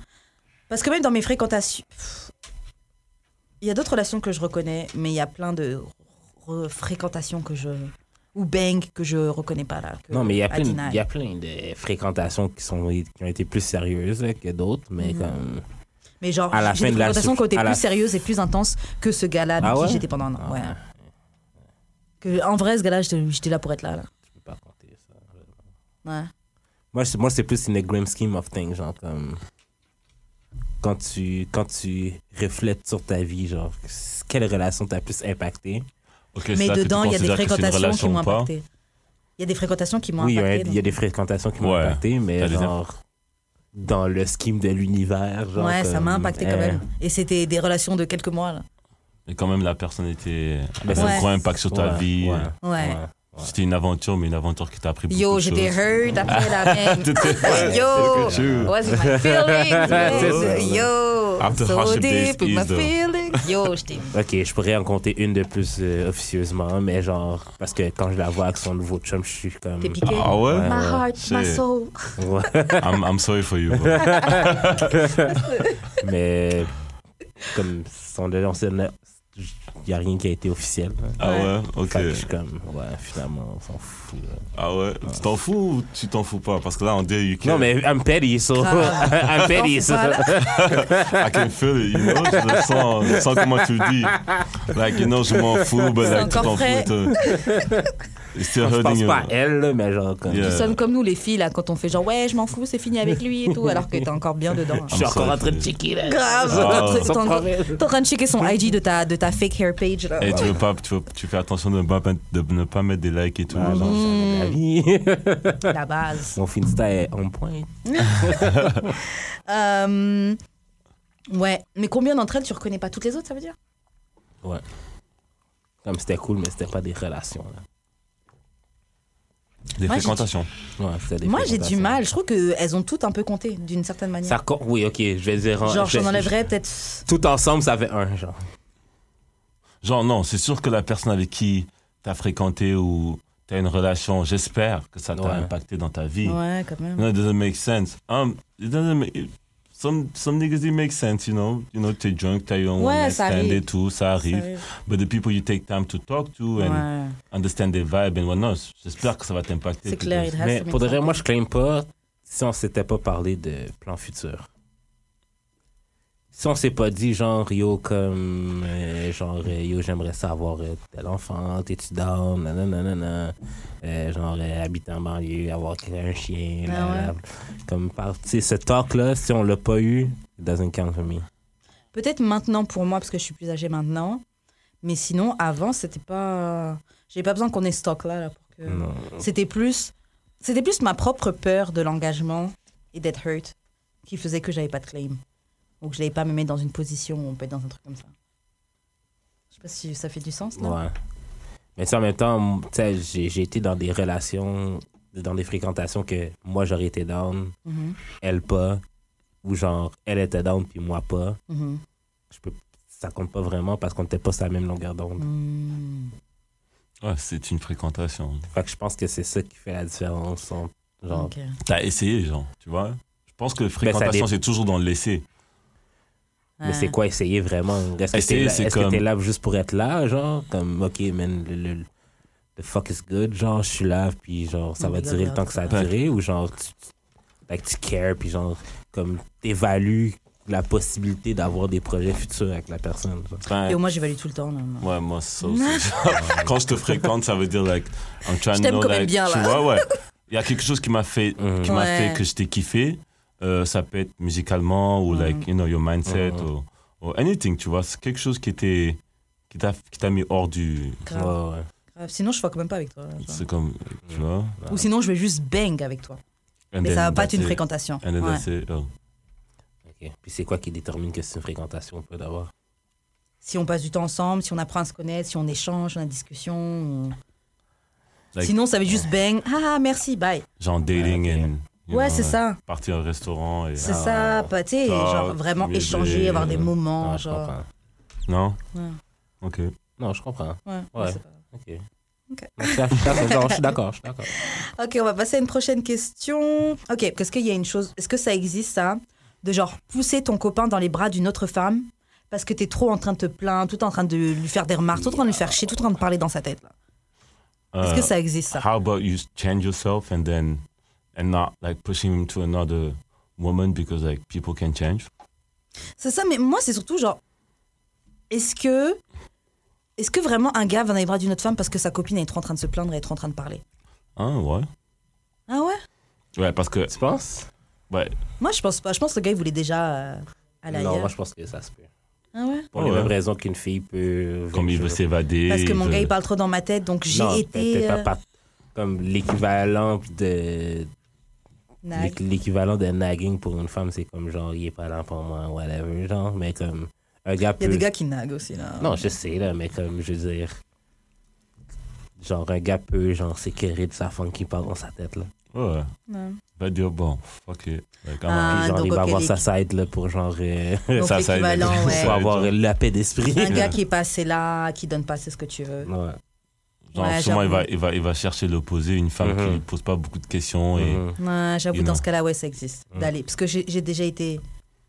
B: Parce que même dans mes fréquentations. pff, Il y a d'autres relations que je reconnais, mais il y a plein de re- fréquentations que je. Ou bang que je reconnais pas là. que-
C: Non, mais il y a
B: à
C: plein,
B: deny.
C: il y a plein de fréquentations qui, sont, qui ont été plus sérieuses là, que d'autres, mais
B: Mm-hmm.
C: comme.
B: Mais genre,
C: à la
B: j'ai
C: fin
B: des
C: de la
B: fréquentations
C: soupe-
B: qui ont été
C: à
B: plus
C: la-
B: sérieuses et plus intenses que ce gars-là avec
C: Ah ouais
B: qui j'étais pendant un an.
C: Ah
B: Ouais.
C: ouais.
B: Que, en vrai, ce gars-là, j'étais j'étais là pour être là. là.
C: Je peux pas compter ça.
B: Ouais.
C: Moi, c'est- moi, c'est plus in the grand scheme of things, genre comme. Quand tu, quand tu reflètes sur ta vie, genre, quelle relation t'a plus impacté?
D: Ok, c'est
B: Mais
D: là que tu
B: dedans, il y a des
D: considères que c'est une
B: fréquentations qui
D: relation
B: m'ont
D: ou pas.
B: impacté. Il y a des fréquentations qui m'ont
C: Oui, il y a-
B: impacté.
C: il y, a des fréquentations qui m'ont
D: Ouais.
C: impacté, mais
D: T'as des
C: genre, dans le scheme de l'univers, genre.
B: ouais, ça m'a
C: comme,
B: impacté quand
C: euh,
B: même. Et c'était des relations de quelques mois. Là.
D: Mais quand même, la personne était.
C: Ben,
D: avait
B: ouais.
D: un gros impact sur ta
C: ouais,
D: vie. euh,
C: ouais,
B: Ouais.
D: C'était une aventure, mais une aventure qui t'a appris beaucoup
B: Yo,
D: de choses.
B: j'étais hurt après
D: [laughs]
B: la même. Yo, was it my
D: [laughs]
B: feelings?
C: Ouais,
B: Yes. Yo,
D: After
B: so
D: hardship days
B: deep in my
D: is the-
B: feelings. Yo, j'étais.
C: Ok, je pourrais en compter une de plus euh, officieusement, mais genre, parce que quand je la vois avec son nouveau chum, je suis comme.
B: T'es piqué.
D: Ah ouais?
B: My heart, my
D: Shit.
B: soul.
C: Ouais.
D: I'm, I'm sorry for you. bro.
C: mais comme son il n'y a rien qui a été officiel. hein.
D: Ah ouais? Ok.
C: Fait que je suis comme, ouais, finalement, on s'en fout. là.
D: Ah ouais? Tu t'en fous ou tu t'en fous pas? Parce que là, on dit, you can,
C: Non, mais I'm petty, so. [laughs] I'm petty, so.
B: Ah. Voilà.
D: [laughs] Euh. I can feel it, you know? Je le sens, je sens comment tu le dis. Like, you know, je m'en fous, but
B: C'est
D: like, tu
B: encore
D: t'en fous.
B: frais.
D: t'es- It's still
C: Je
D: hurting
C: pense
D: you.
C: pas à elle, là, mais genre, comme.
D: Yeah.
B: Tu sonnes comme nous, les filles, là, quand on fait genre, ouais, je m'en fous, c'est fini avec lui et tout, alors que t'es encore bien
D: [laughs]
B: dedans.
C: Je suis encore en train de checker, là.
D: Ah,
C: Grave!
B: T'es encore- t'es en train de checker son IG de ta, de ta fake hair page, là.
D: Et tu veux pas, tu, veux- tu fais attention de, ne pas- de ne pas mettre des likes et tout.
C: Ah,
D: genre.
C: non, jamais de la
B: Mm.
C: vie. [laughs]
B: La base.
C: Mon Finsta est on point.
B: Euh, ouais, mais combien d'entre elles tu reconnais pas toutes les autres, ça veut dire
C: Ouais. Comme c'était cool, mais c'était pas des relations. Là.
D: Des
B: Moi, j'ai-
D: fréquentations.
C: Ouais, c'était des
B: Moi, j'ai du
C: fréquentations.
B: mal. Je trouve qu'elles ont toutes un peu compté, d'une certaine manière.
C: Ça co- oui, ok, je vais dire.
B: Genre,
C: je
B: j'en
C: vais-
B: enlèverais peut-être.
C: Tout ensemble, ça fait un, genre.
D: Genre, non, c'est sûr que la personne avec qui t'as fréquenté ou t'as une relation, j'espère que ça t'a
C: Ouais.
D: impacté dans ta vie.
B: Ouais, quand même.
D: No, it doesn't make sense. Um, it doesn't make. it- some some niggas it makes sense, you know. You know, t'es drunk, t'as your own
B: Ouais,
D: night
B: ça
D: stand
B: arrive.
D: et tout, ça arrive.
B: arrive.
D: But the people you take time to talk to and
B: Ouais,
D: understand their vibe and whatnot, j'espère que ça va t'impacter.
B: c'est clair, il
C: Mais
B: reste.
C: pour de vrai, moi, je claim pas si on s'était pas parlé de plan futur. Si on s'est pas dit, genre, yo, comme, euh, genre, euh, yo, j'aimerais savoir euh, tel enfant, t'es-tu down, nanana, euh, genre, euh, habiter en banlieue, avoir un chien, là,
B: Ah ouais.
C: là. comme, par- tu sais, ce talk-là, si on l'a pas eu, it doesn't count for me.
B: Peut-être maintenant pour moi, parce que je suis plus âgée maintenant. Mais sinon, avant, c'était pas. J'avais pas besoin qu'on ait ce talk là, là, pour que.
C: Non.
B: C'était plus. C'était plus ma propre peur de l'engagement et d'être hurt qui faisait que j'avais pas de claim. Ou que je n'allais pas me mettre dans une position où on peut être dans un truc comme ça. Je sais pas si ça fait du sens, non
C: Ouais. Mais tu sais, en même temps, m- tu sais, j'ai j'ai été dans des relations, dans des fréquentations que moi j'aurais été down,
B: Mhm,
C: elle pas, ou genre elle était down puis moi pas.
B: mhm,
C: Je peux, ça compte pas vraiment parce qu'on n'était pas sur la même longueur d'onde.
B: mhm.
D: Ouais, c'est une fréquentation.
C: Fait que je pense que c'est ça qui fait la différence. entre, genre,
B: Ok.
D: T'as essayé, genre, tu vois. Je pense que
C: dé-
D: fréquentation, c'est toujours dans le laisser.
C: Mais c'est
B: Ouais.
C: quoi essayer vraiment Est-ce que
D: Essayer,
C: t'es là,
D: c'est
C: est-ce que
D: comme-
C: t'es là juste pour être là, genre Comme, ok, man, le, le- le- the fuck is good, genre, je suis là, puis genre, ça
B: Oh
C: va
B: my God,
C: durer le
B: yeah.
C: temps que ça a
D: Ouais.
C: duré, ou genre, tu, tu- like, tu cares, puis genre, comme, t'évalues la possibilité d'avoir des projets futurs avec la personne. genre.
D: Enfin,
B: Et moi, j'évalue tout le temps. là.
D: Ouais, moi, ça
B: [laughs]
D: aussi. Quand je te fréquente, ça veut dire, like, I'm trying
B: Je
D: to
B: t'aime
D: know,
B: quand même
D: like,
B: bien,
D: tu
B: là.
D: vois,
B: [laughs]
D: ouais. Il y a quelque chose qui m'a fait, qui m'a
B: Ouais.
D: fait que je t'ai kiffé. Euh, ça peut être musicalement
B: Mm.
D: ou, like, you know, your mindset
C: Mhm.
D: ou, ou anything, tu vois. C'est quelque chose qui était, qui t'a, qui t'a mis hors du,
B: Grave,
C: Ouais, ouais.
B: grave. Sinon, je fuck même pas avec toi. là, tu vois.
D: c'est comme, tu
C: Mm.
D: vois.
B: Ou sinon, je vais juste bang avec toi.
D: And
B: Mais
D: then
B: ça va pas être
D: that's
B: une
D: it.
B: fréquentation.
D: And then
B: Ouais.
D: that's it. Oh.
C: Ok. Puis c'est quoi qui détermine que c'est une fréquentation on peut d'avoir
B: Si on passe du temps ensemble, si on apprend à se connaître, si on échange, on a discussion. on-
D: Like-
B: Sinon, ça va être juste bang. Ah, ah, merci, bye.
D: Genre dating
C: Ouais, ok.
D: and, you
B: Ouais,
D: know,
B: c'est ça.
D: Partir au restaurant et,
B: C'est
C: Ah,
B: ça, pas, tu sais,
D: talk,
B: genre vraiment
D: baiser,
B: échanger, avoir des
D: euh,
B: moments,
C: Non, Ah, je
B: genre.
C: comprends.
D: non?
B: Ouais.
D: Ok.
C: Non, je comprends.
B: Ouais,
C: Ouais.
B: ouais, c'est pas grave.
C: Ok.
B: Ok.
C: Non, je suis d'accord, non, je suis d'accord, je suis d'accord.
B: Ok, on va passer à une prochaine question. Ok, est-ce qu'il y a une chose, est-ce que ça existe ça, de genre pousser ton copain dans les bras d'une autre femme parce que t'es trop en train de te plaindre, tout en train de lui faire des remarques, tout en train de lui faire chier, tout en train de parler dans sa tête. là. Est-ce que
D: Euh,
B: ça existe ça
C: ah.
D: How about you change yourself and then and not like pushing him to another woman because like people can change.
B: C'est ça, mais moi c'est surtout genre, est-ce que, est-ce que vraiment un gars va dans les bras d'une autre femme parce que sa copine est trop en train de se plaindre et est trop en train de parler
D: Ah ouais.
B: Ah ouais
D: Ouais parce que
C: Tu penses
D: ouais.
B: Moi je pense pas. Je pense que le gars il voulait déjà euh, aller
C: Non,
B: ailleurs.
C: moi je pense que ça se peut.
B: Ah ouais
C: Pour
D: Ouais,
C: les
D: Oh, ouais.
C: mêmes raisons qu'une fille peut.
D: Comme il veut s'évader.
B: Parce que mon
D: il
B: gars,
D: veut-
B: il parle trop dans ma tête, donc
C: Non,
B: j'ai été.
C: peut-être pas
B: euh,
C: par- Comme l'équivalent de.
B: nag.
C: l'équ- L'équivalent de nagging pour une femme, c'est comme genre, il est pas là pour moi, whatever, genre. Mais comme. Un gars
B: Il y a
C: peut-
B: des gars qui naguent aussi, là.
C: Non, je sais, là, mais comme, je veux dire. Genre, un gars peut, genre, s'écœurer de sa femme qui parle dans sa tête, là.
D: Ouais.
B: Ouais.
D: Va dire bon, fuck it. Like, I'm
B: Ah,
C: Puis, genre,
B: donc,
C: il va
B: ok,
C: avoir
B: les-
C: sa side, là, pour genre. euh,
B: Donc,
D: ça, ça aide.
B: l'équivalent,
D: Ça
B: ouais.
C: pour avoir
D: genre-
C: la paix d'esprit.
B: Un
C: [laughs]
B: gars qui est pas assez là, qui donne pas assez ce que tu veux.
C: Ouais.
D: Genre,
B: Ouais,
D: souvent,
B: j'avoue.
D: il va, il, va, il va chercher l'opposé, une femme qui
C: Mhm.
D: lui pose pas beaucoup de questions. et...
C: Mhm.
B: Ouais, j'avoue,
D: You
B: dans
D: know.
B: ce cas-là, ouais, ça existe.
C: Mm.
B: D'aller. Parce que j'ai j'ai déjà été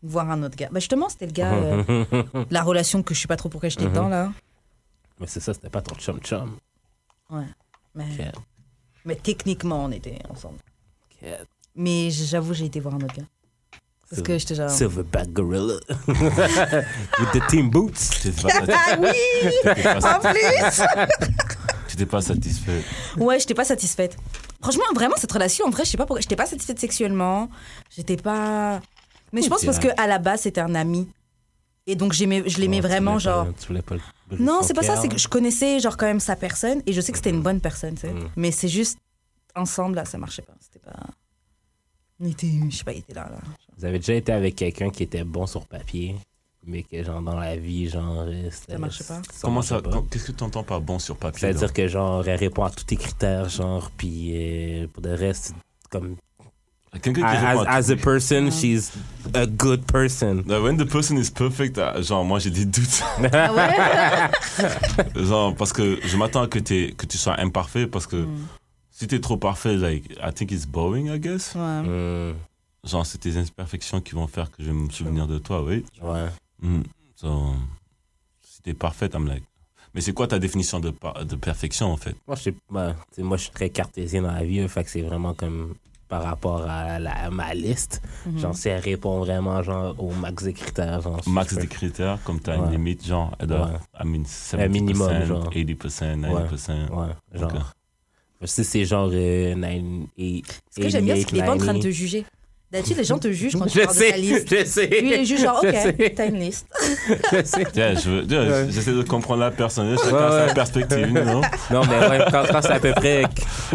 B: voir un autre gars. Bah, justement, c'était le gars, euh,
C: [laughs]
B: de la relation que je sais pas trop pourquoi j'étais dedans, là.
C: Mais c'est ça, c'était pas ton chum-chum.
B: Ouais. Mais,
C: Cat.
B: mais techniquement, on était ensemble.
C: Cat.
B: Mais j'avoue, j'ai été voir un autre gars. Parce
C: C'est-
B: que j'étais genre.
C: Silverback Gorilla. With the team boots.
D: T'étais pas, sati-
C: [laughs]
B: Ah oui!
D: t'étais pas
B: En
D: sati-
B: plus!
D: t'étais pas
C: [laughs]
D: satisfait.
B: [laughs] Ouais, j'étais pas satisfaite. Franchement, vraiment, cette relation, en vrai, je sais pas pourquoi. J'étais pas satisfaite sexuellement. J'étais pas. Mais je pense parce que à la base, c'était un ami. Et donc, j'aimais, je l'aimais
C: Oh, tu
B: vraiment,
C: voulais pas-
B: genre.
C: tu voulais pas le briser
B: Non,
C: son
B: c'est pas ça,
C: cœur.
B: c'est que je connaissais, genre, quand même sa personne. Et je sais que c'était une bonne personne, tu sais.
C: Mhm.
B: Mais c'est juste, ensemble, là, ça marchait pas. C'était pas. On était, je sais pas, il était là, là.
C: Vous avez déjà été avec quelqu'un qui était bon sur papier, mais que, genre, dans la vie, genre. euh, c'était-
B: Ça marchait pas.
D: Comment
C: marchait
D: ça
C: pas.
D: quand- Qu'est-ce que t'entends par bon sur papier là
C: C'est-à-dire que, genre, elle répond à tous tes critères, genre, puis euh, pour le reste, comme.
D: Quelqu'un qui
C: As,
D: répond à
C: Ah, as a person, she's a good person.
D: Like, When the person is perfect, ah, genre moi j'ai des doutes.
B: Ah ouais?
D: [laughs] genre parce que je m'attends à que, t'aies- que tu sois imparfait parce que
B: Mm.
D: si t'es trop parfait, like I think it's boring, I guess.
B: Ouais.
C: Mm,
D: Genre c'est tes imperfections qui vont faire que je vais me souvenir de toi, oui.
C: ouais.
D: Mm. So, si t'es parfaite, I'm like. Mais c'est quoi ta définition de, par- de perfection en fait
C: Moi, je sais pas. Tu sais, moi, je suis très cartésien dans la vie. hein, fait que c'est vraiment comme par rapport à, la, à ma liste.
B: Mhm.
C: Genre, si elle répond vraiment genre, au max des critères. Genre, si
D: Max
C: je peux-
D: des critères, comme t'as une
C: Ouais.
D: limite, genre, elle doit,
C: Ouais.
D: I mean, 70%,
C: minimum, genre.
D: 80%, 90%.
C: Ouais, genre.
D: Ok.
C: Si c'est genre. Euh, nine, eight,
B: Ce que j'aime bien, c'est qu'il est pas en train de te
C: 88,
B: juger. D'habitude, les gens te jugent
C: [laughs]
B: quand tu
C: Je
B: parles de ta
C: sais,
B: liste.
C: je sais.
B: Lui, il est juste genre, ok,
C: [laughs] Je sais,
B: t'as une liste.
C: je sais.
D: Yeah, je veux- yeah,
C: Ouais.
D: J'essaie de comprendre la personne, chacun
C: Ouais,
D: a sa
C: ouais.
D: perspective, you know?
C: Non, mais ouais, quand, quand c'est à peu près.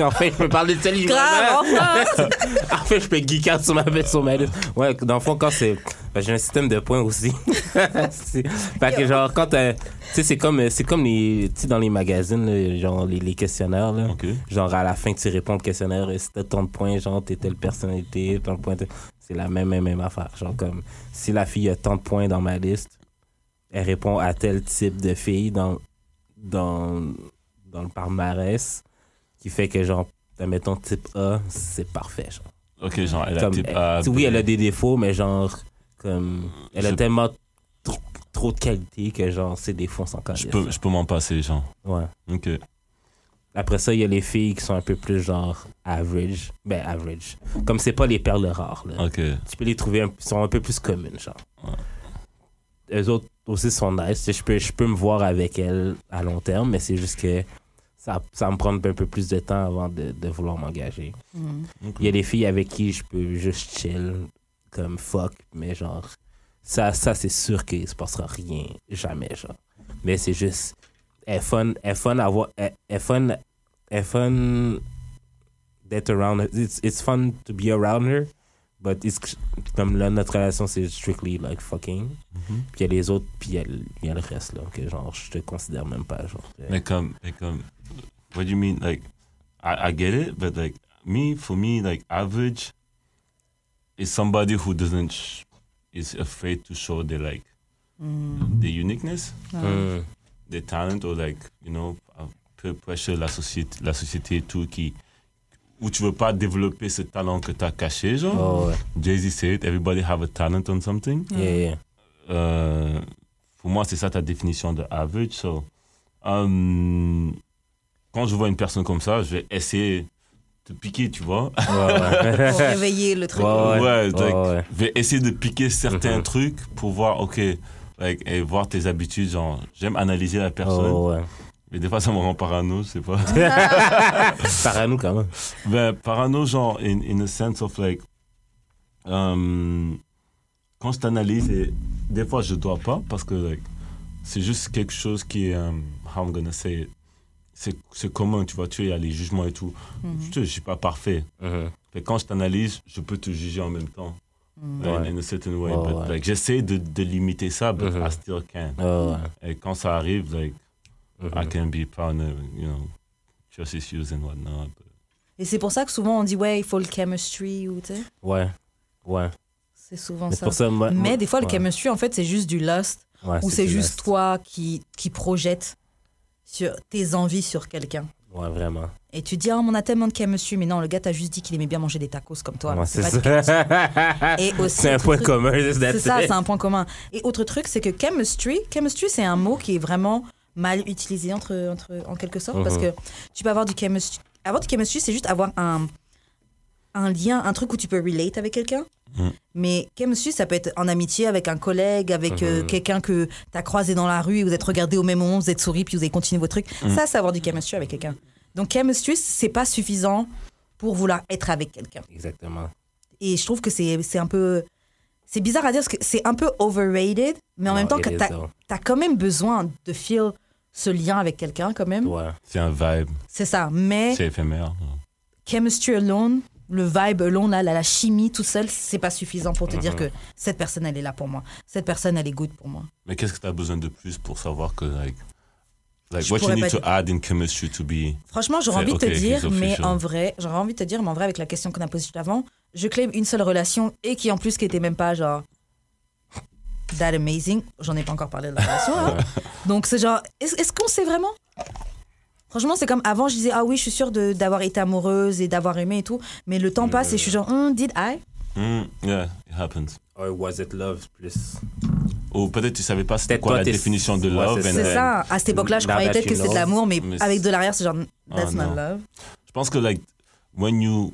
C: En fait, je peux parler de celle
B: Grave, enfin!
C: [laughs] En fait, je peux geeker sur ma, sur ma liste. Ouais, dans le fond, quand c'est. ben, J'ai un système de points aussi. [laughs] C'est- fait que, genre, quand. euh, Tu sais, c'est comme, euh, c'est comme les. Tu sais, dans les magazines, là, genre, les, les questionnaires, là.
D: Ok.
C: Genre, à la fin, tu réponds au questionnaire, euh, si t'as tant de points, genre, t'es telle personnalité, tant de points. t'es- C'est la même, même, même affaire. Genre, comme, si la fille a tant de points dans ma liste, elle répond à tel type de fille dans, dans, dans le palmarès, qui fait que, genre, mettons type A, c'est parfait, genre.
D: Ok, genre, elle a
C: Comme,
D: type
C: elle-
D: A,
C: oui,
D: B.
C: elle a des défauts, mais genre, comme, elle a
D: Je-
C: tellement trop, trop de qualité que genre, ses défauts sont quand
D: Je peux, je peux m'en passer, genre.
C: Ouais.
D: Ok.
C: Après ça, il y a les filles qui sont un peu plus genre average. Ben, average. Comme c'est pas les perles rares. Là.
D: Ok.
C: Tu peux les trouver, un- sont un peu plus communes, genre. Eux autres aussi sont nice. Tu sais, Je peux, je peux me voir avec elles à long terme, mais c'est juste que ça, ça me prend un peu plus de temps avant de, de vouloir m'engager. Il y a des filles avec qui je peux juste chill, comme fuck, mais genre, ça, ça c'est sûr qu'il se passera rien, jamais, genre. Mais c'est juste, elle est fun, elle est fun à voir, elle elle est fun, elle est fun d'être around her. It's, it's fun to be around her, but it's, comme là, notre relation, c'est strictly like fucking. Puis il y a les autres, puis il y a le- il y, a le reste, là, que genre, je te considère même pas, genre.
D: Mais comme, mais comme, what do you mean? Like, I, I get it, but like, me, for me, like, average is somebody who doesn't, sh- is afraid to show their, like, their uniqueness,
C: Hmm.
D: their talent, or like, you know, uh, peer pressure, la société, la société et tout, qui, où tu veux pas développer ce talent que t'as caché, genre.
C: Oh, ouais.
D: Jay-Z said, everybody have a talent on something.
C: Yeah, yeah.
D: Euh, pour moi, c'est ça ta définition de average. So, um, quand je vois une personne comme ça, je vais essayer de piquer, tu vois. [laughs]
C: Ouais, ouais.
B: [laughs] Pour réveiller le truc.
C: Ouais.
D: like,
C: ouais.
D: Je vais essayer de piquer certains
C: Mhm.
D: trucs pour voir, ok, like, et voir tes habitudes. Genre, j'aime analyser la personne,
C: Oh, ouais.
D: mais des fois, ça me rend parano, je sais pas.
C: Parano quand même.
D: ben, parano, genre, in, in a sense of like, um, quand je t'analyse, et des fois je dois pas parce que like, c'est juste quelque chose qui est, um, how I'm gonna say it, c'est, c'est commun, tu vois, tu vois, il y a les jugements et tout.
C: Mm-hmm.
D: Je te- Je suis pas parfait. Fait que quand je t'analyse, je peux te juger en même temps. In,
C: Ouais.
D: in a certain way.
C: Mm. Ouais,
D: but,
C: ouais.
D: like, j'essaie de, de limiter ça, but
C: Mhm.
D: I still can.
C: Oh, ouais.
D: Et quand ça arrive, like,
C: Mhm.
D: I can be partner, you know, trust issues and whatnot. but-
B: Et c'est pour ça que souvent on dit, ouais, il faut le chemistry ou tu sais.
C: Ouais. Ouais.
B: C'est souvent
C: C'est
B: ça.
C: pour ça, moi-
B: Mais des fois, le
C: ouais.
B: chemistry, en fait, c'est juste du lust
C: Ouais,
B: ou c'est
C: du
B: juste
C: reste.
B: toi qui, qui projette sur tes envies sur quelqu'un.
C: Ouais, vraiment.
B: Et tu dis, oh, on a tellement de chemistry, mais non, le gars t'a juste dit qu'il aimait bien manger des tacos comme toi.
C: Ouais,
B: mais c'est
C: c'est
B: pas du
C: ça.
B: Et aussi,
C: [laughs] C'est un
B: autre
C: point
B: truc-
C: commun.
B: C'est ça, c'est un point commun. Et autre truc, c'est que chemistry, chemistry, c'est un mot qui est vraiment mal utilisé entre, entre, en quelque sorte, parce que tu peux avoir du chemistry. Avoir du chemistry, c'est juste avoir un, un lien, un truc où tu peux relate avec quelqu'un.
D: Mhm.
B: Mais chemistry, ça peut être en amitié avec un collègue, avec euh, quelqu'un que tu as croisé dans la rue, vous êtes regardé au même moment, vous êtes souri, puis vous avez continué vos trucs. Ça, c'est avoir du chemistry avec quelqu'un. Donc, chemistry, c'est pas suffisant pour vouloir être avec quelqu'un.
C: Exactement.
B: Et je trouve que c'est c'est un peu. C'est bizarre à dire parce que c'est un peu overrated, mais en
C: Non,
B: même temps,
C: it
B: que
C: is,
B: t'as
C: though.
B: as quand même besoin de feel ce lien avec quelqu'un, quand même.
C: Ouais.
D: C'est un vibe,
B: C'est ça. Mais
D: c'est éphémère.
B: chemistry alone, le vibe alone, là, la, la chimie toute seule, c'est pas suffisant pour te dire
C: Mm-hmm.
B: que cette personne, elle est là pour moi. Cette personne, elle est good pour moi.
D: Mais qu'est-ce que tu as besoin de plus pour savoir que, like, like
B: Je
D: what you
B: pourrais
D: need
B: pas
D: to add in chemistry to be.
B: Franchement, j'aurais
D: C'est-
B: envie de
D: ok,
B: te
D: he's
B: dire, mais
D: official.
B: en vrai, j'aurais envie de te dire, mais en vrai, avec la question qu'on a posée juste avant, je claim une seule relation et qui en plus qui était même pas genre that amazing. J'en ai pas encore parlé de la relation.
D: [laughs]
B: hein. Donc c'est genre, est-ce est-ce qu'on sait vraiment Franchement, c'est comme avant, je disais ah oui, je suis sûre de- d'avoir été amoureuse et d'avoir aimé et tout, mais le temps passe et je suis genre, Hmm, did I
D: Mm, yeah, it happens.
C: Or was it love plus?
D: Ou peut-être tu savais pas c'était
C: Peut-être
D: quoi
C: toi,
D: la
C: t'es-
D: définition de
C: ouais,
D: love.
C: c'est
D: and
B: C'est
D: then-
B: ça. À cette époque-là, je
C: Now
B: croyais
C: that
B: peut-être
C: you
B: que c'était de
C: know.
B: l'amour, mais,
D: Mais
B: avec
D: c'est-
B: de l'arrière, c'est genre that's
D: Ah,
B: not
D: non.
B: love.
D: Je pense que, like, when you,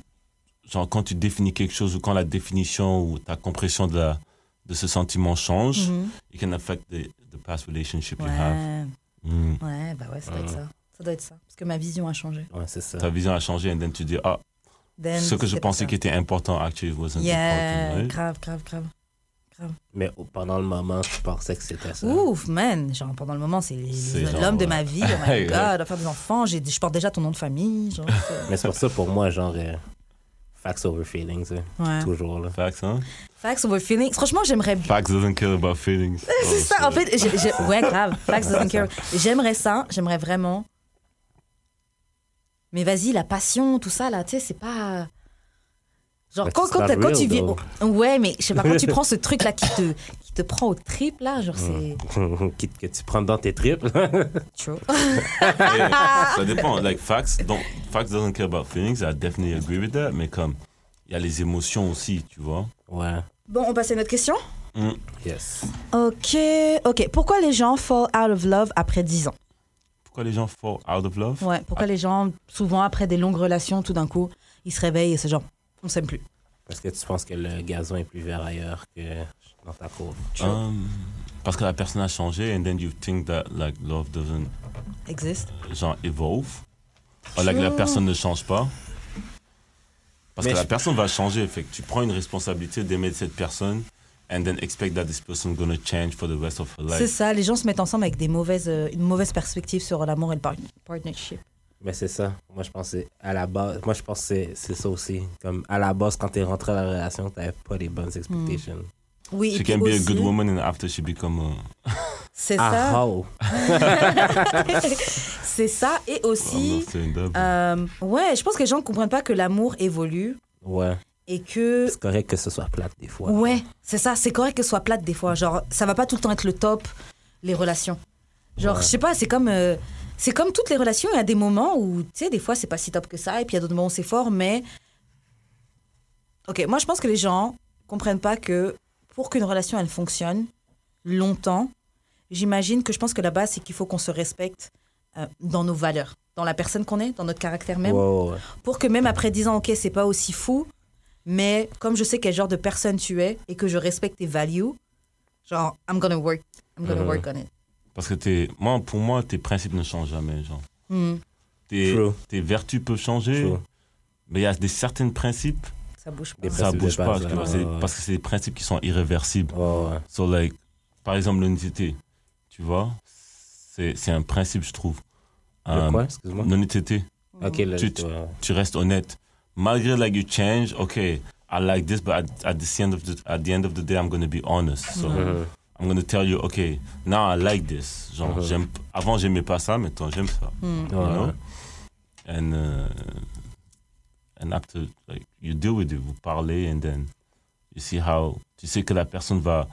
D: genre, quand tu définis quelque chose ou quand la définition ou ta compression de, la, de ce sentiment change, it can affect the, the past relationship you have.
B: Mm-hmm. Ouais,
D: Mm.
B: Mm-hmm. ouais, bah ouais, ça doit être ça. Ça doit être ça, parce que ma vision a changé.
C: Ouais, c'est ça.
D: Ta vision a changé and then tu dis, ah,
B: Then
D: ce que je
B: c'était
D: pensais
B: ça.
D: qui était important, actually, wasn't
B: Yeah,
D: important. right?
B: grave, grave, grave.
C: Mais au- pendant le moment, je pensais que c'était ça.
B: Ouf, man, genre pendant le moment, c'est
D: C'est
B: l'homme
D: genre,
B: de
D: ouais.
B: ma vie. Oh my
D: [laughs] Ouais.
B: god, à faire des enfants, j'ai- je porte déjà ton nom de famille.
D: [laughs]
B: Genre, c'est-
C: Mais c'est pour ça, pour moi, genre, euh, facts over feelings, hein.
B: ouais.
C: toujours, là. [laughs]
D: Facts, hein?
B: Facts over feelings. Franchement, j'aimerais.
D: Facts doesn't care about feelings.
B: [laughs]
D: Oh,
B: C'est ça, en fait. j'ai- j'ai- Ouais,
D: [laughs]
B: grave. Facts doesn't care. J'aimerais ça, j'aimerais vraiment. Mais vas-y, la passion, tout ça, là, tu sais, c'est pas.
D: Bah,
B: Genre,
C: But
B: quand,
C: it's
B: quand,
C: not
B: t'as- quand
C: real,
B: tu vis.
C: though.
B: Ouais, mais je sais pas, quand
D: [laughs]
B: tu prends ce truc-là qui te, qui te prend au trip, là, genre,
D: Mm.
B: c'est.
C: Quitte que tu prends dans tes tripes.
B: True.
D: Hey, ça dépend. Like facts, don't, facts doesn't care about feelings. I definitely agree with that. Mais comme il y a les émotions aussi, tu vois.
C: [laughs] ouais.
B: Bon, on passe à notre question
C: Yes.
B: Ok, ok. Pourquoi les gens fall out of love après 10 ans
D: pourquoi les gens fall out of love
B: Ouais, pourquoi les gens, souvent après des longues relations, tout d'un coup, ils se réveillent et c'est genre, on s'aime plus.
C: Parce que tu penses que le gazon est plus vert ailleurs que dans ta cour.
D: Um, parce que la personne a changé, and then you think that like love doesn't
B: Existe.
D: genre evolve. Or, like, la
B: True.
D: personne ne change pas. Parce
C: Mais
D: que la
C: je-
D: personne va changer. Fait que tu prends une responsabilité d'aimer cette personne and then expect that this person gonna change for the rest of her
B: C'est
D: life.
B: ça, les gens se mettent ensemble avec des mauvaises, euh, une mauvaise perspective sur l'amour et le par- partnership.
C: Mais c'est ça. Moi, je pense que c'est à la base. Moi, je pense que c'est- c'est ça aussi. Comme à la base, quand t'es rentré dans la relation, t'avais pas les bonnes expectations.
B: Hmm. Oui, et
D: She
B: puis
D: can be a
B: aussi,
D: good woman and after she become a...
B: c'est
C: Ah
B: ça,
C: oh!
B: c'est ça, et
D: I'm
B: aussi,
D: not saying that, but-
B: euh, ouais, je pense que les gens ne comprennent pas que l'amour évolue
C: Ouais.
B: et que
C: C'est correct que ce soit plate des fois.
B: Ouais, c'est ça, c'est correct que ce soit plate des fois. Genre, ça va pas tout le temps être le top, les relations. Genre, je sais pas, c'est comme, euh, c'est comme toutes les relations, il y a des moments où, tu sais, des fois c'est pas si top que ça, et puis il y a d'autres moments où c'est fort, mais. Ok, moi je pense que les gens comprennent pas que pour qu'une relation elle fonctionne longtemps, j'imagine que je pense que la base c'est qu'il faut qu'on se respecte euh, dans nos valeurs, dans la personne qu'on est, dans notre caractère même
C: Wow, ouais.
B: pour que même après 10 ans, ok, c'est pas aussi fou, mais comme je sais quel genre de personne tu es et que je respecte tes values, genre, I'm gonna work, I'm gonna
C: Mhm.
B: work on it.
D: Parce que t'es, moi, pour moi, tes principes ne changent jamais, genre.
B: Hmm,
D: Tes,
C: True.
D: tes vertus peuvent changer,
C: True.
D: mais il y a des certains principes,
B: ça bouge pas.
C: Des
D: ça
C: principes
D: bouge
C: de
D: pas,
C: base,
D: tu vois,
C: ouais,
D: c'est-
C: ouais.
D: parce que c'est des principes qui sont irréversibles.
C: Ouais, ouais.
D: So, like, par exemple, l'honnêteté, tu vois, c'est, c'est un principe, je trouve.
C: Le
D: Euh,
C: quoi, excuse-moi?
D: L'honnêteté,
C: Ok, là,
D: Tu-
C: ouais, ouais.
D: tu restes honnête. Malgré, like, you change, OK, I like this, but at, at the, end of the, at the end of the day, I'm going to be honest. So,
C: Mhm.
D: I'm going to tell you, OK, now I like this. Genre,
C: Mhm.
D: j'aime, avant, j'aimais pas ça, maintenant, j'aime ça.
B: Hmm.
C: Ouais,
D: you know?
C: ouais.
D: And uh, and after like you deal with it, vous parlez and then you see how tu sais que la personne va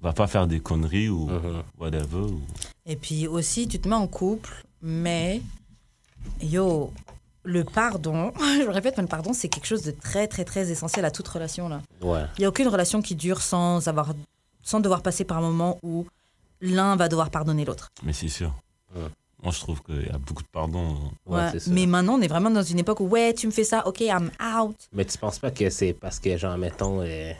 D: va pas faire des conneries ou
C: Mhm.
D: whatever. ou-
B: Et puis aussi, tu te mets en couple, mais yo, le pardon, [laughs] je le répète, mais le pardon, c'est quelque chose de très, très, très essentiel à toute relation. là.
C: Ouais.
B: Il n'y a aucune relation qui dure sans, avoir, sans devoir passer par un moment où l'un va devoir pardonner l'autre.
D: Mais c'est sûr.
C: Ouais.
D: Moi je trouve qu'il y a beaucoup de pardon. hein.
C: Ouais,
B: Ouais,
C: c'est ça.
B: mais maintenant, on est vraiment dans une époque où, ouais, tu me fais ça, ok, I'm out.
C: Mais tu penses pas que c'est parce que, genre, mettons, euh,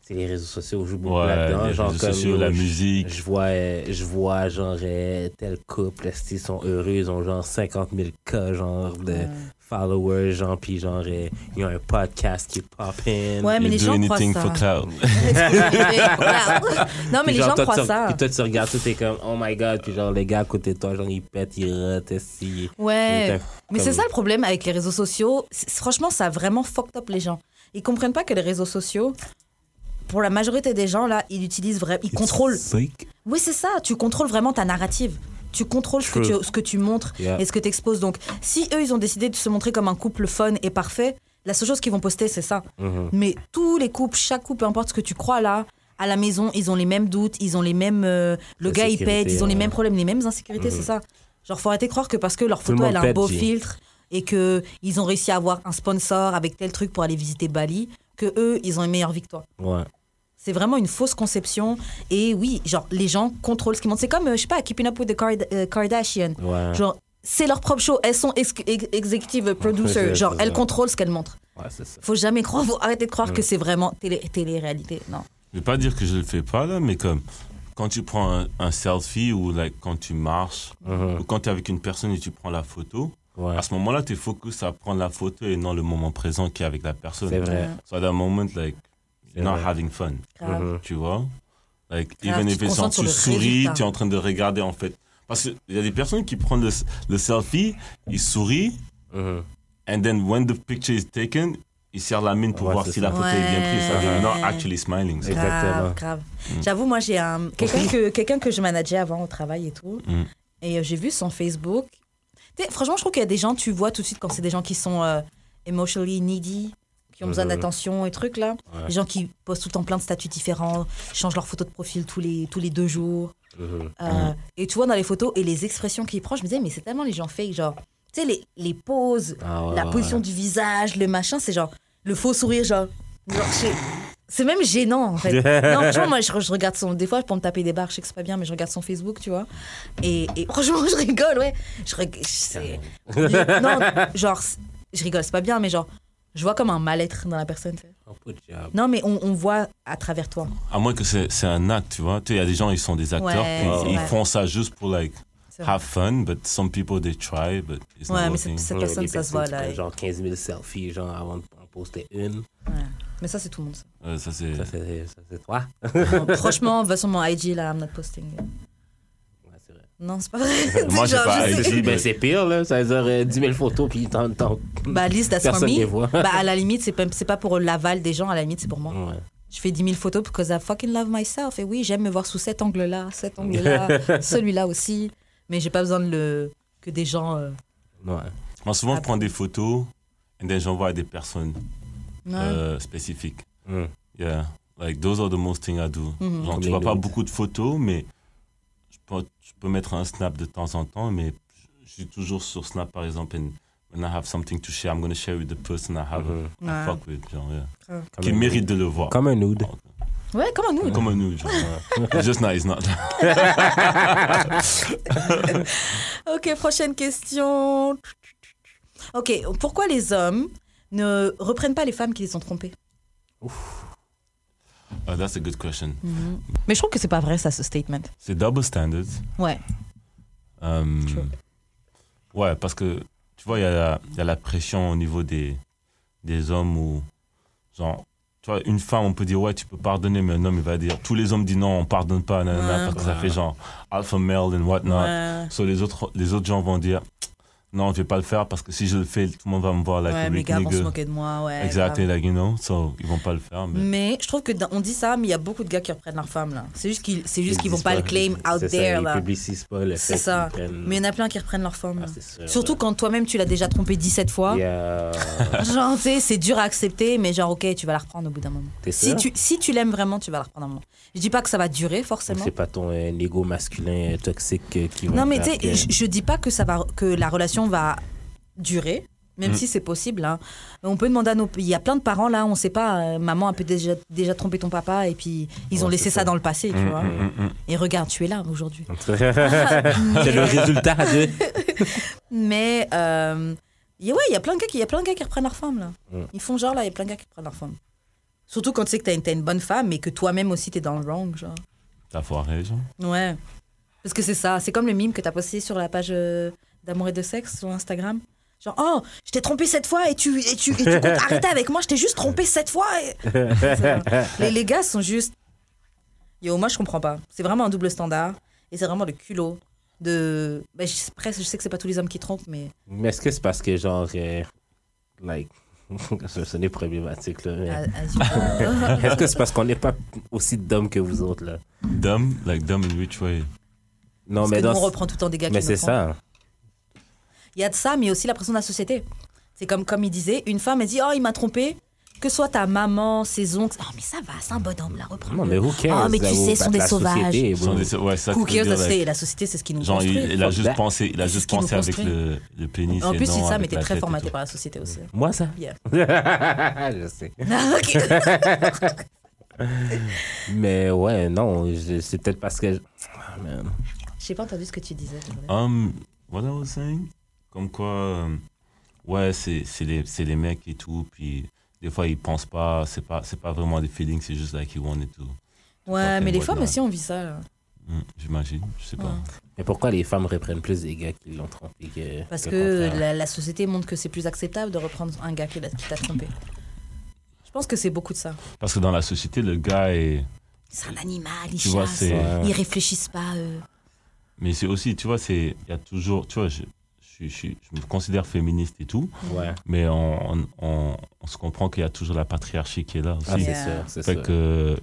C: c'est les réseaux sociaux jouent beaucoup là-dedans.
D: Ouais, les
C: genre,
D: réseaux
C: comme,
D: sociaux,
C: yo,
D: la
C: je-
D: musique.
C: Je vois, euh, je vois genre, euh, tel couple, est-ce qu'ils sont heureux, ils ont genre 50 000 cas, genre, de followers, genre, puis genre, euh, ils ont un podcast qui pop in.
B: Ouais, mais
D: You
B: les
D: do
B: gens croient
D: anything
B: ça.
D: for clout.
B: [laughs] non, mais
C: Puis
B: les
C: genre,
B: gens
C: toi,
B: croient
C: tu,
B: ça.
C: Puis toi, tu regardes tout, t'es comme, oh my god, puis genre, les gars à côté de toi, genre, ils pètent, ils rotent, ils...
B: Ouais. Mais
C: ils te- comme-
B: c'est ça le problème avec les réseaux sociaux. C'est- Franchement, ça a vraiment fucked up les gens. Ils comprennent pas que les réseaux sociaux, pour la majorité des gens, là, ils utilisent vraiment. Ils contrôlent. Oui, c'est ça. Tu contrôles vraiment ta narrative. Tu contrôles ce que
C: True.
B: tu, ce que tu montres
C: Yeah.
B: et ce que tu exposes. Donc, si eux, ils ont décidé de se montrer comme un couple fun et parfait, la seule chose qu'ils vont poster, c'est ça.
C: Mhm.
B: Mais tous les couples, chaque couple, peu importe ce que tu crois là, à la maison, ils ont les mêmes doutes, ils ont les mêmes. euh, le
C: La
B: gars, il
C: sécurité,
B: pète, ils ont les
C: ouais. Mhm.
B: mêmes problèmes, les mêmes insécurités, c'est ça. Genre, faut arrêter de croire que parce que leur
C: Tout le
B: photo,
C: monde
B: elle a un
C: pète,
B: beau
C: J.
B: filtre et que ils ont réussi à avoir un sponsor avec tel truc pour aller visiter Bali, que eux, ils ont une meilleure victoire.
C: Ouais.
B: C'est vraiment une fausse conception. Et oui, genre, les gens contrôlent ce qu'ils montrent. C'est comme, euh, je sais pas, Keeping Up with the Kard- euh, Kardashians.
C: Ouais.
B: Genre, c'est leur propre show. Elles sont ex- ex- executive producer.
C: c'est-
B: Genre,
C: c'est
B: elles
C: ça.
B: contrôlent ce qu'elles montrent.
C: Ouais, c'est ça.
B: Faut jamais croire, faut arrêter de croire
C: Mm.
B: que c'est vraiment télé, télé-réalité. Non.
D: Je vais pas dire que je le fais pas là, mais comme quand tu prends un, un selfie ou like quand tu marches
C: Mhm.
D: ou quand tu es avec une personne et tu prends la photo,
C: Ouais.
D: à ce moment-là, tu es focus à prendre la photo et non le moment présent qui est avec la personne.
C: C'est vrai.
D: So at that moment, like,
C: C'est
D: you're not
C: vrai.
D: having fun,
B: Grave.
C: Mhm.
D: tu vois? Like,
B: Grave,
D: even
B: tu
D: if
B: te
D: it's on,
B: concentres sur
D: tu
B: le
D: souris,
B: résultat.
D: tu es en train de regarder, en fait. Parce qu'il y a des personnes qui prennent le, le selfie, ils sourient,
C: Mhm.
D: and then when the picture is taken, ils serrent la mine pour
C: Ouais,
D: voir
C: c'est
D: si
C: ça.
D: la photo est bien prise. So they're not
B: Ouais.
D: actually smiling. so-
C: Exact. Exactement. Mm.
B: Grave, grave. J'avoue, moi, j'ai un, quelqu'un que, quelqu'un que je manageais avant au travail et tout.
D: Mm.
B: Et euh, j'ai vu son Facebook. Tu sais, franchement, je trouve qu'il y a des gens, tu vois tout de suite quand c'est des gens qui sont euh, emotionally needy, qui ont besoin
C: Mhm.
B: d'attention et trucs là.
C: Ouais.
B: Les gens qui postent tout le temps plein de statuts différents, changent leur photo de profil tous les, tous les deux jours.
C: Mhm.
B: Euh, Et tu vois dans les photos et les expressions qu'il prend, je me disais, mais c'est tellement les gens fake, genre, tu sais, les, les poses,
C: Ah ouais,
B: la
C: ouais,
B: position du visage, le machin, c'est genre le faux sourire, genre. genre, je sais- C'est même gênant, en fait.
C: [laughs]
B: non, franchement, moi, je, je regarde son. Des fois, pour me taper des barres, je sais que c'est pas bien, mais je regarde son Facebook, tu vois. Et, et franchement, [laughs] je rigole, ouais. Je, reg- je- c'est-
C: [laughs]
B: non, genre, c'est- je rigole, c'est pas bien, mais genre, je vois comme un mal-être dans la personne. tu sais.
C: Oh, good job.
B: Non, mais on, on voit à travers toi.
D: À moins que c'est c'est un acte, tu vois. Tu sais, il y a des gens, ils sont des acteurs,
B: Ouais,
D: puis
B: c'est
D: ils
B: vrai.
D: font ça juste pour, like,
B: C'est vrai.
D: have fun, but some people, they try, but it's
B: Ouais,
D: not
B: mais c'est-
D: working.
B: c'est- Cette
C: Ouais,
B: personne,
C: des
B: ça se
C: personnes
B: voit,
C: qui
B: là,
C: prennent
B: elle-
C: Genre 15 000 selfies, genre avant de en poster une.
B: Mais ça, c'est tout le monde. ça.
D: Euh, ça, c'est...
C: Ça, c'est ça, c'est toi.
B: Non,
C: [laughs]
B: franchement, va sur mon IG, là, I'm not posting.
C: Ouais, c'est vrai.
B: Non, c'est pas
C: [laughs]
B: vrai. [laughs]
D: Moi, j'ai
B: Genre,
D: pas
B: je sais-
D: IG.
C: Ben, c'est pire, là. Ça veut dire euh, 10 000 photos, puis tant, tant.
B: Bah, liste, that's for
C: Personne les
B: me.
C: voit. Mm.
B: Bah, à la limite, c'est pas, c'est pas pour l'aval des gens, à la limite, c'est pour moi.
C: Ouais.
B: Je fais 10 000 photos because I fucking love myself. Et oui, j'aime me voir sous cet angle-là, cet
C: [laughs]
B: angle-là, celui-là aussi. Mais j'ai pas besoin de le... que des gens. euh,
C: Ouais.
D: Moi, souvent, je
B: Ah,
D: prends des photos et then j'envoie à des personnes euh, spécifiques.
C: Mm.
D: Yeah. Like, those are the most thing I do.
B: Mhm.
D: Genre, tu vois pas beaucoup de photos, mais je peux, je peux mettre un snap de temps en temps, mais je suis toujours sur snap, par exemple, and when I have something to share, I'm going to share with the person I have
C: Mhm.
D: I
B: Ouais.
D: fuck with, genre, yeah.
C: Comme
D: Qui
C: un-
D: mérite de le voir.
C: Comme un nude.
B: Ouais, comme nous.
D: Comme un nous, genre.
C: [laughs]
D: It's just not, it's not. [laughs]
B: Ok, prochaine question. Ok, pourquoi les hommes ne reprennent pas les femmes qui les ont trompées
D: Uh, that's a good question.
F: Mais je trouve que c'est pas vrai, ça, ce statement.
D: C'est double standards.
B: Ouais.
D: Euh,
B: True.
D: ouais, parce que tu vois, il y, a la- il y a la pression au niveau des, des hommes où, genre, tu vois, une femme, on peut dire, ouais, tu peux pardonner, mais un homme, il va dire, tous les hommes disent non, on pardonne pas, nanana,
B: Ouais.
D: parce que ça fait genre alpha male and whatnot.
B: Ouais,
D: So, les, autres, les autres gens vont dire, non, je vais pas le faire parce que si je le fais, tout le monde va me voir, like,
B: ouais
D: a
B: mes
D: weak
B: gars vont
D: nigga.
B: se moquer de moi. Ouais,
D: Exactly,
B: grave. Mm.
D: like, you know, so ils vont pas le faire. Mais...
B: Mais je trouve que dans- on dit ça, mais il y a beaucoup de gars qui reprennent leur femme là. C'est juste qu'ils, c'est juste qu'ils vont
C: disent
B: pas le claim out
C: C'est ça,
B: there
C: Ils
B: là.
C: publicisent pas le fait
B: C'est ça.
C: qu'ils prennent-
B: Mais il y en a plein qui reprennent leur femme.
C: Ah,
B: là.
C: c'est sûr,
B: Surtout quand toi-même tu l'as déjà trompé 17 fois.
C: ouais. Yeah.
B: [laughs] Genre, tu sais, c'est dur à accepter, mais genre, ok, tu vas la reprendre au bout d'un moment.
C: T'es
B: Si
C: sûr?
B: tu, si tu l'aimes vraiment, tu vas la reprendre un moment. Je dis pas que ça va durer forcément.
C: C'est pas ton euh, ego masculin euh, toxique euh, qui va
B: Non, mais tu
C: faire
B: sais, je, je dis pas que, ça va, que la relation va durer, même si c'est possible. hein. On peut demander à nos. Il y a plein de parents là, on sait pas. euh, maman a peut-être déjà, déjà trompé ton papa et puis ils ont
C: Ouais,
B: laissé
C: c'est
B: ça.
C: ça.
B: dans le passé, tu vois.
D: Mm, mm, mm.
B: Et regarde, tu es là aujourd'hui.
C: que- C'est le résultat de...
B: [laughs] Mais. euh, y a- ouais, il y a plein de gars qui, il y a plein de gars qui reprennent leur femme là.
C: Mm.
B: Ils font genre là, il y a plein de gars qui reprennent leur femme. Surtout quand tu sais que t'as une, t'as une bonne femme mais que toi-même aussi t'es dans le wrong, genre.
D: T'as foiré, genre.
B: Ouais. Parce que c'est ça, c'est comme le mime que t'as posté sur la page euh, d'amour et de sexe sur Instagram. Genre, oh, je t'ai trompé cette fois et tu, et
C: [laughs]
B: tu, et tu comptes arrêter avec moi, je t'ai juste trompé cette fois. et- les, les gars sont juste. Yo, moi je comprends pas. C'est vraiment un double standard et c'est vraiment le culot de. Ben, je, presque, je sais que c'est pas tous les hommes qui trompent, mais.
C: Mais est-ce que c'est parce que, genre, euh, like, [laughs] ça sonner problématique, là, mais
B: Ah,
C: [laughs]
B: ah, zut.
C: Est-ce que c'est parce qu'on n'est pas aussi d'hommes que vous autres, là?
D: Dumb, like, dumb in which way?
C: Non,
B: Parce
C: mais
B: que
C: dans...
B: nous, on reprend tout le temps des gars
C: Mais
B: qui nous
C: c'est
B: trompent.
C: ça.
B: Il y a de ça, mais aussi la pression de la société. C'est comme, comme il disait, une femme, elle dit, oh, il m'a trompé. Que soit ta maman, ses oncles. Ah, mais ça va, c'est un bonhomme, la reprends.
C: Non, mais who cares?
B: Ah, mais tu
C: là,
B: sais,
C: où
B: ce sont des
C: la
B: sauvages.
C: société, bro.
D: Genre, des- ouais, ça que
B: Who
D: je veux
B: cares,
D: dire,
B: la
D: like,
B: société, la société, c'est ce qui nous
D: Genre,
B: construit.
D: il, il a
C: Fuck
D: juste
C: that.
D: pensé, il a
B: C'est ce
D: juste
B: qui nous
D: pensé avec
B: construit.
D: le, le pénis.
B: en
D: et
B: plus,
D: non
B: tu dis ça,
D: avec
B: mais t'es
D: la
B: très
D: tête et
B: formaté
D: tout.
B: par la société
D: [laughs]
B: aussi.
C: Moi, ça?
B: Yeah.
C: [laughs] Je sais.
B: Ah, ok.
C: Mais ouais, non, je- c'est peut-être parce que... Ah, man.
B: J'ai pas entendu ce que tu disais. désolé.
D: Um, what I was saying? Comme quoi, euh, ouais, c'est c'est les, c'est les mecs et tout, puis des fois, ils pensent pas, c'est pas, c'est pas vraiment des feelings, c'est juste like you wanted to.
B: Ouais, mais les
D: what
B: femmes
D: not.
B: aussi, on vit ça. hein. là.
D: Hmm, J'imagine, je sais pas.
B: Ouais.
C: Mais pourquoi les femmes reprennent plus des gars qui l'ont trompé que.
B: Parce
C: le
B: que
C: contraire?
B: la, la société montre que c'est plus acceptable de reprendre un gars qui l'a- qui t'a trompé. Je pense que c'est beaucoup de ça.
D: Parce que dans la société, le gars est.
B: C'est un animal, ils
D: Tu vois,
B: chassent,
D: c'est.
C: Ouais.
B: ils réfléchissent pas, eux.
D: Mais c'est aussi, tu vois, c'est. Il y a toujours. Tu vois, je, je, suis- je, suis- je me considère féministe et tout,
C: Ouais.
D: mais on, on, on- on se comprend qu'il y a toujours la patriarchie qui est là aussi.
C: Ah, c'est
B: Yeah.
C: sûr, c'est
D: Fait
C: sûr.
D: que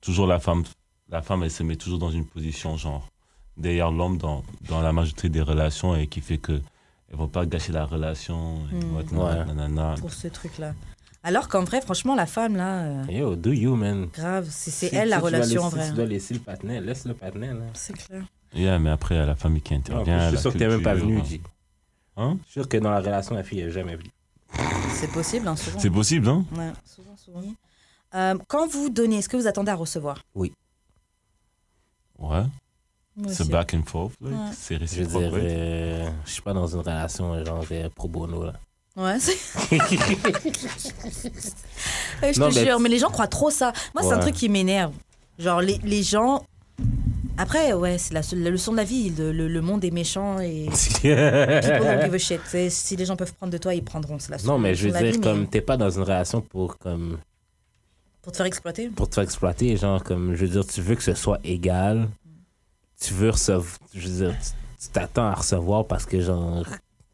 D: toujours la femme, la femme, elle se met toujours dans une position genre derrière l'homme dans, dans la majorité des relations et qui fait que elle va pas gâcher la relation. et
B: Mm.
D: whatnot,
C: Ouais.
D: nanana.
B: pour ce truc-là. Alors qu'en vrai, franchement, la femme, là, euh,
C: Yo, do you, man.
B: grave, c'est c'est
C: Si-
B: elle
C: si
B: la
C: tu dois
B: relation hein. en
C: laisser-
B: vrai.
C: Si tu dois laisser le patinet, laisse le patinet, là.
B: C'est clair.
D: Yeah, mais après, il y a la famille qui
C: Non,
D: intervient.
C: je suis
D: la
C: sûr que t'es même pas
D: culture,
C: venu,
D: hein.
C: J.
D: Hein?
C: Je suis sûr que dans la relation, la fille est jamais venue.
B: C'est possible, hein, souvent.
D: C'est possible, hein?
B: Ouais, souvent, souvent.
G: Euh, quand vous donnez, est-ce que vous attendez à recevoir
D: Ouais. C'est back and forth. like,
B: Ouais.
D: C'est
C: Je veux dire,
D: réciproque. ouais.
C: euh, je suis pas dans une relation euh, genre euh, pro bono. Là.
B: Ouais, c'est-
C: [laughs]
B: [laughs] Ouais, je
C: Non,
B: te
C: mais-
B: jure, mais les gens croient trop ça. Moi, c'est un
C: Ouais.
B: truc qui m'énerve. Genre, les, les gens. Après, ouais, c'est la, la leçon de la vie. Le, le- le monde est méchant et. People don't give a shit. C'est- Si les gens peuvent prendre de toi, ils prendront. C'est la
C: [laughs] non, mais je
B: leçon
C: veux
B: de la
C: dire,
B: vie, mais
C: comme t'es pas dans une relation pour, comme,
B: Pour te faire exploiter.
C: pour te faire exploiter, genre, comme, je veux dire, tu veux que ce soit égal. Tu veux recevoir. Je veux dire, tu tu t'attends à recevoir parce que, genre,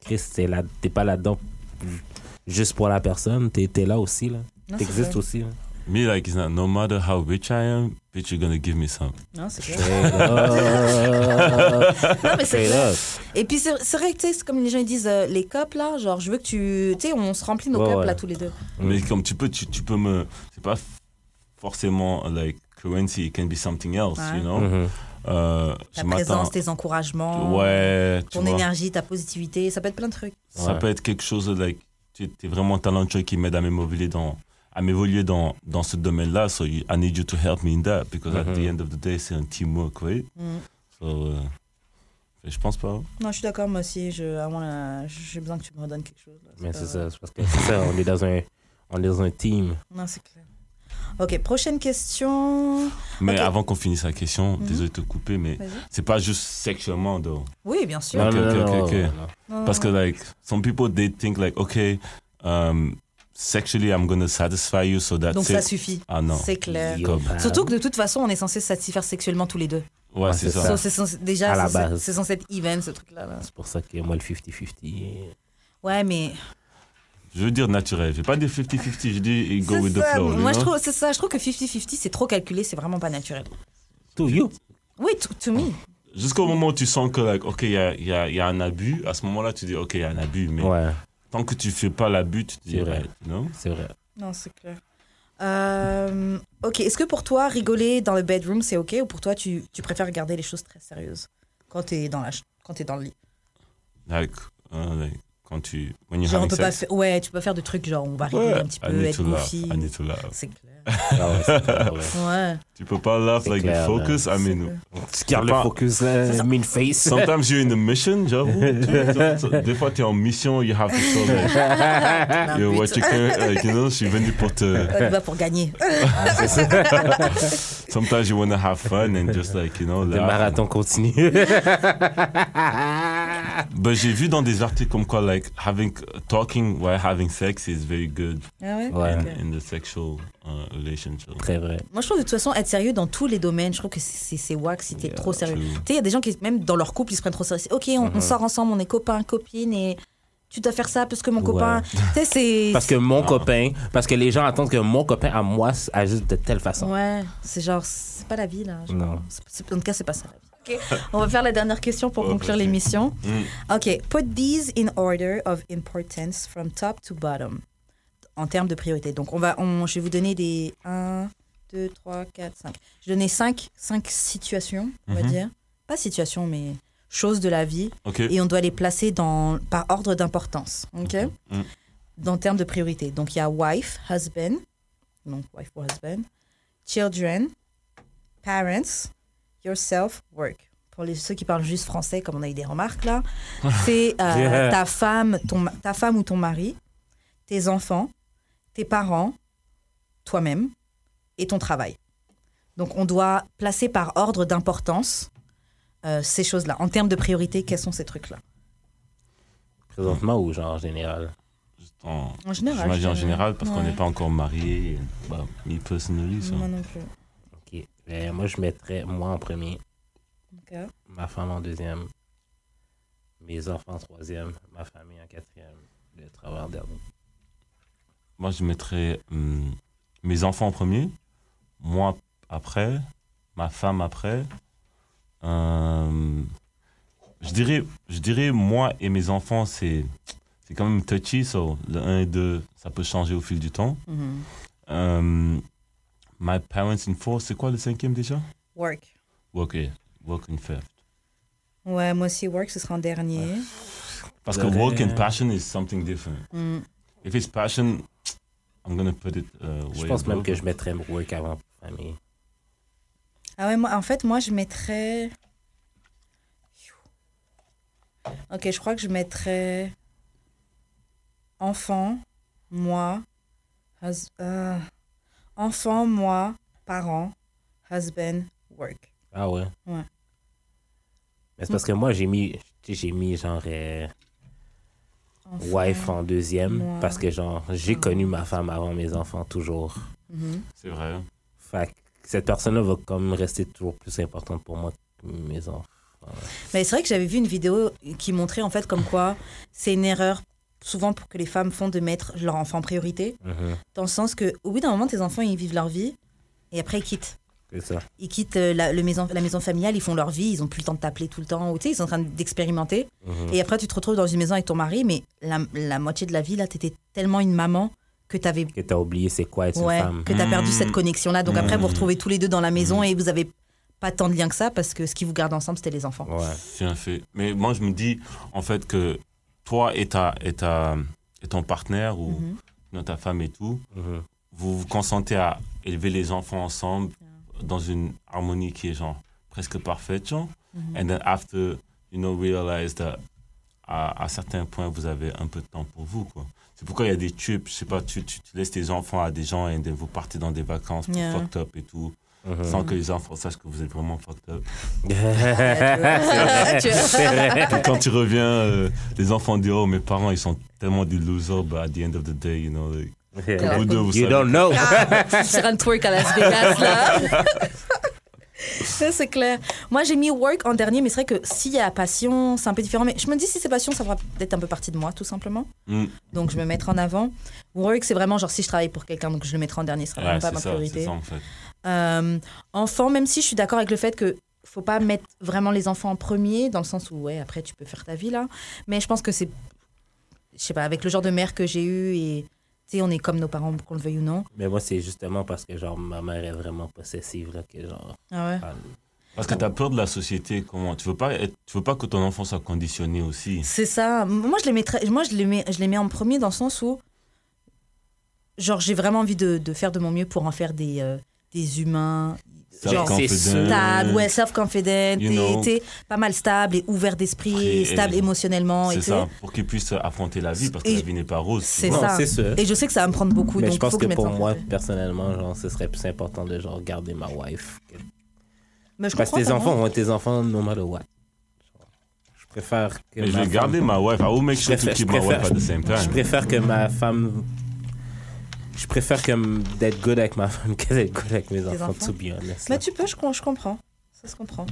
C: Chris, t'es là- t'es pas là-dedans juste pour la personne. T'es es là aussi, là.
B: Non, c'est
C: T'existes
B: vrai.
C: aussi, là.
D: Me, like, it's not, no matter how rich I am, bitch, you're gonna give me some.
B: Non, c'est clair.
C: Straight up.
B: Non, mais c'est
C: Straight
B: clair.
C: up.
B: Et puis, c'est c'est vrai que, tu sais, c'est comme les gens ils disent, euh, les copes, là, genre, je veux que tu. Tu sais, on se remplit nos
C: Ouais,
B: copes,
C: ouais.
B: là, tous les deux.
C: Mm.
D: Mais comme tu peux, tu, tu peux me. C'est pas forcément uh, like currency, it can be something else,
B: Ouais.
D: you [laughs] know?
C: Mhm.
D: Euh,
B: Ta
D: je m'attends.
B: présence, tes encouragements.
D: Ouais, tu
B: Oh. Ton
D: vois.
B: énergie, ta positivité, ça peut être plein de trucs.
D: Ça
C: Ouais.
D: peut être quelque chose de like. Tu es vraiment talentueux qui m'aide à m'évoluer dans à m'évoluer dans, dans ce domaine-là. So you- I need you to help me in that because at the
C: Mhm.
D: end of the day, c'est un teamwork, right?
B: Mm.
D: So, euh, je pense pas.
B: Non, je suis d'accord, moi aussi. Je, à moi, là, j'ai besoin que tu me redonnes quelque chose. là.
C: Mais
B: pas
C: c'est
B: vrai.
C: ça, c'est parce que c'est ça, on est dans un, on est dans un team.
B: Non, c'est clair. Ok, prochaine question.
D: Mais
B: Ok.
D: avant qu'on finisse la question,
B: Mhm.
D: désolé de te couper, mais
B: Vas-y.
D: c'est pas juste sexuellement, though.
B: Oui, bien sûr.
C: Non,
D: Ok,
C: non,
D: ok,
C: non,
D: ok,
C: non,
D: ok.
C: non, non.
B: Non, non,
D: Parce que,
B: non.
D: like, some people, they think, like, okay, um, sexually, I'm gonna satisfy you, so that's
B: Donc
D: it.
B: ça suffit.
D: Ah non.
B: C'est clair.
C: Yo,
D: Comme-
B: Surtout que de toute façon, on est censé se satisfaire sexuellement tous les deux.
D: Ouais,
C: Ah,
D: c'est
C: c'est
D: ça.
C: ça.
B: So, c'est censé- déjà,
C: À la
B: c'est censé-
C: base.
B: c'est censé être even, ce truc-là. là.
C: C'est pour ça que moi, le euh, 50-50.
B: Ouais, mais.
D: Je veux dire naturel. J'ai pas dit 50-50, je dis it go
B: C'est
D: with the
B: ça.
D: flow. you
B: Moi, je
D: know?
B: trouve, c'est ça. Je trouve que 50-50, c'est trop calculé, c'est vraiment pas naturel.
C: To you.
B: Oui, to, to me.
D: Jusqu'au moment où tu sens que, like, OK, il y a, il y a- il y a un abus, à ce moment-là, tu dis, OK, il y a un abus. Mais
C: Ouais,
D: tant que tu fais pas l'abus, tu te dis,
C: C'est vrai.
D: right, you know?
C: c'est vrai.
B: Non, c'est clair. Euh, ok, est-ce que pour toi, rigoler dans le bedroom, c'est ok ou pour toi, tu, tu préfères garder les choses très sérieuses quand t'es dans, la ch- quand t'es dans le lit
D: Like, uh, like, quand tu. When you're
B: Genre, on
D: having
B: peut pas
D: sex.
B: faire- Ouais, tu peux faire des trucs genre on va rigoler
D: Ouais.
B: un petit
D: I
B: peu,
D: need
B: être
D: to laugh.
B: goofy.
D: I need to laugh.
B: C'est clair.
C: Ah ouais, c'est clair, ouais.
B: Ouais.
D: Tu peux pas laugh
C: C'est
D: like
C: clair,
D: you focus. I
B: c'est
D: mean,
B: clair.
C: Tu gardes le
D: pas-
C: focus, là, mine face.
D: sometimes you're in a mission, j'avoue.
C: [laughs]
D: Des fois, t'es en mission, you have to show like,
B: T'as un
D: you're
B: but.
D: Ah, what you can, like, you know, je suis venu pour te.
B: [laughs] On y
D: [laughs]
B: va pour gagner.
D: Sometimes you want to have fun and just like, you know,
C: Le
D: laugh.
C: marathon continue.
D: But j'ai vu dans des articles comme quoi, like, having, talking while having sex is very good
B: Ah ouais
C: Ouais. [laughs]
B: Ok.
D: in the sexual uh, relationship.
C: Très vrai.
B: Moi, je trouve de toute façon, être sérieux dans tous les domaines, je trouve que c'est- c'est c'est wack si t'es
C: Yeah,
B: trop sérieux.
D: true.
B: Tu sais, il y a des gens qui, même dans leur couple, ils se prennent trop sérieux. C'est, Ok, on,
C: Mm-hmm.
B: on sort ensemble, on est copains, copines, et tu dois faire ça parce que mon copain. Tu sais, c'est.
C: Parce que mon copain, parce que les gens attendent que mon copain à moi agisse de telle façon.
B: Ouais, c'est genre, c'est pas la vie là. Genre,
C: Non.
B: c'est- c'est- en tout cas, c'est pas ça la vie. Ok, on va faire la dernière question pour conclure l'émission. Ok, put these in order of importance from top to bottom en termes de priorité. Donc, on va, on, je vais vous donner des 1, 2, 3, 4, 5. Je vais donner 5, 5 situations, on va
D: Mhm.
B: dire. Pas situations, mais choses de la vie.
D: Ok.
B: Et on doit les placer dans, par ordre d'importance. Ok
D: Mhm.
B: Dans termes de priorité. Donc, il y a wife, husband. Donc, wife ou husband. Children, parents, yourself, work. Pour les, ceux qui parlent juste français, comme on a eu des remarques là, c'est euh,
C: Yeah.
B: ta, femme, ton, ma- ta femme ou ton mari, tes enfants, tes parents, toi-même et ton travail. Donc, on doit placer par ordre d'importance euh, ces choses-là. En termes de priorité, quels sont ces trucs-là
C: Présentement ou genre en général?
D: En,
B: En général.
D: J'imagine en général parce qu'on
B: Ouais.
D: n'est pas encore mariés. et, Bah, me personally, so.
B: Moi non plus.
C: Ok. Ben, moi, je mettrais moi en premier,
B: Ok.
C: ma femme en deuxième, mes enfants en troisième, ma famille en quatrième, le travail en dernier.
D: Moi, je mettrais hum, mes enfants en premier, moi après, ma femme après. Euh, je dirais, je dirais moi et mes enfants, c'est c'est quand même touchy. So, le 1 et 2, ça peut changer au fil du temps.
B: Mhm.
D: Euh, my parents in four, c'est quoi le cinquième déjà
B: Work.
D: Work, eh, work in fifth.
B: Ouais, moi aussi, work, ce sera en dernier.
D: Parce que
C: Ouais.
D: work and passion is something different.
B: Mm.
D: If it's passion, I'm gonna put it uh,
C: Je
D: way
C: pense même
D: above.
C: que je mettrais work avant famille.
B: Ah ouais, moi, en fait, moi, je mettrais. Ok, je crois que je mettrais. Enfant, moi, hus- euh, enfant, moi, parent, husband, work.
C: Ah ouais?
B: Ouais.
C: Mais c'est parce que moi, j'ai mis, tu sais, j'ai mis genre euh,
B: Enfant,
C: wife en deuxième
B: moi.
C: parce que genre, j'ai connu ma femme avant mes enfants toujours.
D: C'est vrai.
C: Fait que cette personne-là va comme rester toujours plus importante pour moi que mes enfants.
B: Mais c'est vrai que j'avais vu une vidéo qui montrait en fait comme quoi c'est une erreur souvent pour que les femmes font de mettre leur enfant en priorité,
C: Mhm.
B: dans le sens que au bout d'un moment tes enfants ils vivent leur vie et après ils quittent.
C: C'est ça.
B: Ils quittent euh, la, le maison, la maison familiale, ils font leur vie, ils ont plus le temps de t'appeler tout le temps, ou tu sais, ils sont en train d'expérimenter.
C: Mhm.
B: Et après, tu te retrouves dans une maison avec ton mari, mais la, la moitié de la vie, là, t'étais tellement une maman que t'avais
C: Que t'as oublié c'est quoi être
B: ouais,
C: une femme.
B: que t'as perdu
D: Mmh.
B: cette connexion-là. Donc après, vous vous retrouvez tous les deux dans la maison et vous avez pas tant de liens que ça parce que ce qui vous garde ensemble, c'était les enfants.
C: Ouais.
D: Bien fait. Mais moi, je me dis, en fait, que toi et, ta, et, ta, et ton partenaire ou
C: Mm-hmm.
B: Mhm.
D: non, ta femme et tout,
C: Mhm.
D: vous vous consentez à élever les enfants ensemble dans une harmonie qui est genre presque parfaite, genre.
B: Mm-hmm.
D: And then after, you know, realize that à, à certains points, vous avez un peu de temps pour vous, quoi. C'est pourquoi il y a des tubes, je sais pas, tu, tu, tu laisses tes enfants à des gens et then vous partez dans des vacances pour
B: Yeah.
D: fucked up et tout,
C: Mhm. [laughs]
D: sans que les enfants sachent que vous êtes vraiment fucked up.
B: Tu vois
C: C'est vrai.
D: Puis quand tu reviens, euh, les enfants disent Oh, mes parents, ils sont tellement des losers, but at the end of the day, you know, like,
B: Yeah.
D: vous deux, vous
C: You
D: savez.
C: don't know.
B: [laughs] sur un twerk à Las Vegas, là. Ça, c'est clair. Moi, j'ai mis work en dernier, mais c'est vrai que s'il y a passion, c'est un peu différent. Mais je me dis, si c'est passion, ça fera peut-être un peu partie de moi, tout simplement.
D: Mm.
B: Donc, je me mettrai en avant. Work, c'est vraiment genre si je travaille pour quelqu'un, donc je le mettrai en dernier, ce sera
D: Ouais,
B: vraiment pas
D: c'est
B: ma
D: ça, c'est
B: priorité.
D: ça, en fait.
B: Euh, enfant, même si je suis d'accord avec le fait que faut pas mettre vraiment les enfants en premier, dans le sens où, ouais, après, tu peux faire ta vie, là. Mais je pense que c'est. Je sais pas, avec le genre de mère que j'ai eu et. Tu sais, on est comme nos parents, qu'on le veuille ou non.
C: Mais moi, c'est justement parce que genre ma mère est vraiment possessive là que genre.
B: Ah ouais.
C: ah,
D: Parce que tu as peur de la société, comment Tu veux pas être- tu veux pas que ton enfant soit conditionné aussi.
B: C'est ça. Moi, je les, mettrais, moi je, les mets, je les mets en premier dans le sens où, genre, j'ai vraiment envie de, de faire de mon mieux pour en faire des, euh, des humains
C: Genre, c'est
D: Self-confident.
B: stables, ouais, self-confident,
D: Euh, You
B: et,
D: know.
B: t'es pas mal stable et ouvert d'esprit,
D: Et-
B: et stable
D: et-
B: émotionnellement. Et,
D: C'est
B: tout.
D: ça, pour qu'il puisse affronter la vie, parce que
B: Et-
D: la vie n'est pas rose. tu
B: c'est
D: vois.
C: non,
B: ça.
C: c'est sûr.
B: et je sais que ça va me prendre beaucoup,
C: Mais
B: donc
C: je
B: il faut
C: pense
B: que,
C: que
B: je mette
C: pour
B: ça en
C: moi,
B: premier.
C: personnellement, genre, ce serait plus important de genre garder ma wife. que-
B: Mais je
C: Parce que
B: comprends
C: tes
B: ta
C: enfants
B: mère.
C: vont être tes enfants no matter what. Genre, Je préfère que.
D: Mais je
C: ma
D: vais
C: femme-
D: garder ma wife. Ah, oh, I will make sure to
C: préfère-
D: keep
C: je
D: my
C: préfère-
D: wife at the same
C: Je
D: time.
C: préfère que ma femme. Je préfère que m- d'être good avec ma femme [laughs] que d'être good avec mes enfants,
B: enfants?
C: to be honest.
B: Mais
C: là.
B: Bah, tu peux, je, com- je comprends. Ça se comprend.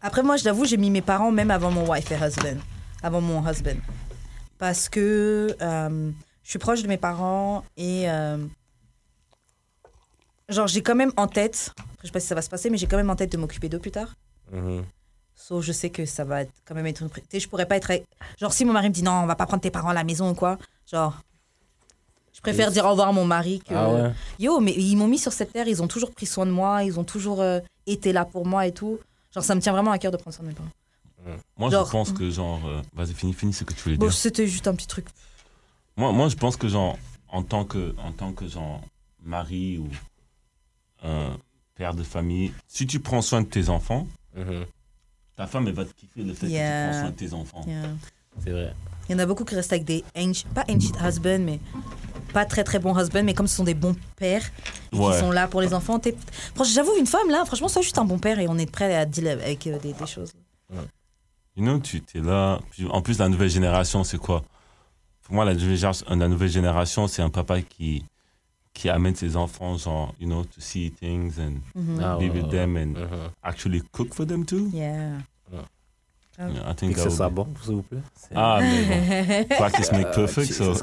B: Après, moi, je l'avoue, j'ai mis mes parents même avant mon wife et husband. Avant mon husband. Parce que euh, je suis proche de mes parents et. euh, genre, j'ai quand même en tête. Après, je sais pas si ça va se passer, mais j'ai quand même en tête de m'occuper d'eux plus tard.
C: Mhm.
B: Sauf je sais que ça va être- quand même être une. pri- Tu sais, je pourrais pas être. avec- Genre, si mon mari me dit non, on va pas prendre tes parents à la maison ou quoi, genre. Je préfère dire au revoir à mon mari que.
C: Ah ouais?
B: Yo, mais ils m'ont mis sur cette terre, ils ont toujours pris soin de moi, ils ont toujours euh, été là pour moi et tout. Genre, ça me tient vraiment à cœur de prendre soin de mes parents.
D: Moi,
B: Genre-
D: je pense que, genre, euh, vas-y, finis, finis ce que tu voulais
B: Bon,
D: dire.
B: c'était juste un petit truc.
D: Moi, moi, je pense que, genre, en tant que, en tant que genre, mari ou euh, père de famille, si tu prends soin de tes enfants,
C: Mhm.
D: ta femme, elle va te kiffer le fait
B: Yeah.
D: que tu prends soin de tes enfants.
B: Yeah.
C: C'est vrai.
B: euh, Il y en a beaucoup qui restent avec des ancient, pas ancient husbands, mais pas très très bons husbands, mais comme ce sont des bons pères et qui
D: Ouais.
B: sont là pour les enfants. t'es- Franchement, j'avoue, une femme là, franchement, sois juste un bon père et on est prêt à deal avec euh, des, des choses.
D: You know, tu es là. Puis, En plus, la nouvelle génération, c'est quoi Pour moi, la nouvelle, génération- la nouvelle génération, c'est un papa qui, qui amène ses enfants, genre, you know, to see things and
C: Ah
D: be
C: ouais,
D: with
C: ouais,
D: them and
C: Mhm.
D: actually cook for them too.
B: Yeah.
D: Yeah, I
C: Ah. Et
D: think
C: que ce
D: that
C: soit
D: would be-
C: bon, s'il vous plaît. C'est-
D: Ah, mais
C: [laughs]
D: bon. Practice
C: Euh,
D: make perfect, so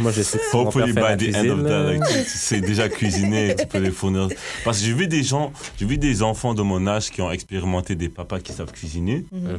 C: Moi, je sais que si mon père
D: hopefully
C: fait
D: by
C: la
D: the end of
C: cuisine,
D: that,
C: là,
D: like, tu tu sais déjà cuisiner, tu peux les fournir. Parce que j'ai vu des gens, j'ai vu des enfants de mon âge qui ont expérimenté des papas qui savent cuisiner.
C: Mhm.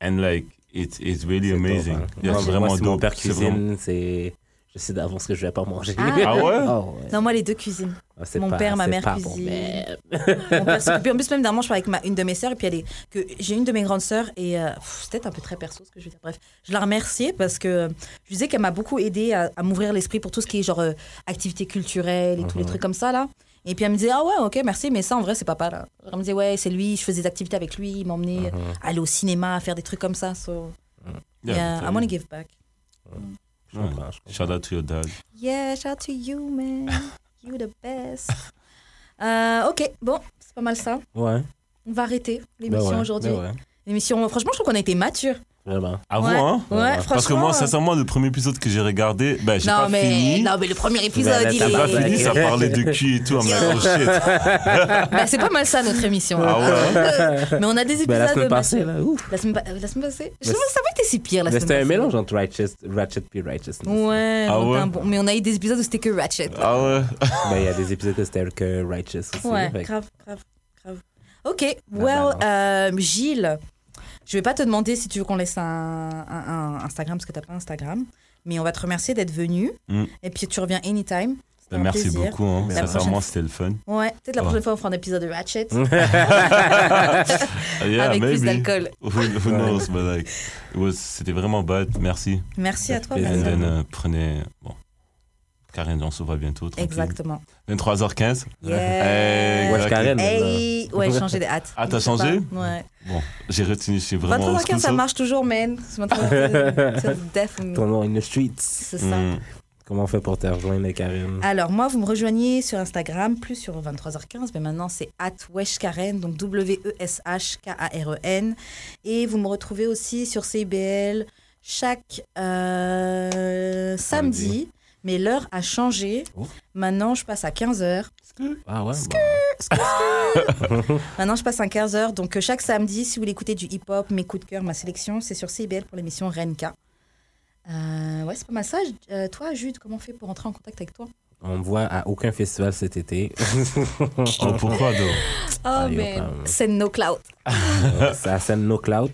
D: And like, it's, it's really amazing.
C: Enfin, moi, hein.
D: Yeah, c'est
C: moi,
D: vraiment
C: si mon
D: dope.
C: père
D: C'est vraiment-
C: cuisine, c'est Je sais d'avance que je vais pas manger.
B: Ah.
D: Ah ouais
C: [laughs] Oh, ouais.
B: Non, moi, les deux cuisines.
C: Ah, c'est
B: Mon père, ma
C: c'est
B: mère
C: pas mon
B: cuisine.
D: Ah,
C: père.
B: Mon père s'occupe. En plus, même d'un moment, je parlais avec ma- une de mes sœurs, et puis elle est, que j'ai une de mes grandes sœurs, et euh, pff, c'est peut-être un peu très perso ce que je veux dire. Bref, je la remerciais parce que euh, je lui disais qu'elle m'a beaucoup aidé à, à m'ouvrir l'esprit pour tout ce qui est genre euh, activité culturelle et tous
C: Mhm.
B: les trucs comme ça là. Et puis elle me disait ah ouais ok merci mais ça en vrai c'est papa là. Elle me disait ouais c'est lui, je faisais des activités avec lui, il m'emmenait
C: Mhm.
B: euh, aller au cinéma, faire des trucs comme ça. So, yeah, I want to give back.
C: Je comprends, je comprends.
D: Shout out to your dad.
B: Yeah, shout out to you man, you the best. [laughs] Euh, ok bon c'est pas mal ça.
C: Ouais.
B: On va arrêter
C: ben
B: l'émission
C: ouais,
B: aujourd'hui.
C: ben ouais.
B: L'émission, franchement, je trouve qu'on a été mature.
C: Vraiment.
D: À vous,
B: Ouais.
D: hein
B: Ouais,
D: Parce que moi,
B: franchement,
D: sincèrement, le premier épisode que j'ai regardé, ben, j'ai
B: non,
D: pas
B: mais,
D: fini.
B: non, mais le premier épisode,
C: Ben, là,
B: il
C: t'as
D: J'ai pas
C: Ah, ouais.
B: est.
D: fini, ça parlait de cul et tout. I'm like, oh shit.
B: Bah, c'est pas mal ça, notre émission. hein.
D: Ah ouais
B: Mais on a des épisodes.
C: Ben, la semaine passée,
B: matures.
C: là. Ouf.
B: La semaine, pa- la semaine passée Je sais
C: Mais
B: pas, ça n'a pas été si pire la
C: Mais
B: semaine
C: c'était un
B: passée.
C: mélange hein. entre Righteous, Ratchet puis Righteousness.
B: Ouais,
D: Ah
B: on était
D: ouais.
B: un bon- mais on a eu des épisodes où c'était que Ratchet.
D: Ah ouais
C: Ben, il y a des épisodes que c'était que Righteous aussi.
B: ouais,
C: Fait que-
B: grave, grave, grave.
C: Bah,
B: Ok, well,
C: balance.
B: euh, Gilles, je vais pas te demander si tu veux qu'on laisse un, un- un Instagram parce que t'as pas Instagram, mais on va te remercier d'être venu.
D: Mm.
B: Et puis tu reviens anytime. C'était
D: Ben,
B: un
D: Merci
B: plaisir.
D: beaucoup. Hein.
B: La
D: Sincèrement, c'était
B: [laughs]
D: le fun. [laughs]
B: Ouais, peut-être la
D: Ouais.
B: prochaine fois on fera un épisode de Ratchet
D: Yeah,
B: avec plus
D: maybe.
B: d'alcool.
D: Who, who knows, but like, it was- c'était vraiment bad. Merci.
B: Merci à toi.
C: plaisir.
D: And
B: Mathieu.
D: then, euh, prenez. Bon. Karen, on se voit bientôt. tranquille.
B: Exactement.
D: 23h15.
B: Yeah.
D: Hey,
C: Watch Karen.
B: Hey, ouais,
D: [laughs]
B: changer des hâtes.
D: Ah, t'as
B: Je sais
D: changé
B: pas, Ouais.
D: Bon, j'ai retenu, je suis
B: 23
D: vraiment. old
B: h 15
D: school,
B: ça marche toujours, man. C'est maintenant que
D: [laughs]
B: c'est death ou-
C: [laughs] Ton nom in the streets.
B: C'est ça.
D: Mm.
C: Comment on fait pour te rejoindre, Karim?
B: Alors, moi, vous me rejoignez sur Instagram, plus sur 23h15, mais maintenant c'est weshkaren, donc E W-E-S-H-K-A-R-E-N. E Et vous me retrouvez aussi sur CIBL chaque euh, samedi,
C: Samedi.
B: mais l'heure a changé.
C: Oh.
B: Maintenant, je passe à 15h.
C: Ah ouais?
B: Maintenant, je passe à 15h. Donc, euh, chaque samedi, si vous voulez écouter du hip-hop, mes coups de cœur, ma sélection, c'est sur CIBL pour l'émission Renka. Euh, ouais, c'est pas mal ça. Euh, toi, Jude, comment on fait pour entrer en contact avec toi
C: On me voit à aucun festival cet été. [laughs]
D: Oh, pourquoi, donc
B: Oh,
C: yo,
B: mais
C: pardon.
B: c'est no cloud.
C: C'est à scène No Cloud.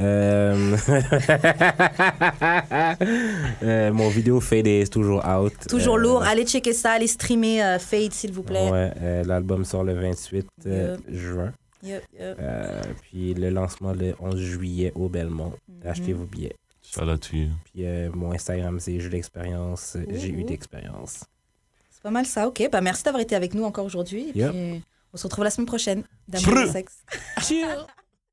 C: Euh, [laughs] euh, mon vidéo Fade est toujours out.
B: Toujours
C: Euh,
B: lourd. hein, Allez checker ça. Allez streamer euh, Fade, s'il vous plaît.
C: Ouais, euh, l'album sort le 28 euh, juin.
B: Yup, yup.
C: Euh, puis le lancement le 11 juillet au Belmont.
B: Mm-hmm.
C: Achetez vos billets.
D: Shout out to you.
C: Puis euh, mon Instagram, c'est J'ai d'expérience. J'ai eu
B: ouh.
C: d'expérience.
B: C'est pas mal ça. Ok, bah merci d'avoir été avec nous encore aujourd'hui. Et
C: Yup.
B: puis, on se retrouve la semaine prochaine. D'amour
D: Brr.
B: et de sexe.